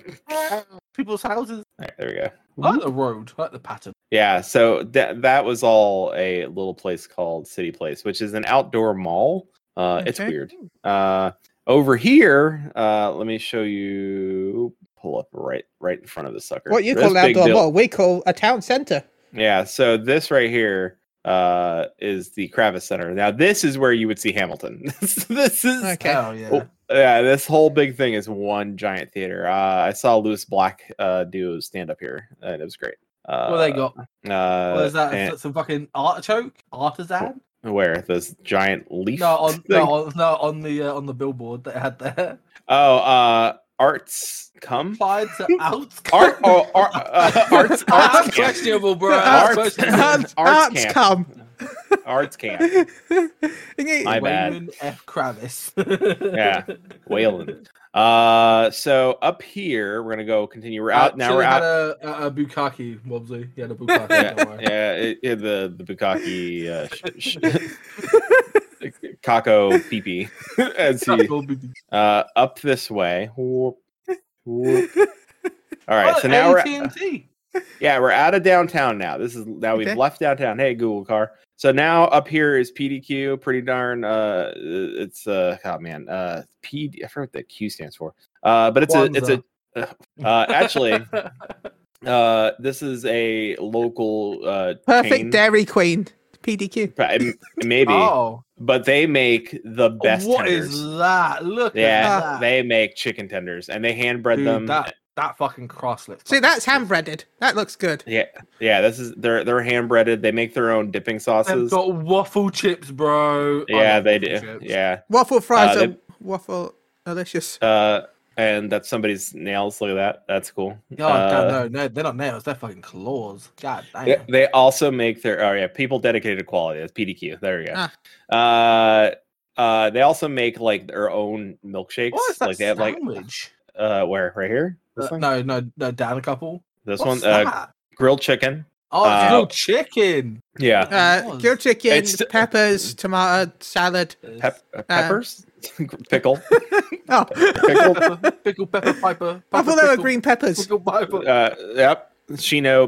[SPEAKER 2] People's houses.
[SPEAKER 3] All right, there we go.
[SPEAKER 2] I like the road. I like the pattern.
[SPEAKER 3] Yeah, so that that was all a little place called City Place, which is an outdoor mall. Uh, It's
[SPEAKER 1] Okay.
[SPEAKER 3] weird. Uh, over here, uh, let me show you. Pull up right right in front of the sucker.
[SPEAKER 1] What you
[SPEAKER 3] This
[SPEAKER 1] call an
[SPEAKER 3] big
[SPEAKER 1] outdoor
[SPEAKER 3] buil-
[SPEAKER 1] mall, we call a town centre.
[SPEAKER 3] Yeah, so this right here uh, is the Kravis Center. Now this is where you would see Hamilton. this is
[SPEAKER 1] Okay.
[SPEAKER 2] Oh, yeah.
[SPEAKER 3] Oh, yeah, this whole big thing is one giant theater. Uh, I saw Lewis Black uh, do stand up here, and it was great. Uh,
[SPEAKER 2] what they got?
[SPEAKER 3] Uh,
[SPEAKER 2] what is that?
[SPEAKER 3] and-
[SPEAKER 2] Some fucking artichoke, artisan?
[SPEAKER 3] where this giant leaf?
[SPEAKER 2] No, on
[SPEAKER 3] thing?
[SPEAKER 2] no, on, no, on the uh, on the billboard that had there.
[SPEAKER 3] Oh, uh, arts come.
[SPEAKER 2] Applied to out.
[SPEAKER 3] Art, oh, art, uh, arts, arts,
[SPEAKER 2] That's
[SPEAKER 3] camp.
[SPEAKER 2] questionable, bro.
[SPEAKER 3] Arts-
[SPEAKER 2] That's questionable.
[SPEAKER 1] Arts,
[SPEAKER 3] Arts camp.
[SPEAKER 1] come.
[SPEAKER 3] arts camp.
[SPEAKER 1] I
[SPEAKER 3] My bad.
[SPEAKER 2] Wayman F. Kravis.
[SPEAKER 3] Yeah, Wayland. Uh, so up here we're gonna go continue. We're out now. We're
[SPEAKER 2] Chile had
[SPEAKER 3] out.
[SPEAKER 2] a, a, a bukkake, Wobsy. He had a bukkake. don't worry.
[SPEAKER 3] Yeah, it, it- the the Bukaki uh, sh- sh- Kako peepee. As he,
[SPEAKER 2] Will be-
[SPEAKER 3] uh, up this way. Whoop, whoop. All right,
[SPEAKER 2] Oh,
[SPEAKER 3] so now we're
[SPEAKER 2] AT&T.
[SPEAKER 3] Yeah, we're out of downtown now. This is now
[SPEAKER 1] Okay.
[SPEAKER 3] we've left downtown. Hey, Google car. So now up here is PDQ. Pretty darn. Uh, it's uh, oh man, uh, P. I forgot what the Q stands for. Uh, but it's a, it's a. Uh, actually, uh, this is a local uh
[SPEAKER 1] Perfect
[SPEAKER 3] chain.
[SPEAKER 1] Dairy Queen. PDQ.
[SPEAKER 3] Pa- m- Maybe,
[SPEAKER 2] Oh,
[SPEAKER 3] but they make the best
[SPEAKER 2] what is
[SPEAKER 3] tenders.
[SPEAKER 2] that? Look
[SPEAKER 3] yeah,
[SPEAKER 2] at that.
[SPEAKER 3] they make chicken tenders and they hand bread
[SPEAKER 2] Dude,
[SPEAKER 3] them.
[SPEAKER 2] That, that fucking crosslet.
[SPEAKER 1] See, that's hand breaded. That looks good.
[SPEAKER 3] Yeah, this is they're they're hand breaded. They make their own dipping
[SPEAKER 2] They've
[SPEAKER 3] sauces.
[SPEAKER 2] got waffle chips, bro. I
[SPEAKER 3] Yeah,
[SPEAKER 2] love
[SPEAKER 3] they do.
[SPEAKER 2] waffle chips.
[SPEAKER 3] Yeah.
[SPEAKER 1] Waffle fries
[SPEAKER 3] Uh,
[SPEAKER 1] are
[SPEAKER 3] they-
[SPEAKER 1] waffle delicious.
[SPEAKER 3] Uh, and that's somebody's nails. Look at that. That's cool.
[SPEAKER 2] God,
[SPEAKER 3] Uh,
[SPEAKER 2] damn, no, no, they're not nails. They're fucking claws. God damn.
[SPEAKER 3] they- They also make their oh yeah, people dedicated to quality. That's PDQ. There we go.
[SPEAKER 1] Ah.
[SPEAKER 3] Uh, uh, they also make like their own milkshakes.
[SPEAKER 2] What is that
[SPEAKER 3] like they have like
[SPEAKER 2] sandwich?
[SPEAKER 3] uh, where right here. This
[SPEAKER 2] Uh,
[SPEAKER 3] one.
[SPEAKER 2] no, no, no, down a couple.
[SPEAKER 3] This
[SPEAKER 2] What's
[SPEAKER 3] one. Uh,
[SPEAKER 2] that?
[SPEAKER 3] grilled chicken.
[SPEAKER 2] Oh, it's
[SPEAKER 3] uh,
[SPEAKER 2] grilled chicken.
[SPEAKER 3] Yeah.
[SPEAKER 1] Uh,
[SPEAKER 2] was.
[SPEAKER 1] grilled chicken,
[SPEAKER 3] It's- uh,
[SPEAKER 1] peppers, tomato, salad.
[SPEAKER 3] Pep- uh, peppers. Pickle.
[SPEAKER 1] Oh,
[SPEAKER 3] Pickled.
[SPEAKER 2] pepper, pickle pepper piper.
[SPEAKER 1] I
[SPEAKER 2] piper
[SPEAKER 1] thought they were
[SPEAKER 2] pickle,
[SPEAKER 1] green peppers.
[SPEAKER 2] Pickle piper.
[SPEAKER 3] Uh, yep. Chino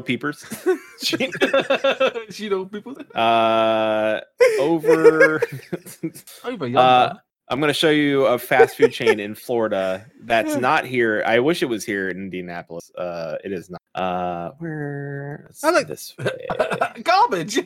[SPEAKER 3] peepers. Chino.
[SPEAKER 2] you know people.
[SPEAKER 3] Uh, over.
[SPEAKER 2] Over
[SPEAKER 3] Uh,
[SPEAKER 2] yonder.
[SPEAKER 3] I'm going to show you a fast food chain in Florida that's not here. I wish it was here in Indianapolis. Uh, it is not. Uh, where? Let's
[SPEAKER 1] Oh,
[SPEAKER 3] see
[SPEAKER 1] look.
[SPEAKER 3] this way.
[SPEAKER 2] Garbage.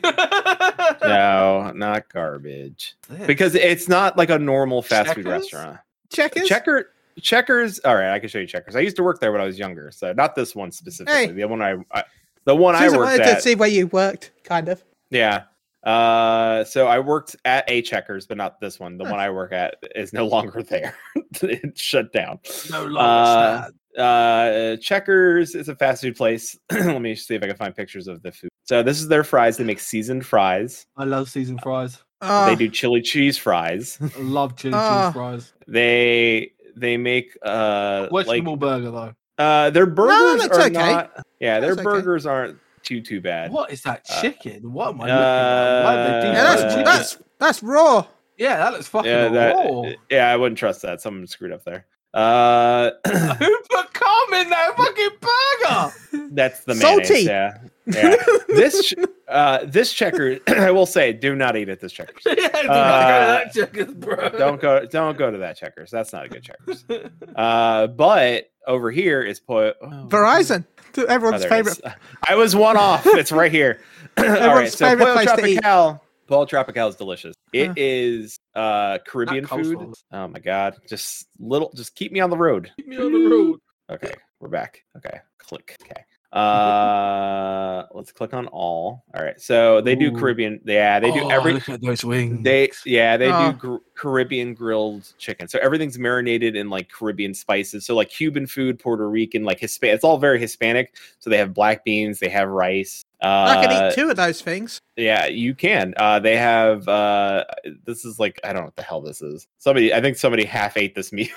[SPEAKER 3] no, not garbage. Because it's not like a normal fast food
[SPEAKER 2] Checkers?
[SPEAKER 3] restaurant.
[SPEAKER 1] Checkers.
[SPEAKER 3] Checker, Checkers. All right, I can show you Checkers. I used to work there when I was younger, so not this one specifically. The one I, I the one I
[SPEAKER 1] Susan
[SPEAKER 3] worked
[SPEAKER 1] wanted to
[SPEAKER 3] at.
[SPEAKER 1] see where you worked, kind of.
[SPEAKER 3] Yeah. Uh, so I worked at a Checkers, but not this one. The one I work at is no longer there. it shut down.
[SPEAKER 2] no longer
[SPEAKER 3] uh,
[SPEAKER 2] stand.
[SPEAKER 3] Uh, Checkers is a fast food place. Let me see if I can find pictures of the food. So this is their fries. They make seasoned fries.
[SPEAKER 2] I love
[SPEAKER 3] uh,
[SPEAKER 2] seasoned fries.
[SPEAKER 1] Oh,
[SPEAKER 3] they do chili cheese fries.
[SPEAKER 2] I love chili
[SPEAKER 1] Ah.
[SPEAKER 2] cheese fries.
[SPEAKER 3] They they make uh like
[SPEAKER 2] Questionable burger though.
[SPEAKER 3] uh their burgers
[SPEAKER 1] that's
[SPEAKER 3] are
[SPEAKER 1] okay.
[SPEAKER 3] not. Yeah, their
[SPEAKER 1] That's okay.
[SPEAKER 3] burgers aren't too too bad.
[SPEAKER 2] What is that
[SPEAKER 3] uh,
[SPEAKER 2] chicken? what am I looking at? Why are
[SPEAKER 3] uh,
[SPEAKER 2] they
[SPEAKER 1] Oh, Yeah,
[SPEAKER 2] doing
[SPEAKER 1] that's
[SPEAKER 2] that?
[SPEAKER 3] uh,
[SPEAKER 1] that's that's raw.
[SPEAKER 2] yeah, that looks fucking
[SPEAKER 3] Yeah,
[SPEAKER 2] raw.
[SPEAKER 3] that, yeah, I wouldn't trust that. Someone screwed up there. Uh,
[SPEAKER 2] Who put cum in that fucking burger?
[SPEAKER 3] that's the mayonnaise.
[SPEAKER 1] Salty.
[SPEAKER 3] Yeah, yeah. this ch- uh, this checker, I will say, do not eat at this checker.
[SPEAKER 2] yeah, do
[SPEAKER 3] Uh,
[SPEAKER 2] not go to that chicken, bro.
[SPEAKER 3] Don't go, don't go to that checkers. That's not a good checkers. Uh, but over here is po- oh,
[SPEAKER 1] Verizon, to
[SPEAKER 3] oh,
[SPEAKER 1] everyone's
[SPEAKER 3] there it is.
[SPEAKER 1] favorite.
[SPEAKER 3] I was one off. It's right here. All right,
[SPEAKER 1] Everyone's
[SPEAKER 3] so
[SPEAKER 1] favorite
[SPEAKER 3] Pollo
[SPEAKER 1] place to eat.
[SPEAKER 3] Tropical. Pollo Tropical is delicious.
[SPEAKER 1] Huh.
[SPEAKER 3] It is uh Caribbean food.
[SPEAKER 2] coleslaw.
[SPEAKER 3] Oh my god, just little, just keep me on the road.
[SPEAKER 2] Keep me on the road.
[SPEAKER 3] Okay, we're back. Okay, click. Okay. Uh let's click on all. All right. So they do
[SPEAKER 2] Ooh.
[SPEAKER 3] Caribbean. Yeah, they do
[SPEAKER 2] Oh,
[SPEAKER 3] every
[SPEAKER 2] Look at those wings.
[SPEAKER 3] they yeah, they
[SPEAKER 1] Ah.
[SPEAKER 3] do gr- Caribbean grilled chicken. So everything's marinated in like Caribbean spices. So like Cuban food, Puerto Rican, like Hispanic. It's all very Hispanic. So they have black beans, they have rice. Uh,
[SPEAKER 1] I could eat two of those things.
[SPEAKER 3] yeah, you can. Uh, they have uh, this is like I don't know what the hell this is. Somebody, I think somebody half ate this meal.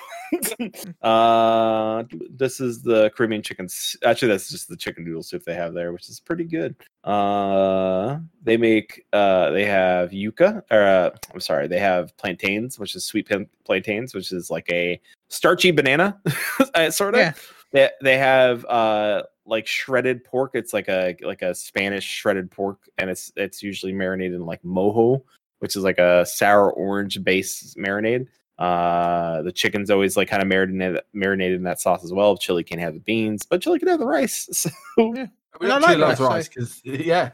[SPEAKER 3] uh, this is the Caribbean chicken. s- Actually, that's just the chicken noodle soup they have there, which is pretty good. Uh, they make uh, they have yuca, or uh, I'm sorry, they have plantains, which is sweet pin- plantains, which is like a starchy banana, sort of
[SPEAKER 1] Yeah.
[SPEAKER 3] they they have uh like shredded pork it's like a like a spanish shredded pork and it's it's usually marinated in like mojo which is like a sour orange base marinade uh the chicken's always like kind of marinated marinated in that sauce as well chili can have the beans but chili can have the rice so
[SPEAKER 2] I mean,
[SPEAKER 1] And I
[SPEAKER 2] I
[SPEAKER 1] like
[SPEAKER 2] like loves
[SPEAKER 1] that,
[SPEAKER 2] rice because yeah.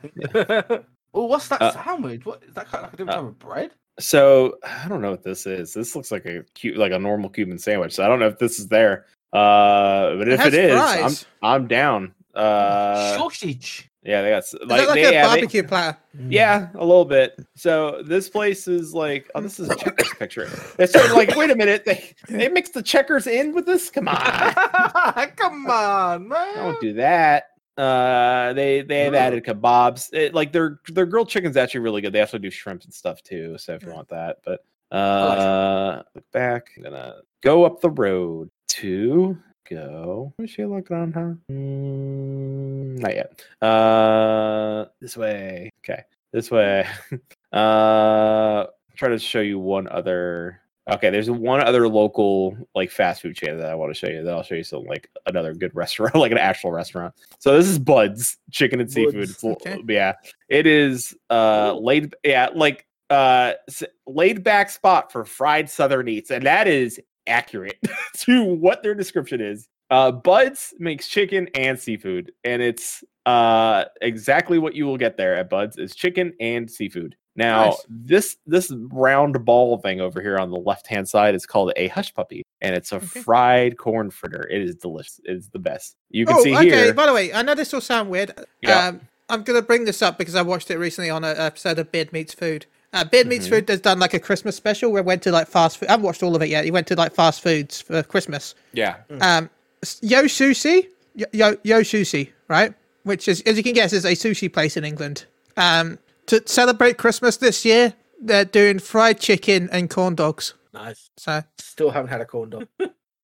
[SPEAKER 2] oh, what's that
[SPEAKER 3] Uh,
[SPEAKER 2] sandwich? What is that kind of like a different
[SPEAKER 3] uh,
[SPEAKER 2] type of bread?
[SPEAKER 3] so i don't know what this is this looks like a cute like a normal cuban sandwich so i don't know if this is there uh but if
[SPEAKER 1] has
[SPEAKER 3] it is
[SPEAKER 1] fries.
[SPEAKER 3] i'm i'm down uh
[SPEAKER 2] Sausage.
[SPEAKER 3] Yeah, they got s-
[SPEAKER 1] Like,
[SPEAKER 3] like,
[SPEAKER 1] like
[SPEAKER 3] they,
[SPEAKER 1] a
[SPEAKER 3] yeah, they-
[SPEAKER 1] barbecue platter.
[SPEAKER 3] yeah,
[SPEAKER 2] Hmm.
[SPEAKER 3] a little bit. So this place is like, oh, this is a checkers picture. It's sort of like, wait a minute, they they mix the checkers in with this. Come on,
[SPEAKER 2] Come on, man.
[SPEAKER 3] don't do that. Uh, they they have added kebabs. It, like their their grilled chicken's actually really good. They also do shrimp and stuff too. So if you
[SPEAKER 1] Yeah.
[SPEAKER 3] want that, but
[SPEAKER 2] Hmm. like shrimp.
[SPEAKER 3] uh, look back. I'm gonna go up the road to go. Where's she looking on? Huh? Mm, not yet. Uh, this way. Okay, this way. uh, try to show you one other. Okay, there's one other local like fast food chain that I want to show you. Then I'll show you some like another good restaurant, like an actual restaurant. So this is Bud's Chicken and Seafood.
[SPEAKER 2] Bud's,
[SPEAKER 3] It's l-
[SPEAKER 1] okay.
[SPEAKER 3] Yeah, it is uh laid. Yeah, like uh s- laid back spot for fried southern eats, and that is accurate to what their description is. Uh, Buds makes chicken and seafood, and it's uh exactly what you will get there at Buds is chicken and seafood. Now
[SPEAKER 1] Nice.
[SPEAKER 3] this this round ball thing over here on the left hand side is called a hush puppy, and it's a
[SPEAKER 1] Okay.
[SPEAKER 3] fried corn fritter. It is delicious. It's the best. You can
[SPEAKER 1] oh,
[SPEAKER 3] see
[SPEAKER 1] okay.
[SPEAKER 3] here.
[SPEAKER 1] By the way, I know this will sound weird.
[SPEAKER 3] Yeah.
[SPEAKER 1] Um, I'm gonna bring this up because I watched it recently on an episode of Beard Meets Food. Uh, Beard Meets
[SPEAKER 3] Mhm.
[SPEAKER 1] Food has done like a Christmas special where it went to like fast food. I haven't watched all of it yet. He went to like fast foods for Christmas.
[SPEAKER 3] yeah.
[SPEAKER 1] Um, s- Yo Sushi, Yo- Yo Yo Sushi, right? Which is, as you can guess, is a sushi place in England. Um, to celebrate Christmas this year, they're doing fried chicken and corn dogs.
[SPEAKER 2] Nice.
[SPEAKER 1] So,
[SPEAKER 2] Still haven't had a corn dog.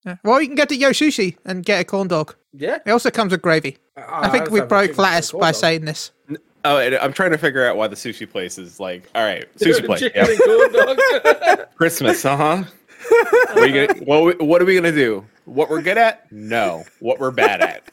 [SPEAKER 1] yeah. well, you can get to Yo Sushi and get a corn dog.
[SPEAKER 2] Yeah.
[SPEAKER 1] It also comes with gravy.
[SPEAKER 2] Ah, Oh,
[SPEAKER 1] I think we broke Lattice by saying this.
[SPEAKER 3] Oh, and I'm trying to figure out why the sushi place is like. All right, sushi place.
[SPEAKER 2] Chicken
[SPEAKER 3] Yeah.
[SPEAKER 2] and corn dog.
[SPEAKER 3] Christmas, uh huh. what, are you gonna- what, what are we gonna do? What we're good at? No. What we're bad at?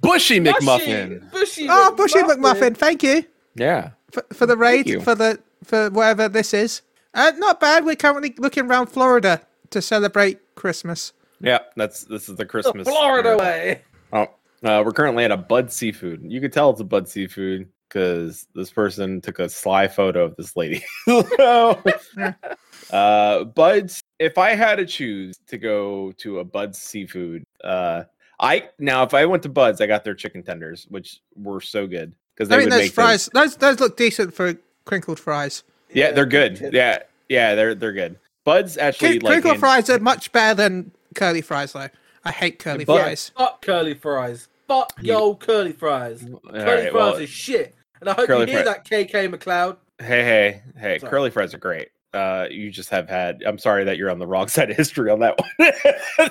[SPEAKER 3] Bushy McMuffin.
[SPEAKER 2] Bushy.
[SPEAKER 1] Oh, Bushy McMuffin, thank you
[SPEAKER 3] Yeah.
[SPEAKER 1] for, for the raid,
[SPEAKER 3] you.
[SPEAKER 1] for the for whatever this is. Uh, not bad. We're currently looking around Florida to celebrate Christmas.
[SPEAKER 3] Yeah. That's this is the Christmas.
[SPEAKER 2] Florida
[SPEAKER 3] year.
[SPEAKER 2] way.
[SPEAKER 3] Oh, uh, we're currently at a Bud Seafood. You could tell it's a Bud Seafood because this person took a sly photo of this lady. So, uh, Bud's. If I had to choose to go to a Bud's Seafood, uh, I now if I went to Bud's, I got their chicken tenders, which were so good because they
[SPEAKER 1] I mean,
[SPEAKER 3] would
[SPEAKER 1] those
[SPEAKER 3] make
[SPEAKER 1] fries, those those look decent for crinkled fries.
[SPEAKER 3] Those, yeah, they're good. Yeah, yeah, they're they're good. Bud's actually
[SPEAKER 1] Crin-
[SPEAKER 3] like
[SPEAKER 1] crinkled
[SPEAKER 3] hand-
[SPEAKER 1] fries are much better than curly fries, though. I hate curly
[SPEAKER 3] But-
[SPEAKER 1] fries.
[SPEAKER 2] Fuck curly fries. Fuck yo curly fries.
[SPEAKER 3] All
[SPEAKER 2] curly fries
[SPEAKER 3] right, well,
[SPEAKER 2] is shit. And I hope you
[SPEAKER 3] curly
[SPEAKER 2] hear
[SPEAKER 3] fri-
[SPEAKER 2] that, KK McLeod.
[SPEAKER 3] Hey, hey, hey,
[SPEAKER 2] Sorry.
[SPEAKER 3] curly fries are great. Uh, you just have had, I'm sorry that you're on the wrong side of history on that one.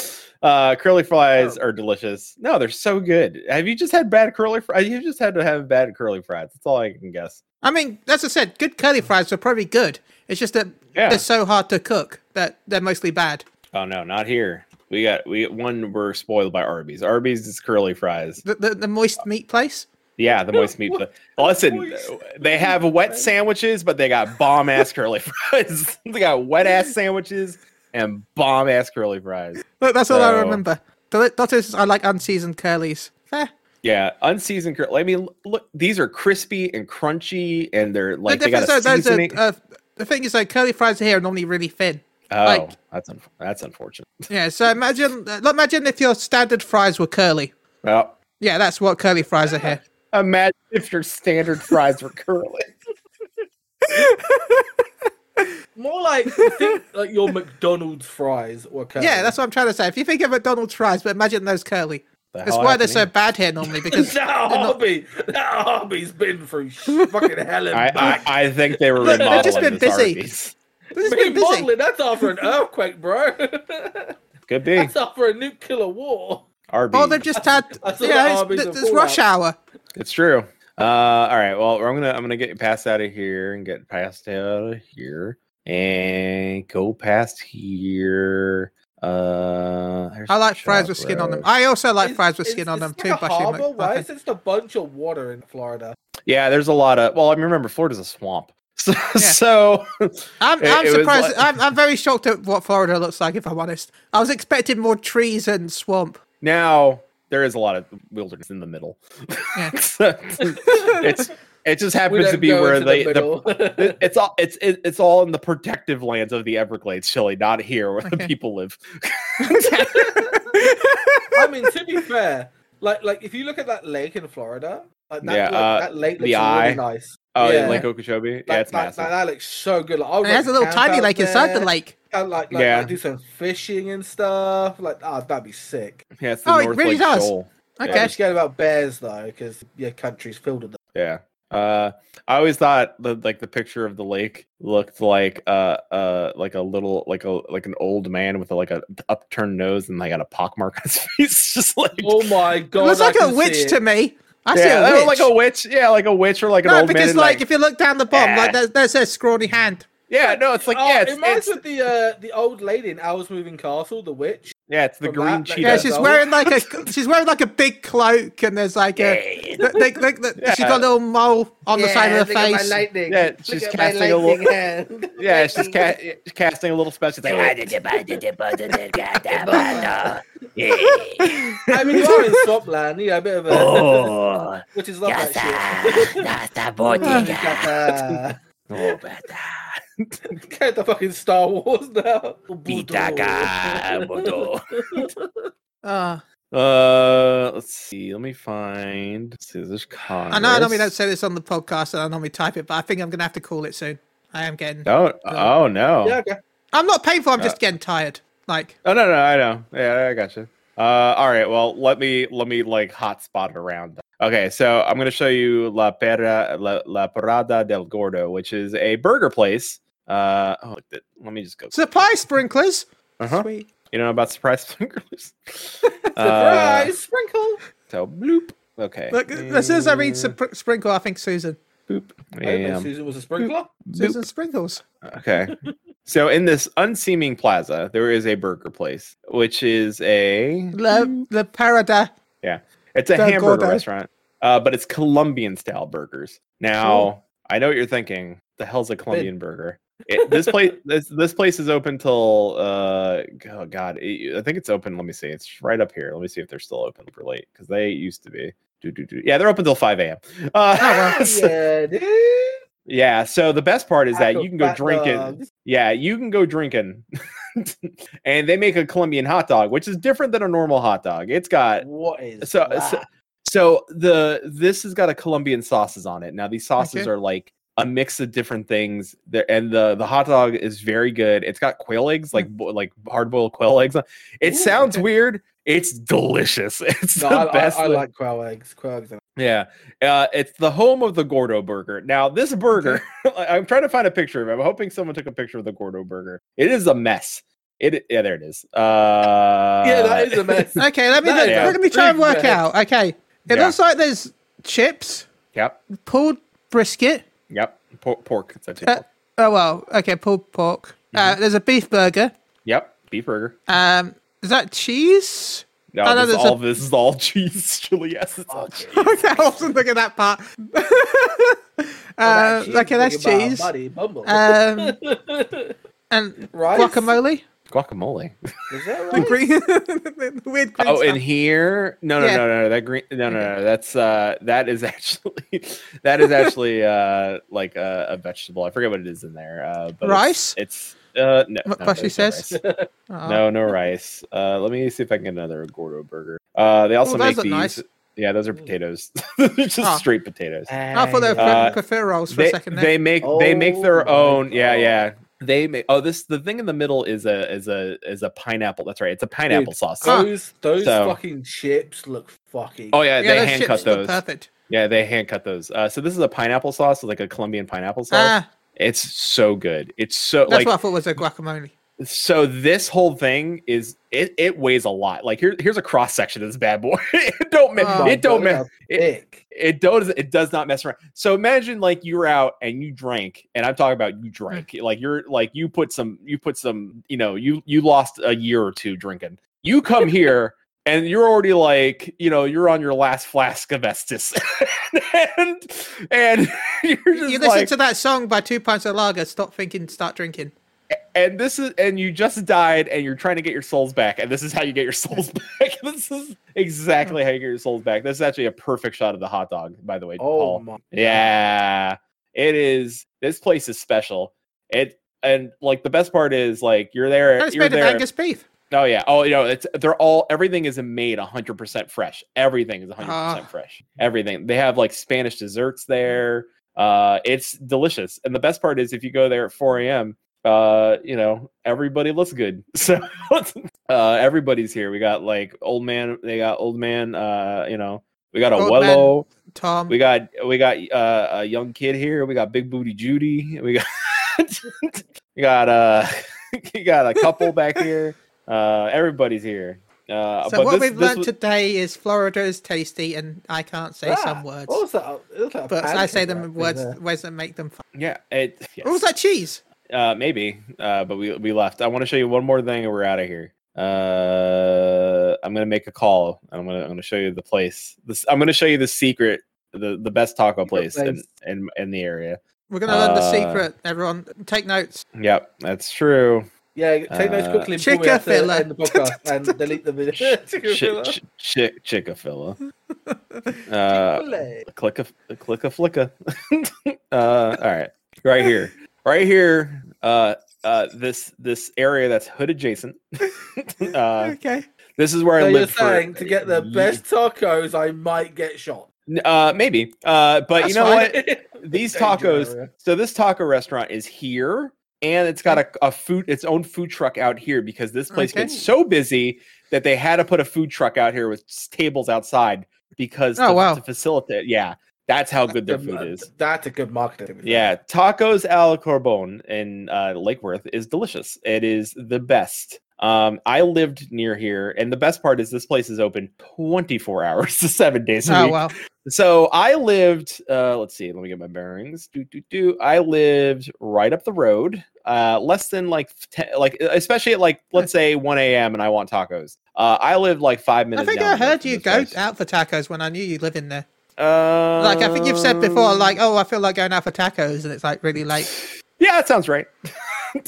[SPEAKER 3] uh, curly fries
[SPEAKER 2] Oh.
[SPEAKER 3] are delicious. No, they're so good. Have you just had bad curly fries? You've just had to have bad curly fries. That's all I can guess.
[SPEAKER 1] I mean, as I said, good curly fries are probably good. It's just that
[SPEAKER 3] Yeah.
[SPEAKER 1] they're so hard to cook that they're mostly bad.
[SPEAKER 3] Oh, no, not here. We got, we one, we're spoiled by Arby's. Arby's is curly fries.
[SPEAKER 1] The, the, the moist meat place.
[SPEAKER 3] Yeah, the moist meat.
[SPEAKER 2] What?
[SPEAKER 3] Listen,
[SPEAKER 2] Moist
[SPEAKER 3] they have wet
[SPEAKER 2] fries.
[SPEAKER 3] sandwiches, but they got bomb ass curly fries. they got wet ass sandwiches and bomb ass curly fries.
[SPEAKER 1] Look, that's all I
[SPEAKER 3] So-
[SPEAKER 1] remember. The that is, I like unseasoned curlies. Fair.
[SPEAKER 3] Yeah, unseasoned. Cur- I mean, l- look, these are crispy and crunchy, and they're like
[SPEAKER 1] the
[SPEAKER 3] they got
[SPEAKER 1] difference,
[SPEAKER 3] a
[SPEAKER 1] though, those
[SPEAKER 3] seasoning.
[SPEAKER 1] are, uh, the thing is, like curly fries here are normally really thin.
[SPEAKER 3] oh,
[SPEAKER 1] like-
[SPEAKER 3] that's un- that's unfortunate.
[SPEAKER 1] Yeah. So imagine, uh, imagine if your standard fries were curly.
[SPEAKER 3] Well,
[SPEAKER 1] Yeah, that's what curly fries are here.
[SPEAKER 3] imagine if your standard fries were curly.
[SPEAKER 2] More like you think like your McDonald's fries were curly.
[SPEAKER 1] Yeah, that's what I'm trying to say. If you think of McDonald's fries, but imagine those curly.
[SPEAKER 3] The
[SPEAKER 1] That's
[SPEAKER 3] hell
[SPEAKER 1] why they're
[SPEAKER 3] happened
[SPEAKER 1] so
[SPEAKER 3] here?
[SPEAKER 1] bad here normally because
[SPEAKER 2] that hobby. That hobby's been through sh- fucking hell and
[SPEAKER 3] I, I
[SPEAKER 2] back.
[SPEAKER 3] I think they were
[SPEAKER 1] Look, they've
[SPEAKER 3] remodeling
[SPEAKER 1] just been
[SPEAKER 3] this
[SPEAKER 1] busy.
[SPEAKER 3] Arby's.
[SPEAKER 1] they've just
[SPEAKER 2] Been
[SPEAKER 1] been busy.
[SPEAKER 2] modeling, that's after an earthquake, bro.
[SPEAKER 3] Could
[SPEAKER 1] Uh,
[SPEAKER 3] be
[SPEAKER 2] that's after a nuclear war.
[SPEAKER 3] Arby's.
[SPEAKER 1] Or they've just had
[SPEAKER 2] I saw that
[SPEAKER 1] yeah,
[SPEAKER 2] Arby's
[SPEAKER 1] it's,
[SPEAKER 2] and
[SPEAKER 1] it's
[SPEAKER 2] Fallout.
[SPEAKER 1] rush hour.
[SPEAKER 3] It's true. Uh, all right. Well, I'm gonna I'm gonna get past out of here and get past out of here and go past here. Uh, there's
[SPEAKER 1] I like
[SPEAKER 3] the
[SPEAKER 1] fries
[SPEAKER 3] shop
[SPEAKER 1] with skin on them.
[SPEAKER 3] road.
[SPEAKER 1] I also like
[SPEAKER 2] It's-
[SPEAKER 1] fries with
[SPEAKER 2] it's-
[SPEAKER 1] skin on
[SPEAKER 2] it's
[SPEAKER 1] them
[SPEAKER 2] like
[SPEAKER 1] too.
[SPEAKER 2] a
[SPEAKER 1] Bushy
[SPEAKER 2] harbor, right?
[SPEAKER 1] McMuffin.
[SPEAKER 2] It's just a bunch of water in Florida.
[SPEAKER 3] Yeah, there's a lot of. Well, I mean, remember Florida's a swamp, so so
[SPEAKER 1] I'm,
[SPEAKER 3] It-
[SPEAKER 1] I'm
[SPEAKER 3] it was
[SPEAKER 1] surprised.
[SPEAKER 3] like-
[SPEAKER 1] I'm, I'm very shocked at what Florida looks like, if I'm honest. I was expecting more trees and swamp.
[SPEAKER 3] now there is a lot of wilderness in the middle.
[SPEAKER 1] Yeah.
[SPEAKER 3] So, it's it just happens to be where
[SPEAKER 2] into
[SPEAKER 3] they the
[SPEAKER 2] middle.
[SPEAKER 3] it- it's all it's it, it's all in the protective lands of the Everglades, Chile, not here where the
[SPEAKER 1] Okay.
[SPEAKER 3] people live.
[SPEAKER 2] I mean, to be fair, like like if you look at that lake in Florida, like that,
[SPEAKER 3] Yeah,
[SPEAKER 2] like,
[SPEAKER 3] uh,
[SPEAKER 2] that lake
[SPEAKER 3] the
[SPEAKER 2] looks
[SPEAKER 3] eye.
[SPEAKER 2] really nice.
[SPEAKER 3] Oh,
[SPEAKER 2] Yeah.
[SPEAKER 3] Lake Okeechobee.
[SPEAKER 2] That,
[SPEAKER 3] yeah, it's
[SPEAKER 2] that,
[SPEAKER 3] massive.
[SPEAKER 2] That, that looks so good. Like, I would
[SPEAKER 1] And it has a
[SPEAKER 2] like
[SPEAKER 1] little
[SPEAKER 2] camp
[SPEAKER 1] tiny
[SPEAKER 2] out
[SPEAKER 1] lake inside the
[SPEAKER 2] there,
[SPEAKER 1] lake.
[SPEAKER 2] And like, like,
[SPEAKER 3] Yeah.
[SPEAKER 2] like do some fishing and stuff. Like, ah, that'd be sick.
[SPEAKER 3] yeah, it's the
[SPEAKER 1] Oh, it
[SPEAKER 3] North
[SPEAKER 1] really
[SPEAKER 3] Lake
[SPEAKER 1] does.
[SPEAKER 3] Shoal.
[SPEAKER 1] Okay.
[SPEAKER 2] I'm scared about bears though, because your country's filled with them.
[SPEAKER 3] Yeah. Uh, I always thought the like the picture of the lake looked like uh uh like a little like a like an old man with a, like a upturned nose and like got a pockmark on his face, just like
[SPEAKER 2] Oh my god!
[SPEAKER 1] it looks
[SPEAKER 2] I
[SPEAKER 1] like
[SPEAKER 2] can
[SPEAKER 1] a
[SPEAKER 2] see
[SPEAKER 1] witch
[SPEAKER 2] it.
[SPEAKER 1] to me. I see
[SPEAKER 3] yeah,
[SPEAKER 1] a
[SPEAKER 3] that
[SPEAKER 1] witch.
[SPEAKER 3] looked like a witch. Yeah, like a witch or like an
[SPEAKER 1] no,
[SPEAKER 3] old man.
[SPEAKER 1] because
[SPEAKER 3] in,
[SPEAKER 1] like, if you look down the bottom,
[SPEAKER 3] Yeah.
[SPEAKER 1] like there's, there's a scrawny hand.
[SPEAKER 3] yeah, no, it's like
[SPEAKER 2] oh,
[SPEAKER 3] yeah,
[SPEAKER 2] it
[SPEAKER 3] it's,
[SPEAKER 2] reminds
[SPEAKER 3] it's
[SPEAKER 2] me of the uh, the old lady in Owl's Moving Castle, the witch.
[SPEAKER 3] yeah, it's the
[SPEAKER 2] from
[SPEAKER 3] green
[SPEAKER 2] that, like-
[SPEAKER 3] cheetah.
[SPEAKER 2] He
[SPEAKER 1] Yeah,
[SPEAKER 2] does,
[SPEAKER 1] she's
[SPEAKER 2] though.
[SPEAKER 1] wearing like a she's wearing like a big cloak, and there's like a
[SPEAKER 3] Yeah.
[SPEAKER 1] th- they- they- they-
[SPEAKER 3] Yeah.
[SPEAKER 1] she's got a little mole on the side of her face.
[SPEAKER 2] lightning.
[SPEAKER 3] Yeah, Look she's at my casting a lo- lightning
[SPEAKER 2] hand.
[SPEAKER 3] Yeah, it's just ca- it's casting a little spell. She's like, "Ah,
[SPEAKER 2] I mean, you are in Scotland, you know, a bit of a
[SPEAKER 3] Oh.
[SPEAKER 2] which is love that shit. Yasa.
[SPEAKER 3] Oh.
[SPEAKER 2] Get the fucking Star Wars now.
[SPEAKER 1] Uh,
[SPEAKER 3] Uh, let's see. Let me find. Let's see, there's Congress.
[SPEAKER 1] I know I normally don't say this on the podcast, and I normally type it, but I think I'm gonna have to call it soon. I am getting.
[SPEAKER 3] Don't. Oh no.
[SPEAKER 2] Yeah, okay.
[SPEAKER 1] I'm not painful. I'm just
[SPEAKER 3] Uh,
[SPEAKER 1] getting tired. Like
[SPEAKER 3] Oh no no I know. Yeah, I gotcha. Uh, all right. Well, let me let me like hotspot it around. Okay, so I'm gonna show you La Pera La, La Parada del Gordo, which is a burger place. Uh, oh, th- let me just go.
[SPEAKER 1] surprise sprinklers.
[SPEAKER 3] Uh-huh. Uh,
[SPEAKER 1] Sweet.
[SPEAKER 3] You know about surprise fingers?
[SPEAKER 2] Surprise, sprinkle.
[SPEAKER 3] so bloop. Okay.
[SPEAKER 1] Look, as soon as I read spr- sprinkle, I think Susan.
[SPEAKER 3] Boop.
[SPEAKER 2] I didn't know
[SPEAKER 3] Yam.
[SPEAKER 2] Susan was a sprinkler.
[SPEAKER 1] Susan sprinkles.
[SPEAKER 3] Okay. so in this unseeming plaza, there is a burger place, which is a
[SPEAKER 1] La, la Parada.
[SPEAKER 3] it's a
[SPEAKER 1] Del
[SPEAKER 3] hamburger
[SPEAKER 1] Gordo.
[SPEAKER 3] restaurant, uh, but it's Colombian style burgers. Now I know what you're thinking. The hell's a Colombian burger? It, this place this this place is open till uh oh god it- I think it's open. Let me see. It's right up here. Let me see if they're still open for late because they used to be. Do, do, do. Yeah, they're open till five a.m. Uh,
[SPEAKER 1] Ah,
[SPEAKER 3] so-
[SPEAKER 2] Oh, yeah, dude.
[SPEAKER 3] yeah. So the best part is that you can go
[SPEAKER 2] Fat
[SPEAKER 3] drinking.
[SPEAKER 2] dogs.
[SPEAKER 3] Yeah, you can go drinking. and they make a Colombian hot dog, which is different than a normal hot dog. It's got
[SPEAKER 2] What is
[SPEAKER 3] so
[SPEAKER 2] that?
[SPEAKER 3] so, so the this has got a Colombian sauces on it. Now these sauces
[SPEAKER 1] Okay.
[SPEAKER 3] are like a mix of different things. There and the the hot dog is very good. It's got quail eggs, like bo- like hard boiled quail eggs. on- It
[SPEAKER 2] Hmm. Ooh,
[SPEAKER 3] sounds
[SPEAKER 2] okay.
[SPEAKER 3] weird. It's delicious. It's
[SPEAKER 2] No,
[SPEAKER 3] the
[SPEAKER 2] I,
[SPEAKER 3] best.
[SPEAKER 2] I, I
[SPEAKER 3] thing.
[SPEAKER 2] like quail eggs. Quail eggs. are-
[SPEAKER 3] Yeah, uh, it's the home of the Gordo burger. Now, this burger, I'm trying to find a picture of it. I'm hoping someone took a picture of the Gordo burger. It is a mess. It yeah, there it is. Uh,
[SPEAKER 2] yeah, that is a mess.
[SPEAKER 1] Okay, let me look-
[SPEAKER 2] That
[SPEAKER 3] is
[SPEAKER 1] let me try and work
[SPEAKER 2] outrageous.
[SPEAKER 1] out. Okay, it
[SPEAKER 3] Yeah.
[SPEAKER 1] looks like there's chips,
[SPEAKER 3] Yep,
[SPEAKER 1] pulled brisket.
[SPEAKER 3] yep. Por- pork. It's actually
[SPEAKER 1] Uh,
[SPEAKER 3] pork.
[SPEAKER 1] oh well, okay, pulled pork.
[SPEAKER 3] Mm-hmm.
[SPEAKER 1] Uh, there's a beef burger.
[SPEAKER 3] Yep, beef burger.
[SPEAKER 1] Um, is that cheese?
[SPEAKER 3] Oh, No,
[SPEAKER 1] I know
[SPEAKER 3] this, is
[SPEAKER 1] there's a-
[SPEAKER 3] all, this is all cheese. Chili, yes, it's all cheese.
[SPEAKER 1] okay, I wasn't looking at that part. uh,
[SPEAKER 2] That cheese
[SPEAKER 1] okay, that's
[SPEAKER 2] making my
[SPEAKER 1] cheese.
[SPEAKER 2] body bubble.
[SPEAKER 1] Um, and
[SPEAKER 2] Rice?
[SPEAKER 1] guacamole.
[SPEAKER 3] Guacamole.
[SPEAKER 2] Is that
[SPEAKER 1] The
[SPEAKER 2] right?
[SPEAKER 1] green, the weird green
[SPEAKER 3] Oh, in
[SPEAKER 1] stuff.
[SPEAKER 3] here? No, no,
[SPEAKER 1] Yeah.
[SPEAKER 3] no, no, no. That green? No, no, no. That's uh, that is actually, that is actually uh, like a, a vegetable. I forget what it is in there. Uh, but it's-
[SPEAKER 1] Rice?
[SPEAKER 3] It's, uh, no.
[SPEAKER 1] What
[SPEAKER 3] no,
[SPEAKER 1] Bussy
[SPEAKER 3] there's no
[SPEAKER 1] says?
[SPEAKER 3] rice.
[SPEAKER 1] Oh.
[SPEAKER 3] No, no rice. Uh, let me see if I can get another Gordo burger. Uh, they also
[SPEAKER 1] those
[SPEAKER 3] make
[SPEAKER 1] look
[SPEAKER 3] these.
[SPEAKER 1] nice. Mm.
[SPEAKER 3] Yeah, those are potatoes. They're just
[SPEAKER 1] Ah.
[SPEAKER 3] straight potatoes.
[SPEAKER 1] I thought they were
[SPEAKER 3] Uh,
[SPEAKER 1] prefer rolls for
[SPEAKER 3] they,
[SPEAKER 1] a second there.
[SPEAKER 3] they make they make their
[SPEAKER 2] Oh
[SPEAKER 3] own
[SPEAKER 2] my
[SPEAKER 3] yeah
[SPEAKER 2] God.
[SPEAKER 3] yeah they make oh this the thing in the middle is a is a is a pineapple that's right it's a pineapple sauce
[SPEAKER 1] Ah.
[SPEAKER 2] Those those
[SPEAKER 3] So-
[SPEAKER 2] fucking chips look fucking.
[SPEAKER 3] oh yeah, they
[SPEAKER 1] those
[SPEAKER 3] hand
[SPEAKER 1] chips
[SPEAKER 3] cut
[SPEAKER 1] look
[SPEAKER 3] those
[SPEAKER 1] Perfect.
[SPEAKER 3] yeah they hand cut those uh so this is a pineapple sauce like a colombian pineapple sauce
[SPEAKER 1] Ah,
[SPEAKER 3] it's so good it's so
[SPEAKER 1] that's
[SPEAKER 3] like
[SPEAKER 1] what I thought was a guacamole.
[SPEAKER 3] so this whole thing is it it weighs a lot like here here's a cross section of this bad boy it don't ma-
[SPEAKER 1] Oh,
[SPEAKER 3] it don't ma-
[SPEAKER 2] matter.
[SPEAKER 3] it- it does it does not mess around so imagine like you were out and you drank and i'm talking
[SPEAKER 1] Mm.
[SPEAKER 3] about you drank like you're like you put some you put some you know you you lost a year or two drinking you come here and you're already like you know you're on your last flask of estes and and you're just
[SPEAKER 1] You listen
[SPEAKER 3] like
[SPEAKER 1] to that song by Two Pints of Lager, Stop Thinking, Start Drinking.
[SPEAKER 3] and this is and you just died and you're trying to get your souls back and this is how you get your souls back this is exactly
[SPEAKER 1] Mm.
[SPEAKER 3] how you get your souls back this is actually a perfect shot of the hot dog by the way
[SPEAKER 2] Oh
[SPEAKER 3] Paul.
[SPEAKER 2] my.
[SPEAKER 3] Yeah, it is. This place is special. It and like the best part is like you're there.
[SPEAKER 1] And it's
[SPEAKER 3] you're
[SPEAKER 1] made of
[SPEAKER 3] there.
[SPEAKER 1] Angus beef.
[SPEAKER 3] Oh yeah. Oh, you know, it's they're all everything is made 100% fresh. Everything is 100%
[SPEAKER 1] Ah.
[SPEAKER 3] fresh. Everything. They have like Spanish desserts there. Uh, it's delicious. And the best part is if you go there at 4 a.m., uh, you know, everybody looks good. So uh, everybody's here. We got like old man. They got old man. Uh, you know, we got a
[SPEAKER 1] Old man.
[SPEAKER 3] Wello.
[SPEAKER 1] Tom.
[SPEAKER 3] We got we got uh, a young kid here. We got Big Booty Judy. We got we got uh you got a couple back here. Uh, everybody's here. Uh,
[SPEAKER 1] so
[SPEAKER 3] but
[SPEAKER 1] what
[SPEAKER 3] this,
[SPEAKER 1] we've
[SPEAKER 3] this
[SPEAKER 1] learned
[SPEAKER 3] was-
[SPEAKER 1] today is Florida is tasty, and I can't say some
[SPEAKER 3] Ah,
[SPEAKER 1] words,
[SPEAKER 2] Ah, What was that? It was like a
[SPEAKER 1] but I say
[SPEAKER 2] pancake
[SPEAKER 1] them
[SPEAKER 2] wrap
[SPEAKER 1] in
[SPEAKER 2] in
[SPEAKER 1] words
[SPEAKER 2] there.
[SPEAKER 1] ways that make them. Fun.
[SPEAKER 3] yeah, it yes.
[SPEAKER 1] What was that cheese?
[SPEAKER 3] Uh, maybe, uh, but we we left. I want to show you one more thing, and we're out of here. Uh, I'm gonna make a call. and I'm gonna I'm gonna show you the place. This I'm gonna show you the secret, the the best taco place in,
[SPEAKER 2] place.
[SPEAKER 3] in in the area.
[SPEAKER 1] We're gonna learn the
[SPEAKER 3] Uh,
[SPEAKER 1] secret. Everyone, take notes.
[SPEAKER 3] Yep, that's true.
[SPEAKER 2] Yeah, take those
[SPEAKER 3] Uh,
[SPEAKER 2] quickly before we have to
[SPEAKER 1] Chick-fil-A.
[SPEAKER 2] end the podcast and delete the video.
[SPEAKER 3] Chick-
[SPEAKER 2] Chick-fil-A.
[SPEAKER 3] ch- chick chickafilla. Uh, click a click a flicka. uh, all right, right here, right here. Uh, uh, this this area that's hood adjacent. uh,
[SPEAKER 1] okay.
[SPEAKER 3] this is where
[SPEAKER 2] So
[SPEAKER 3] I
[SPEAKER 2] you're
[SPEAKER 3] live for
[SPEAKER 2] saying to get the
[SPEAKER 3] ye-
[SPEAKER 2] best tacos, I might get shot.
[SPEAKER 3] Uh, maybe. Uh, but
[SPEAKER 1] That's
[SPEAKER 3] you know
[SPEAKER 1] fine.
[SPEAKER 3] what? These
[SPEAKER 2] Danger
[SPEAKER 3] tacos.
[SPEAKER 2] area.
[SPEAKER 3] So this taco restaurant is here, and it's got a, a food its own food truck out here because this place
[SPEAKER 1] Okay.
[SPEAKER 3] gets so busy that they had to put a food truck out here with s- tables outside because
[SPEAKER 1] Oh,
[SPEAKER 3] to,
[SPEAKER 1] wow.
[SPEAKER 3] to facilitate. Yeah, that's how good their
[SPEAKER 2] Good
[SPEAKER 3] food
[SPEAKER 2] mar-
[SPEAKER 3] is.
[SPEAKER 2] That's a good marketing.
[SPEAKER 3] Yeah, tacos al carbon in uh, Lake Worth is delicious. It is the best. Um, I lived near here, and the best part is this place is open 24 hours to seven days a
[SPEAKER 1] Oh
[SPEAKER 3] week.
[SPEAKER 1] well.
[SPEAKER 3] So I lived. Uh, let's see. Let me get my bearings. Do do do. I lived right up the road. Uh, less than like ten, like e, especially at like let's say one a.m. and I want tacos. Uh, I lived like five
[SPEAKER 1] I
[SPEAKER 3] minutes.
[SPEAKER 1] think
[SPEAKER 3] down
[SPEAKER 1] I
[SPEAKER 3] the road
[SPEAKER 1] heard
[SPEAKER 3] from
[SPEAKER 1] you
[SPEAKER 3] this
[SPEAKER 1] go
[SPEAKER 3] place.
[SPEAKER 1] out for tacos when I knew you live in there.
[SPEAKER 3] Uh,
[SPEAKER 1] Like I think you've said
[SPEAKER 3] Um,
[SPEAKER 1] before, like oh, I feel like going out for tacos, and it's like really late.
[SPEAKER 3] yeah, that sounds right.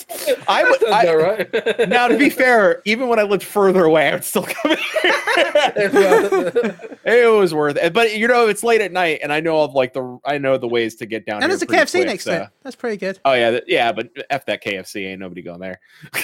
[SPEAKER 2] I
[SPEAKER 3] I would.
[SPEAKER 2] would.
[SPEAKER 3] I,
[SPEAKER 2] right?
[SPEAKER 3] now to be fair, even when I lived further away, I would still come here. it was worth it, but you know, it's late at night, and I know of like the I know the ways to get down.
[SPEAKER 1] And
[SPEAKER 3] here
[SPEAKER 1] there's a
[SPEAKER 3] pretty
[SPEAKER 1] KFC
[SPEAKER 3] quick,
[SPEAKER 1] next
[SPEAKER 3] so-
[SPEAKER 1] to it. That's pretty good.
[SPEAKER 3] Oh yeah, th- yeah, but f that KFC ain't nobody going there.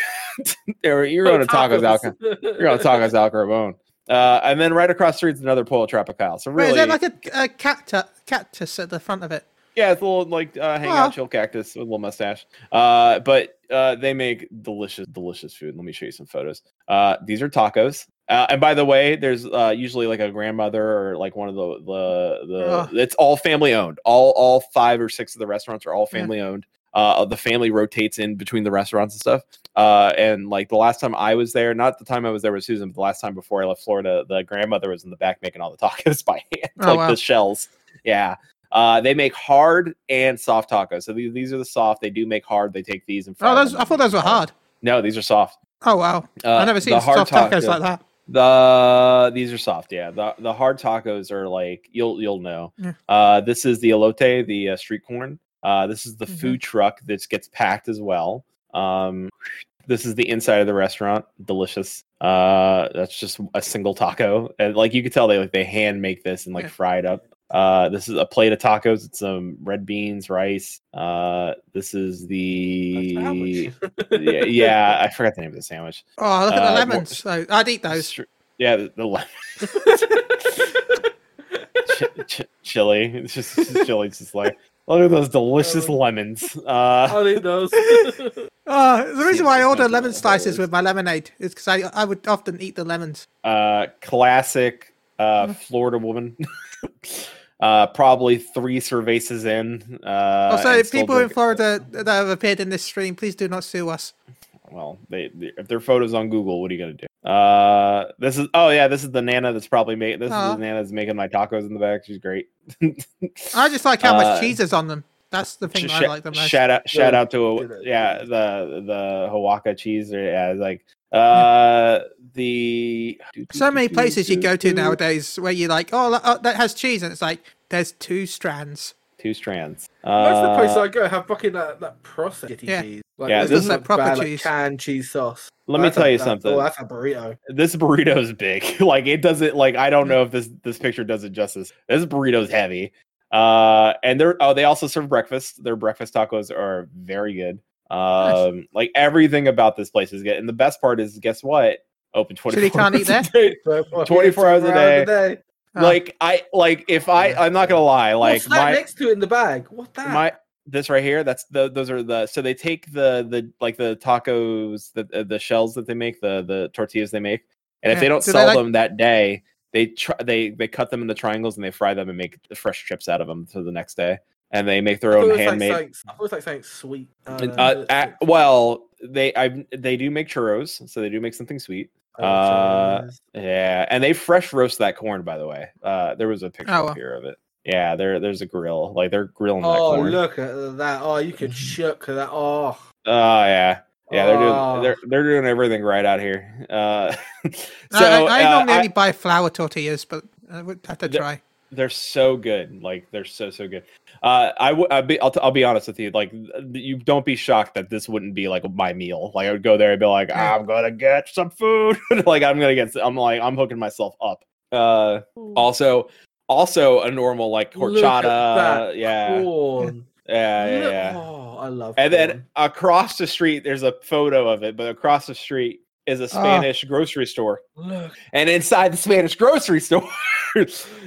[SPEAKER 3] There- you're going to tacos Al Ca- you're going to tacos Al Carbone. Uh, and then right across the street is another Polo Tropical. So
[SPEAKER 1] Wait,
[SPEAKER 3] really,
[SPEAKER 1] is there like a, a cactus, cactus at the front of it?
[SPEAKER 3] yeah, it's a little like uh, hang out,
[SPEAKER 1] Aw.
[SPEAKER 3] chill cactus with a little mustache. Uh, but uh, they make delicious, delicious food. Let me show you some photos. Uh, these are tacos. Uh, and by the way, there's uh, usually like a grandmother or like one of the the, the
[SPEAKER 1] Ugh.
[SPEAKER 3] it's all family owned. All all five or six of the restaurants are all
[SPEAKER 1] Yeah.
[SPEAKER 3] family owned. Uh, the family rotates in between the restaurants and stuff. Uh, and like the last time I was there, not the time I was there with Susan, but the last time before I left Florida, the grandmother was in the back making all the tacos by hand,
[SPEAKER 1] Oh,
[SPEAKER 3] like
[SPEAKER 1] wow.
[SPEAKER 3] the shells. Yeah. Uh, they make hard and soft tacos. So these, these are the soft. They do make hard. They take these and fry
[SPEAKER 1] Oh, those
[SPEAKER 3] them
[SPEAKER 1] I thought those were hard.
[SPEAKER 3] No, these are soft.
[SPEAKER 1] Oh wow,
[SPEAKER 3] Uh,
[SPEAKER 1] I never seen
[SPEAKER 3] the hard
[SPEAKER 1] soft tacos
[SPEAKER 3] taco-
[SPEAKER 1] like that.
[SPEAKER 3] the these are soft, yeah. The the hard tacos are like you'll you'll know.
[SPEAKER 1] Yeah.
[SPEAKER 3] Uh, this is the elote, the uh, street corn. Uh, this is the
[SPEAKER 1] Mhm.
[SPEAKER 3] food truck that gets packed as well. Um, this is the inside of the restaurant, delicious. Uh, that's just a single taco, and like you could tell they like they hand make this and like
[SPEAKER 1] Yeah.
[SPEAKER 3] fry it up. Uh, this is a plate of tacos. It's some red beans, rice. Uh, this is the yeah, yeah, I forgot the name of the sandwich.
[SPEAKER 1] Oh, look at
[SPEAKER 3] Uh,
[SPEAKER 1] the
[SPEAKER 3] what-
[SPEAKER 1] lemons. So I'd eat those.
[SPEAKER 3] Str- Yeah, the, the lemon. Ch- ch- chili. It's just, it's just chili. It's just like look at those delicious
[SPEAKER 2] Oh.
[SPEAKER 3] lemons. Uh,
[SPEAKER 2] I'll eat those.
[SPEAKER 1] Oh, the reason why I
[SPEAKER 3] it's
[SPEAKER 1] order
[SPEAKER 3] not
[SPEAKER 1] lemon
[SPEAKER 3] the
[SPEAKER 1] slices
[SPEAKER 3] lowest.
[SPEAKER 1] with my lemonade is because I I would often eat the lemons.
[SPEAKER 3] uh, classic
[SPEAKER 1] Mm-hmm.
[SPEAKER 3] uh, Florida woman. uh, probably three cervezas in. Uh,
[SPEAKER 1] also,
[SPEAKER 3] and
[SPEAKER 1] if
[SPEAKER 3] still
[SPEAKER 1] Oh, people in
[SPEAKER 3] drinking-
[SPEAKER 1] Florida that have appeared in this stream, please do not sue us.
[SPEAKER 3] Well, they, they if their photos on Google, what are you gonna do? Uh, this is oh yeah, this is the nana that's probably making this
[SPEAKER 1] Aw.
[SPEAKER 3] is the nana that's making my tacos in the back. She's great.
[SPEAKER 1] I just like how
[SPEAKER 3] Uh,
[SPEAKER 1] much cheese is on them. That's the thing
[SPEAKER 3] Sh-
[SPEAKER 1] I
[SPEAKER 3] sh-
[SPEAKER 1] like the most.
[SPEAKER 3] Shout out, shout
[SPEAKER 2] Yeah,
[SPEAKER 3] out to
[SPEAKER 2] good,
[SPEAKER 3] yeah
[SPEAKER 2] good.
[SPEAKER 3] the the Hawaka cheese or yeah like uh the
[SPEAKER 1] so many places you go to nowadays where you're like, oh, that, oh, that has cheese, and it's like there's two strands.
[SPEAKER 3] two strands.
[SPEAKER 2] Most of the places
[SPEAKER 3] Uh,
[SPEAKER 2] I go have fucking that, that processed shitty
[SPEAKER 1] Yeah.
[SPEAKER 2] cheese. Like,
[SPEAKER 3] Yeah,
[SPEAKER 2] there's
[SPEAKER 3] this
[SPEAKER 2] just
[SPEAKER 3] is-
[SPEAKER 1] Like proper
[SPEAKER 2] bad,
[SPEAKER 1] cheese.
[SPEAKER 2] canned cheese sauce.
[SPEAKER 3] let me
[SPEAKER 2] That's a-
[SPEAKER 3] tell you
[SPEAKER 2] that's-
[SPEAKER 3] something.
[SPEAKER 2] Oh, that's a burrito.
[SPEAKER 3] This burrito is big. like it doesn't like I don't know if this this picture does it justice. This burrito's heavy. Uh, and they're oh they also serve breakfast. Their breakfast tacos are very good. Um, like everything about this place is good. And the best part is, guess what? Open
[SPEAKER 1] So
[SPEAKER 3] twenty.
[SPEAKER 1] they can't eat there?
[SPEAKER 2] Twenty-four
[SPEAKER 3] 24 hours a day.
[SPEAKER 1] Oh.
[SPEAKER 3] Like I like if I I'm not gonna lie. Like
[SPEAKER 2] What's that
[SPEAKER 3] my
[SPEAKER 2] next to it in the bag? What that?
[SPEAKER 3] my this right here that's the those are the so they take the the like the tacos the uh, the shells that they make the the tortillas they make and if
[SPEAKER 1] Yeah,
[SPEAKER 3] they don't
[SPEAKER 1] so they
[SPEAKER 3] sell
[SPEAKER 1] like-
[SPEAKER 3] them that day they try they they cut them into triangles and they fry them and make the fresh chips out of them for the next day and they make their
[SPEAKER 2] I thought it
[SPEAKER 3] own
[SPEAKER 2] was like
[SPEAKER 3] handmade
[SPEAKER 2] something- I thought it was like something sweet.
[SPEAKER 3] and, uh, a- well they i they do make churros so they do make something sweet uh, yeah and they fresh roast that corn by the way uh there was a picture
[SPEAKER 1] Oh,
[SPEAKER 3] up
[SPEAKER 1] wow.
[SPEAKER 3] here of it yeah there there's a grill like they're grilling that Mm-hmm.
[SPEAKER 2] oh
[SPEAKER 3] corn
[SPEAKER 2] look at that! Oh, you could shook that. Oh,
[SPEAKER 3] Oh yeah, yeah. They're
[SPEAKER 2] Oh.
[SPEAKER 3] doing they're they're doing everything right out here. Uh,
[SPEAKER 1] I-
[SPEAKER 3] so
[SPEAKER 1] I, I
[SPEAKER 3] uh,
[SPEAKER 1] normally
[SPEAKER 3] I-
[SPEAKER 1] only buy flour tortillas, but I would have to
[SPEAKER 3] The-
[SPEAKER 1] try.
[SPEAKER 3] they're so good. Like they're so so good. Uh, I w- I'll be I'll, t- I'll be honest with you. Like th- you don't be shocked that this wouldn't be like my meal. Like I would go there and be like,
[SPEAKER 1] Yeah.
[SPEAKER 3] I'm gonna get some food. like I'm gonna get. s- I'm like I'm hooking myself up. Uh, also. Also, a normal like
[SPEAKER 2] Look at
[SPEAKER 3] horchata,
[SPEAKER 2] that
[SPEAKER 3] yeah,
[SPEAKER 2] corn.
[SPEAKER 3] yeah, yeah,
[SPEAKER 2] Look-
[SPEAKER 3] yeah.
[SPEAKER 2] Oh, I love.
[SPEAKER 3] And then
[SPEAKER 2] corn.
[SPEAKER 3] across the street, there's a photo of it, but across the street is
[SPEAKER 2] Ah.
[SPEAKER 3] a Spanish grocery store.
[SPEAKER 2] look.
[SPEAKER 3] And inside the Spanish grocery store,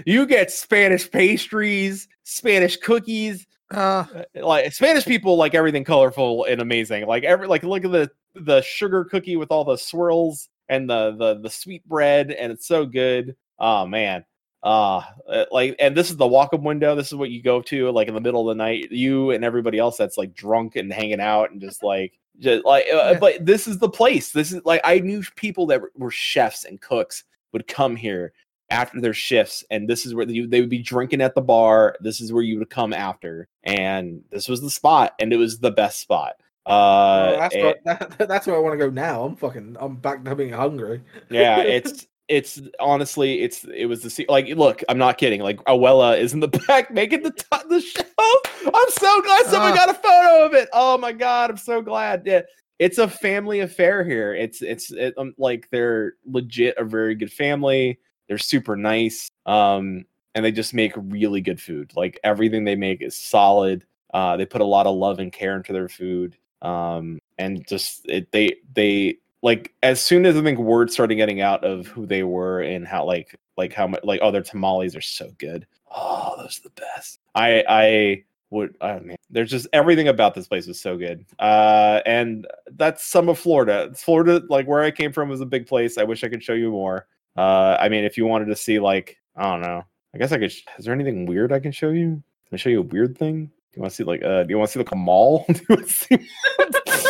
[SPEAKER 3] you get Spanish pastries, Spanish cookies.
[SPEAKER 1] Uh,
[SPEAKER 3] uh, Like Spanish people like everything colorful and amazing. Like every like look at the the sugar cookie with all the swirls and the the the sweet bread, and it's so good. Oh man. Uh uh, like and this is the walk-up window. This is what you go to like in the middle of the night. You and everybody else that's like drunk and hanging out and just like just like uh,
[SPEAKER 1] Yeah.
[SPEAKER 3] but this is the place. This is like I knew people that were- were chefs and cooks would come here after their shifts and this is where you, they would be drinking at the bar. This is where you would come after and this was the spot and it was the best spot. Uh
[SPEAKER 2] Oh, that's,
[SPEAKER 3] and-
[SPEAKER 2] where, that, that's where I want to go now. I'm fucking. I'm back to being hungry.
[SPEAKER 3] yeah it's it's honestly it's it was the se- like look i'm not kidding like awella is in the back making the top the show i'm so glad someone
[SPEAKER 1] Ah.
[SPEAKER 3] got a photo of it oh my god i'm so glad yeah it's a family affair here it's it's it, um, like they're legit a very good family they're super nice um and they just make really good food like everything they make is solid uh they put a lot of love and care into their food um and just it, they they like as soon as i think word started getting out of who they were and how like like how much like oh their tamales are so good oh those are the best i i would oh man there's just everything about this place is so good uh and that's some of florida florida like where i came from was a big place i wish i could show you more uh i mean if you wanted to see like i don't know i guess i could sh- is there anything weird i can show you can i show you a weird thing do you want to see like uh do you want to see like a mall do you want to see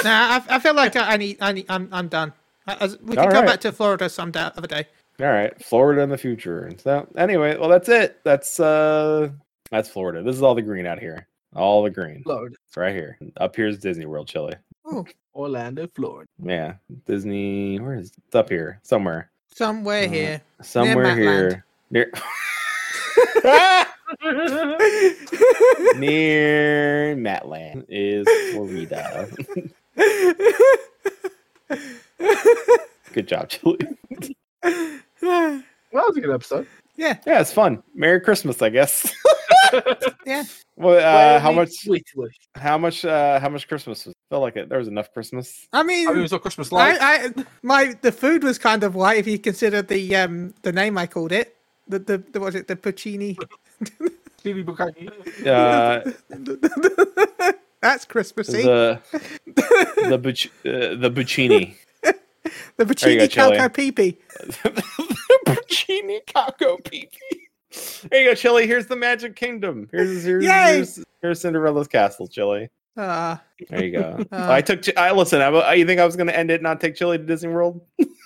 [SPEAKER 1] nah, I, I feel like I, I need, I need, I'm, I'm done. I- I- we can
[SPEAKER 3] All
[SPEAKER 1] go
[SPEAKER 3] right.
[SPEAKER 1] back to Florida some da- other day.
[SPEAKER 3] All right, Florida in the future. So anyway, well that's it. That's uh that's Florida. This is all the green out here. All the green.
[SPEAKER 2] Florida,
[SPEAKER 3] It's right here. Up here is Disney World, Chile.
[SPEAKER 1] Ooh,
[SPEAKER 2] Orlando, Florida.
[SPEAKER 3] Yeah, Disney. Where is it's up here? Somewhere.
[SPEAKER 1] somewhere
[SPEAKER 3] Uh,
[SPEAKER 1] here.
[SPEAKER 3] Somewhere
[SPEAKER 1] Matland.
[SPEAKER 3] here. Near. Near Matland is Florida. Good job, Chile.
[SPEAKER 2] Well, that was a good episode.
[SPEAKER 1] yeah,
[SPEAKER 3] Yeah, it's fun. Merry Christmas, I guess.
[SPEAKER 1] Yeah.
[SPEAKER 3] Well, uh,
[SPEAKER 2] Well,
[SPEAKER 3] how
[SPEAKER 2] we-
[SPEAKER 3] much?
[SPEAKER 2] we- we-
[SPEAKER 3] How much? uh How much Christmas was? Felt like it. There was enough Christmas.
[SPEAKER 1] I
[SPEAKER 2] I mean, it
[SPEAKER 1] mean,
[SPEAKER 2] was a Christmas light.
[SPEAKER 1] I, I, my the food was kind of white if you consider the um the name I called it. The the, the was it the Puccini?
[SPEAKER 2] Stevie Bukaki.
[SPEAKER 3] Uh,
[SPEAKER 1] That's Christmassy. The,
[SPEAKER 3] the the buc- uh, the buccini.
[SPEAKER 1] the
[SPEAKER 3] you
[SPEAKER 1] Puccini
[SPEAKER 3] go, Chile.
[SPEAKER 1] Calco Peepee.
[SPEAKER 3] the buccini caco pee There you go, Chili. Here's the Magic Kingdom. Here's here's,
[SPEAKER 1] Yay!
[SPEAKER 3] here's, here's Cinderella's castle, Chili.
[SPEAKER 1] Ah,
[SPEAKER 3] There you go.
[SPEAKER 1] Uh.
[SPEAKER 3] I took. Chi- I listen. I, I- you think I was going to end it, not take Chili to Disney World?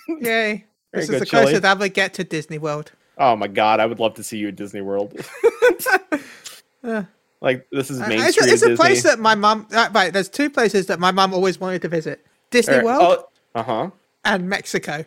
[SPEAKER 1] yay.
[SPEAKER 3] There you
[SPEAKER 1] This
[SPEAKER 3] go,
[SPEAKER 1] is the
[SPEAKER 3] Chile.
[SPEAKER 1] closest I ever get to Disney World.
[SPEAKER 3] Oh my God, I would love to see you at Disney World.
[SPEAKER 1] Uh,
[SPEAKER 3] like this is
[SPEAKER 1] uh,
[SPEAKER 3] mainstream
[SPEAKER 1] it's a, it's a
[SPEAKER 3] Disney.
[SPEAKER 1] place that my mum. Uh, right, there's two places that my mum always wanted to visit: Disney World
[SPEAKER 3] Uh huh.
[SPEAKER 1] and Mexico.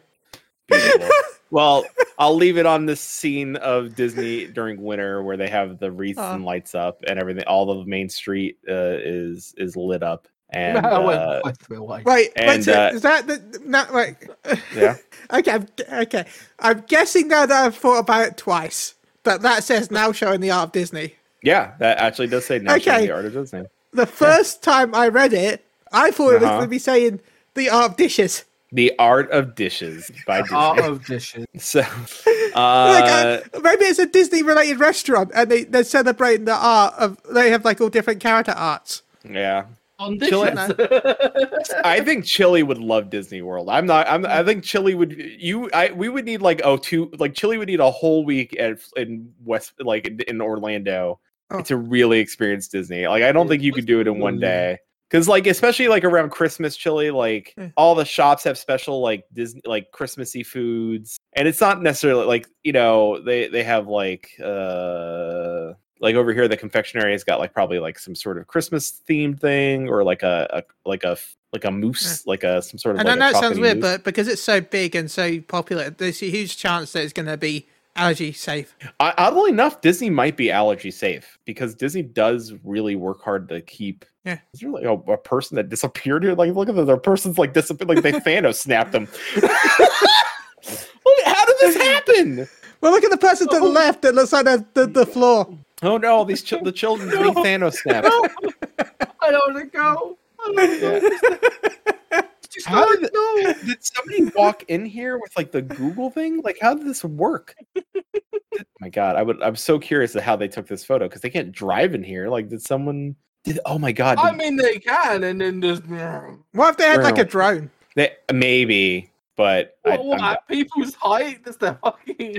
[SPEAKER 3] Beautiful. well, I'll leave it on this scene of Disney during winter where they have the wreaths
[SPEAKER 1] Aw.
[SPEAKER 3] and lights up and everything. All of Main Street uh, is is lit up. And
[SPEAKER 2] I went
[SPEAKER 3] uh,
[SPEAKER 2] quite a bit wide.
[SPEAKER 1] Right,
[SPEAKER 3] And,
[SPEAKER 1] wait, so
[SPEAKER 3] uh,
[SPEAKER 1] is that the no, wait?
[SPEAKER 3] yeah,
[SPEAKER 1] Okay, I'm, gu- okay. I'm guessing now that I've thought about it twice. That that says now showing the art of Disney.
[SPEAKER 3] yeah, that actually does say National
[SPEAKER 1] Okay.
[SPEAKER 3] the Art of Disney.
[SPEAKER 1] The first time I read it, I thought it was
[SPEAKER 3] Uh-huh.
[SPEAKER 1] going to be saying the art of dishes.
[SPEAKER 3] The Art of Dishes by Disney.
[SPEAKER 2] Art of dishes.
[SPEAKER 3] so,
[SPEAKER 1] Oh. Like,
[SPEAKER 3] uh,
[SPEAKER 1] uh, maybe it's a Disney-related restaurant, and they they're celebrating the art of. They have like all different character arts.
[SPEAKER 3] yeah,
[SPEAKER 2] On
[SPEAKER 3] Chill
[SPEAKER 2] dishes.
[SPEAKER 3] I think Chili would love Disney World. I'm not. I'm. I think Chili would. You. I. We would need like oh two. Like Chili would need a whole week at in West like in, in Orlando
[SPEAKER 1] Oh.
[SPEAKER 3] to really experience Disney. Like I don't
[SPEAKER 2] Yeah,
[SPEAKER 3] think you could do it in one
[SPEAKER 2] Orlando.
[SPEAKER 3] day. Cause like especially like around Christmas, Chili, like
[SPEAKER 1] Yeah.
[SPEAKER 3] all the shops have special like Disney like Christmassy foods, and it's not necessarily like you know they they have like uh like over here the confectionery has got like probably like some sort of christmas themed thing or like a, a like a like a moose like a some sort of
[SPEAKER 1] And Mm.
[SPEAKER 3] like
[SPEAKER 1] I know
[SPEAKER 3] a
[SPEAKER 1] it sounds
[SPEAKER 3] chocolatey
[SPEAKER 1] weird,
[SPEAKER 3] mousse.
[SPEAKER 1] but because it's so big and so popular, there's a huge chance that it's going to be allergy safe.
[SPEAKER 3] I, oddly enough disney might be allergy safe because disney does really work hard to keep
[SPEAKER 1] Yeah.
[SPEAKER 3] is there like a, a person that disappeared here like look at the, the person's like disappeared like they thanos snapped them Look, how did this happen
[SPEAKER 1] Well, look at the person to the left that looks like the, the, the floor.
[SPEAKER 3] oh no these chil- the children being thanos snapped
[SPEAKER 2] I don't want to go. I don't want to go. Just
[SPEAKER 3] How
[SPEAKER 2] let
[SPEAKER 3] did-
[SPEAKER 2] it go.
[SPEAKER 3] did somebody walk in here with like the Google thing? Like, how did this work? my God, I would. I'm so curious at how they took this photo because they can't drive in here. Like, did someone? Did oh my God?
[SPEAKER 2] I
[SPEAKER 3] did
[SPEAKER 2] mean, they can, and then just. Well,
[SPEAKER 1] What if they had like a
[SPEAKER 3] Well.
[SPEAKER 1] drone?
[SPEAKER 3] they- maybe, but I,
[SPEAKER 2] well,
[SPEAKER 3] I'm-
[SPEAKER 2] at people's height, that's their fucking.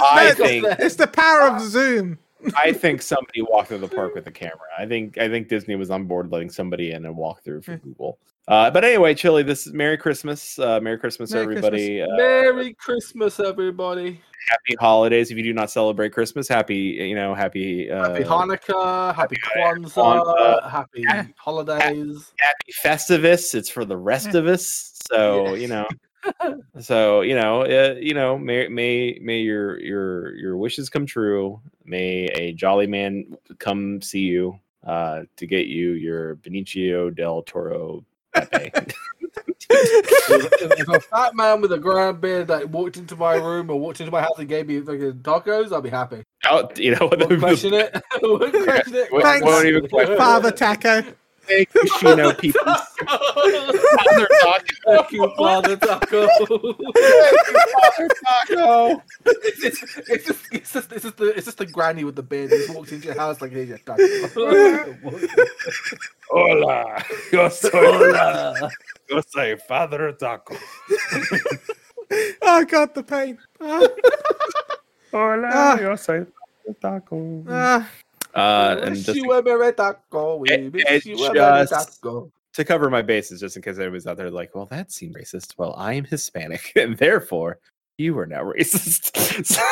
[SPEAKER 3] I
[SPEAKER 1] No,
[SPEAKER 3] think
[SPEAKER 1] It's the power of Zoom.
[SPEAKER 3] I think somebody walked through the park with a camera. I think I think Disney was on board letting somebody in and walk through for
[SPEAKER 1] Yeah.
[SPEAKER 3] Google. Uh, but anyway, Chili, this is Merry Christmas. Uh, Merry Christmas,
[SPEAKER 1] Merry Christmas.
[SPEAKER 3] everybody. Uh,
[SPEAKER 2] Merry Christmas, everybody.
[SPEAKER 3] happy holidays. If you do not celebrate Christmas, happy, you know, happy uh,
[SPEAKER 2] Happy Hanukkah, happy Kwanzaa,
[SPEAKER 3] Kwanzaa.
[SPEAKER 2] happy
[SPEAKER 1] Yeah.
[SPEAKER 2] holidays.
[SPEAKER 3] happy festivus it's for the rest
[SPEAKER 1] Yeah.
[SPEAKER 3] of us so you know so you know uh, you know may may may your your your wishes come true may a jolly man come see you uh to get you your benicio del toro Pepe.
[SPEAKER 2] if, if a fat man with a grand beard that walked into my room or walked into my house and gave me fucking tacos, I'd be happy.
[SPEAKER 3] out you know the,
[SPEAKER 2] Wouldn't question
[SPEAKER 3] the
[SPEAKER 2] it. Wouldn't question it.
[SPEAKER 3] won't-
[SPEAKER 1] Thanks.
[SPEAKER 3] won't even question it.
[SPEAKER 1] Father Taco.
[SPEAKER 3] big Cushino people Father Taco.
[SPEAKER 2] Thank you, Father Taco.
[SPEAKER 3] Father Taco.
[SPEAKER 2] it's, it's, it's, just, it's, just, it's, just the, it's just the granny with the beard who's walked into your house like, here's your taco.
[SPEAKER 3] hola yo soy yo soy Father Taco
[SPEAKER 1] Oh god, the pain.
[SPEAKER 3] Oh,
[SPEAKER 1] Ah,
[SPEAKER 3] hola
[SPEAKER 1] Ah.
[SPEAKER 3] yo soy Father Taco
[SPEAKER 1] ah.
[SPEAKER 3] Uh,
[SPEAKER 2] We
[SPEAKER 3] and
[SPEAKER 2] wish
[SPEAKER 3] just
[SPEAKER 2] you a merry taco. We
[SPEAKER 3] It-
[SPEAKER 2] wish
[SPEAKER 3] it
[SPEAKER 2] you a merry
[SPEAKER 3] just-
[SPEAKER 2] taco.
[SPEAKER 3] to cover my bases, just in case anybody's out there like, well, that seemed racist. Well, I am Hispanic, and therefore you are now racist. So-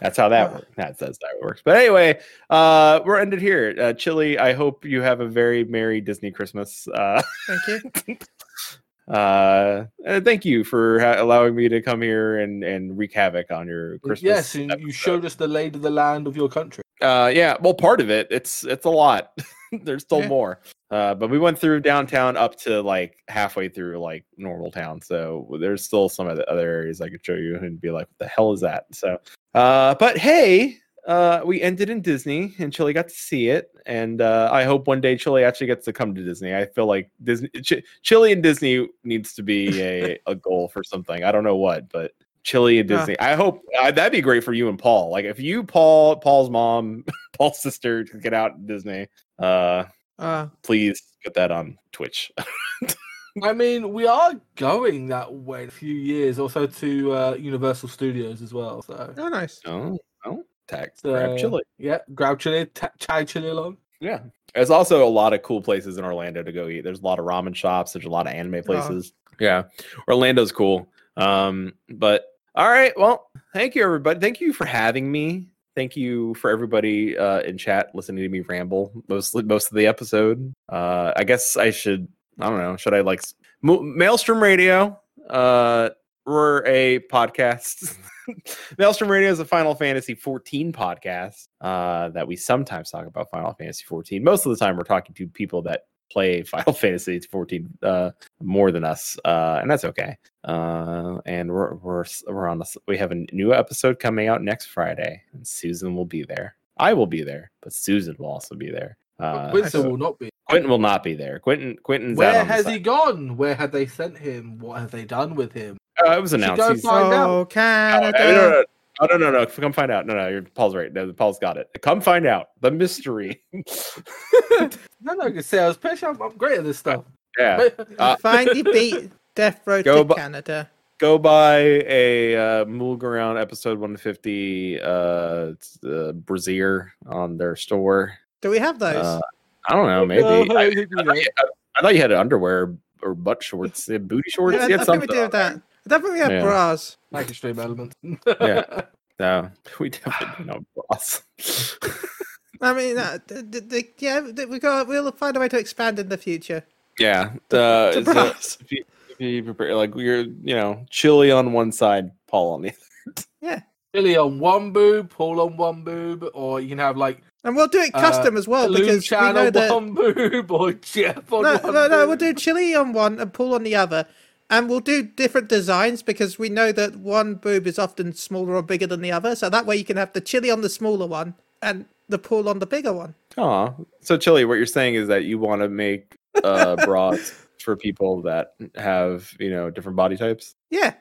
[SPEAKER 3] that's how that
[SPEAKER 1] Wow.
[SPEAKER 3] works. That's, that's how it works. But anyway, uh, we're ended here. Uh, Chili, I hope you have a very merry Disney Christmas. Uh,
[SPEAKER 1] Thank you.
[SPEAKER 3] uh, and thank you for ha- allowing me to come here and and wreak havoc on your Christmas.
[SPEAKER 2] yes, and you
[SPEAKER 3] episode.
[SPEAKER 2] showed us the lay of the land of your country.
[SPEAKER 3] Uh, yeah, well, part of it. It's it's a lot. There's still
[SPEAKER 1] Yeah.
[SPEAKER 3] more. Uh, but we went through downtown up to like halfway through like normal town. So there's still some of the other areas I could show you and be like, what the hell is that? So, uh, but hey, uh, we ended in Disney and Chili got to see it. And uh, I hope one day Chili actually gets to come to Disney. I feel like Disney, Ch- Chili and Disney needs to be a, a goal for something. I don't know what, but Chili and
[SPEAKER 1] Yeah.
[SPEAKER 3] Disney. I hope I, that'd be great for you and Paul. Like if you, Paul, Paul's mom, Paul's sister, could get out to Disney, uh,
[SPEAKER 1] Uh,
[SPEAKER 3] please put that on Twitch.
[SPEAKER 2] I mean, we are going that way in a few years, also to uh, Universal Studios as well. So,
[SPEAKER 1] oh nice.
[SPEAKER 3] oh, oh, tag,
[SPEAKER 2] So,
[SPEAKER 3] grab Chili.
[SPEAKER 2] yeah, grab chili, t- chai chili along.
[SPEAKER 3] Yeah, there's also a lot of cool places in Orlando to go eat. There's a lot of ramen shops. There's a lot of anime places. Yeah, Orlando's cool. Um, but all right, well, thank you everybody. Thank you for having me. Thank you for everybody uh, in chat listening to me ramble mostly most of the episode. Uh, I guess I should. I don't know. Should I like s- Mo- Maelstrom Radio? Uh, we're a podcast. Maelstrom Radio is a Final Fantasy 14 podcast uh, that we sometimes talk about Final Fantasy 14. Most of the time, we're talking to people that play Final Fantasy 14 uh, more than us, uh, and that's okay. Uh, and we're we're s- we're on this. We have a new episode coming out next Friday, and Susan will be there. I will be there, but Susan will also be there. Uh,
[SPEAKER 2] Winston
[SPEAKER 3] so-
[SPEAKER 2] will not be.
[SPEAKER 3] Quentin will not be there. Quentin Quentin's out
[SPEAKER 2] Where
[SPEAKER 3] on the
[SPEAKER 2] has
[SPEAKER 3] side.
[SPEAKER 2] he gone? Where have they sent him? What have they done with him?
[SPEAKER 3] Uh, it was
[SPEAKER 2] should
[SPEAKER 3] announced.
[SPEAKER 2] go
[SPEAKER 3] He's-
[SPEAKER 1] Oh,
[SPEAKER 2] find out.
[SPEAKER 3] Oh, no, no,
[SPEAKER 1] Canada.
[SPEAKER 3] no. Oh, no, no, no. Come find out. No, no. Your Paul's right. No, Paul's got it. Come find out. The mystery.
[SPEAKER 2] No, no, I can say I was pretty sure I'm, I'm great at this stuff.
[SPEAKER 3] yeah. Uh,
[SPEAKER 1] Finally beat Death Road
[SPEAKER 3] Go
[SPEAKER 1] to
[SPEAKER 3] bu-
[SPEAKER 1] Canada.
[SPEAKER 3] Go buy a uh, Moog around episode 150 uh, it's, uh, Brazier on their store.
[SPEAKER 1] Do we have those?
[SPEAKER 3] Uh, I don't know. Maybe.
[SPEAKER 2] Oh,
[SPEAKER 3] I,
[SPEAKER 2] you
[SPEAKER 3] I
[SPEAKER 2] know.
[SPEAKER 3] thought you, I, I thought you had underwear or butt shorts. You had booty shorts.
[SPEAKER 1] Yeah, I,
[SPEAKER 3] you
[SPEAKER 1] I
[SPEAKER 3] had
[SPEAKER 1] think we
[SPEAKER 3] something.
[SPEAKER 1] do have that. I don't think we have
[SPEAKER 3] Yeah.
[SPEAKER 1] bras.
[SPEAKER 2] like extreme elements.
[SPEAKER 3] Yeah. No, we definitely don't have bras.
[SPEAKER 1] I mean, uh, d- d- d- yeah, d- we got. We'll find a way to expand in the future.
[SPEAKER 3] Yeah, uh,
[SPEAKER 1] to
[SPEAKER 3] so
[SPEAKER 1] bras.
[SPEAKER 3] if you, if you prepare, like you're, you know, chili on one side, Paul on the other.
[SPEAKER 2] Billy on one boob, Paul on one boob, or you can have like
[SPEAKER 1] And we'll do it
[SPEAKER 2] Uh,
[SPEAKER 1] custom as well
[SPEAKER 2] Luke
[SPEAKER 1] because we
[SPEAKER 2] Chan
[SPEAKER 1] know
[SPEAKER 2] on
[SPEAKER 1] that.
[SPEAKER 2] one boob, or Jeff on
[SPEAKER 1] No,
[SPEAKER 2] one
[SPEAKER 1] no, no, we'll
[SPEAKER 2] boob.
[SPEAKER 1] do chili on one and Paul on the other. And we'll do different designs because we know that one boob is often smaller or bigger than the other. So that way you can have the chili on the smaller one and the Paul on the bigger one.
[SPEAKER 3] Aw, so chili, what you're saying is that you want to make uh, bras for people that have, you know, different body types.
[SPEAKER 1] Yeah.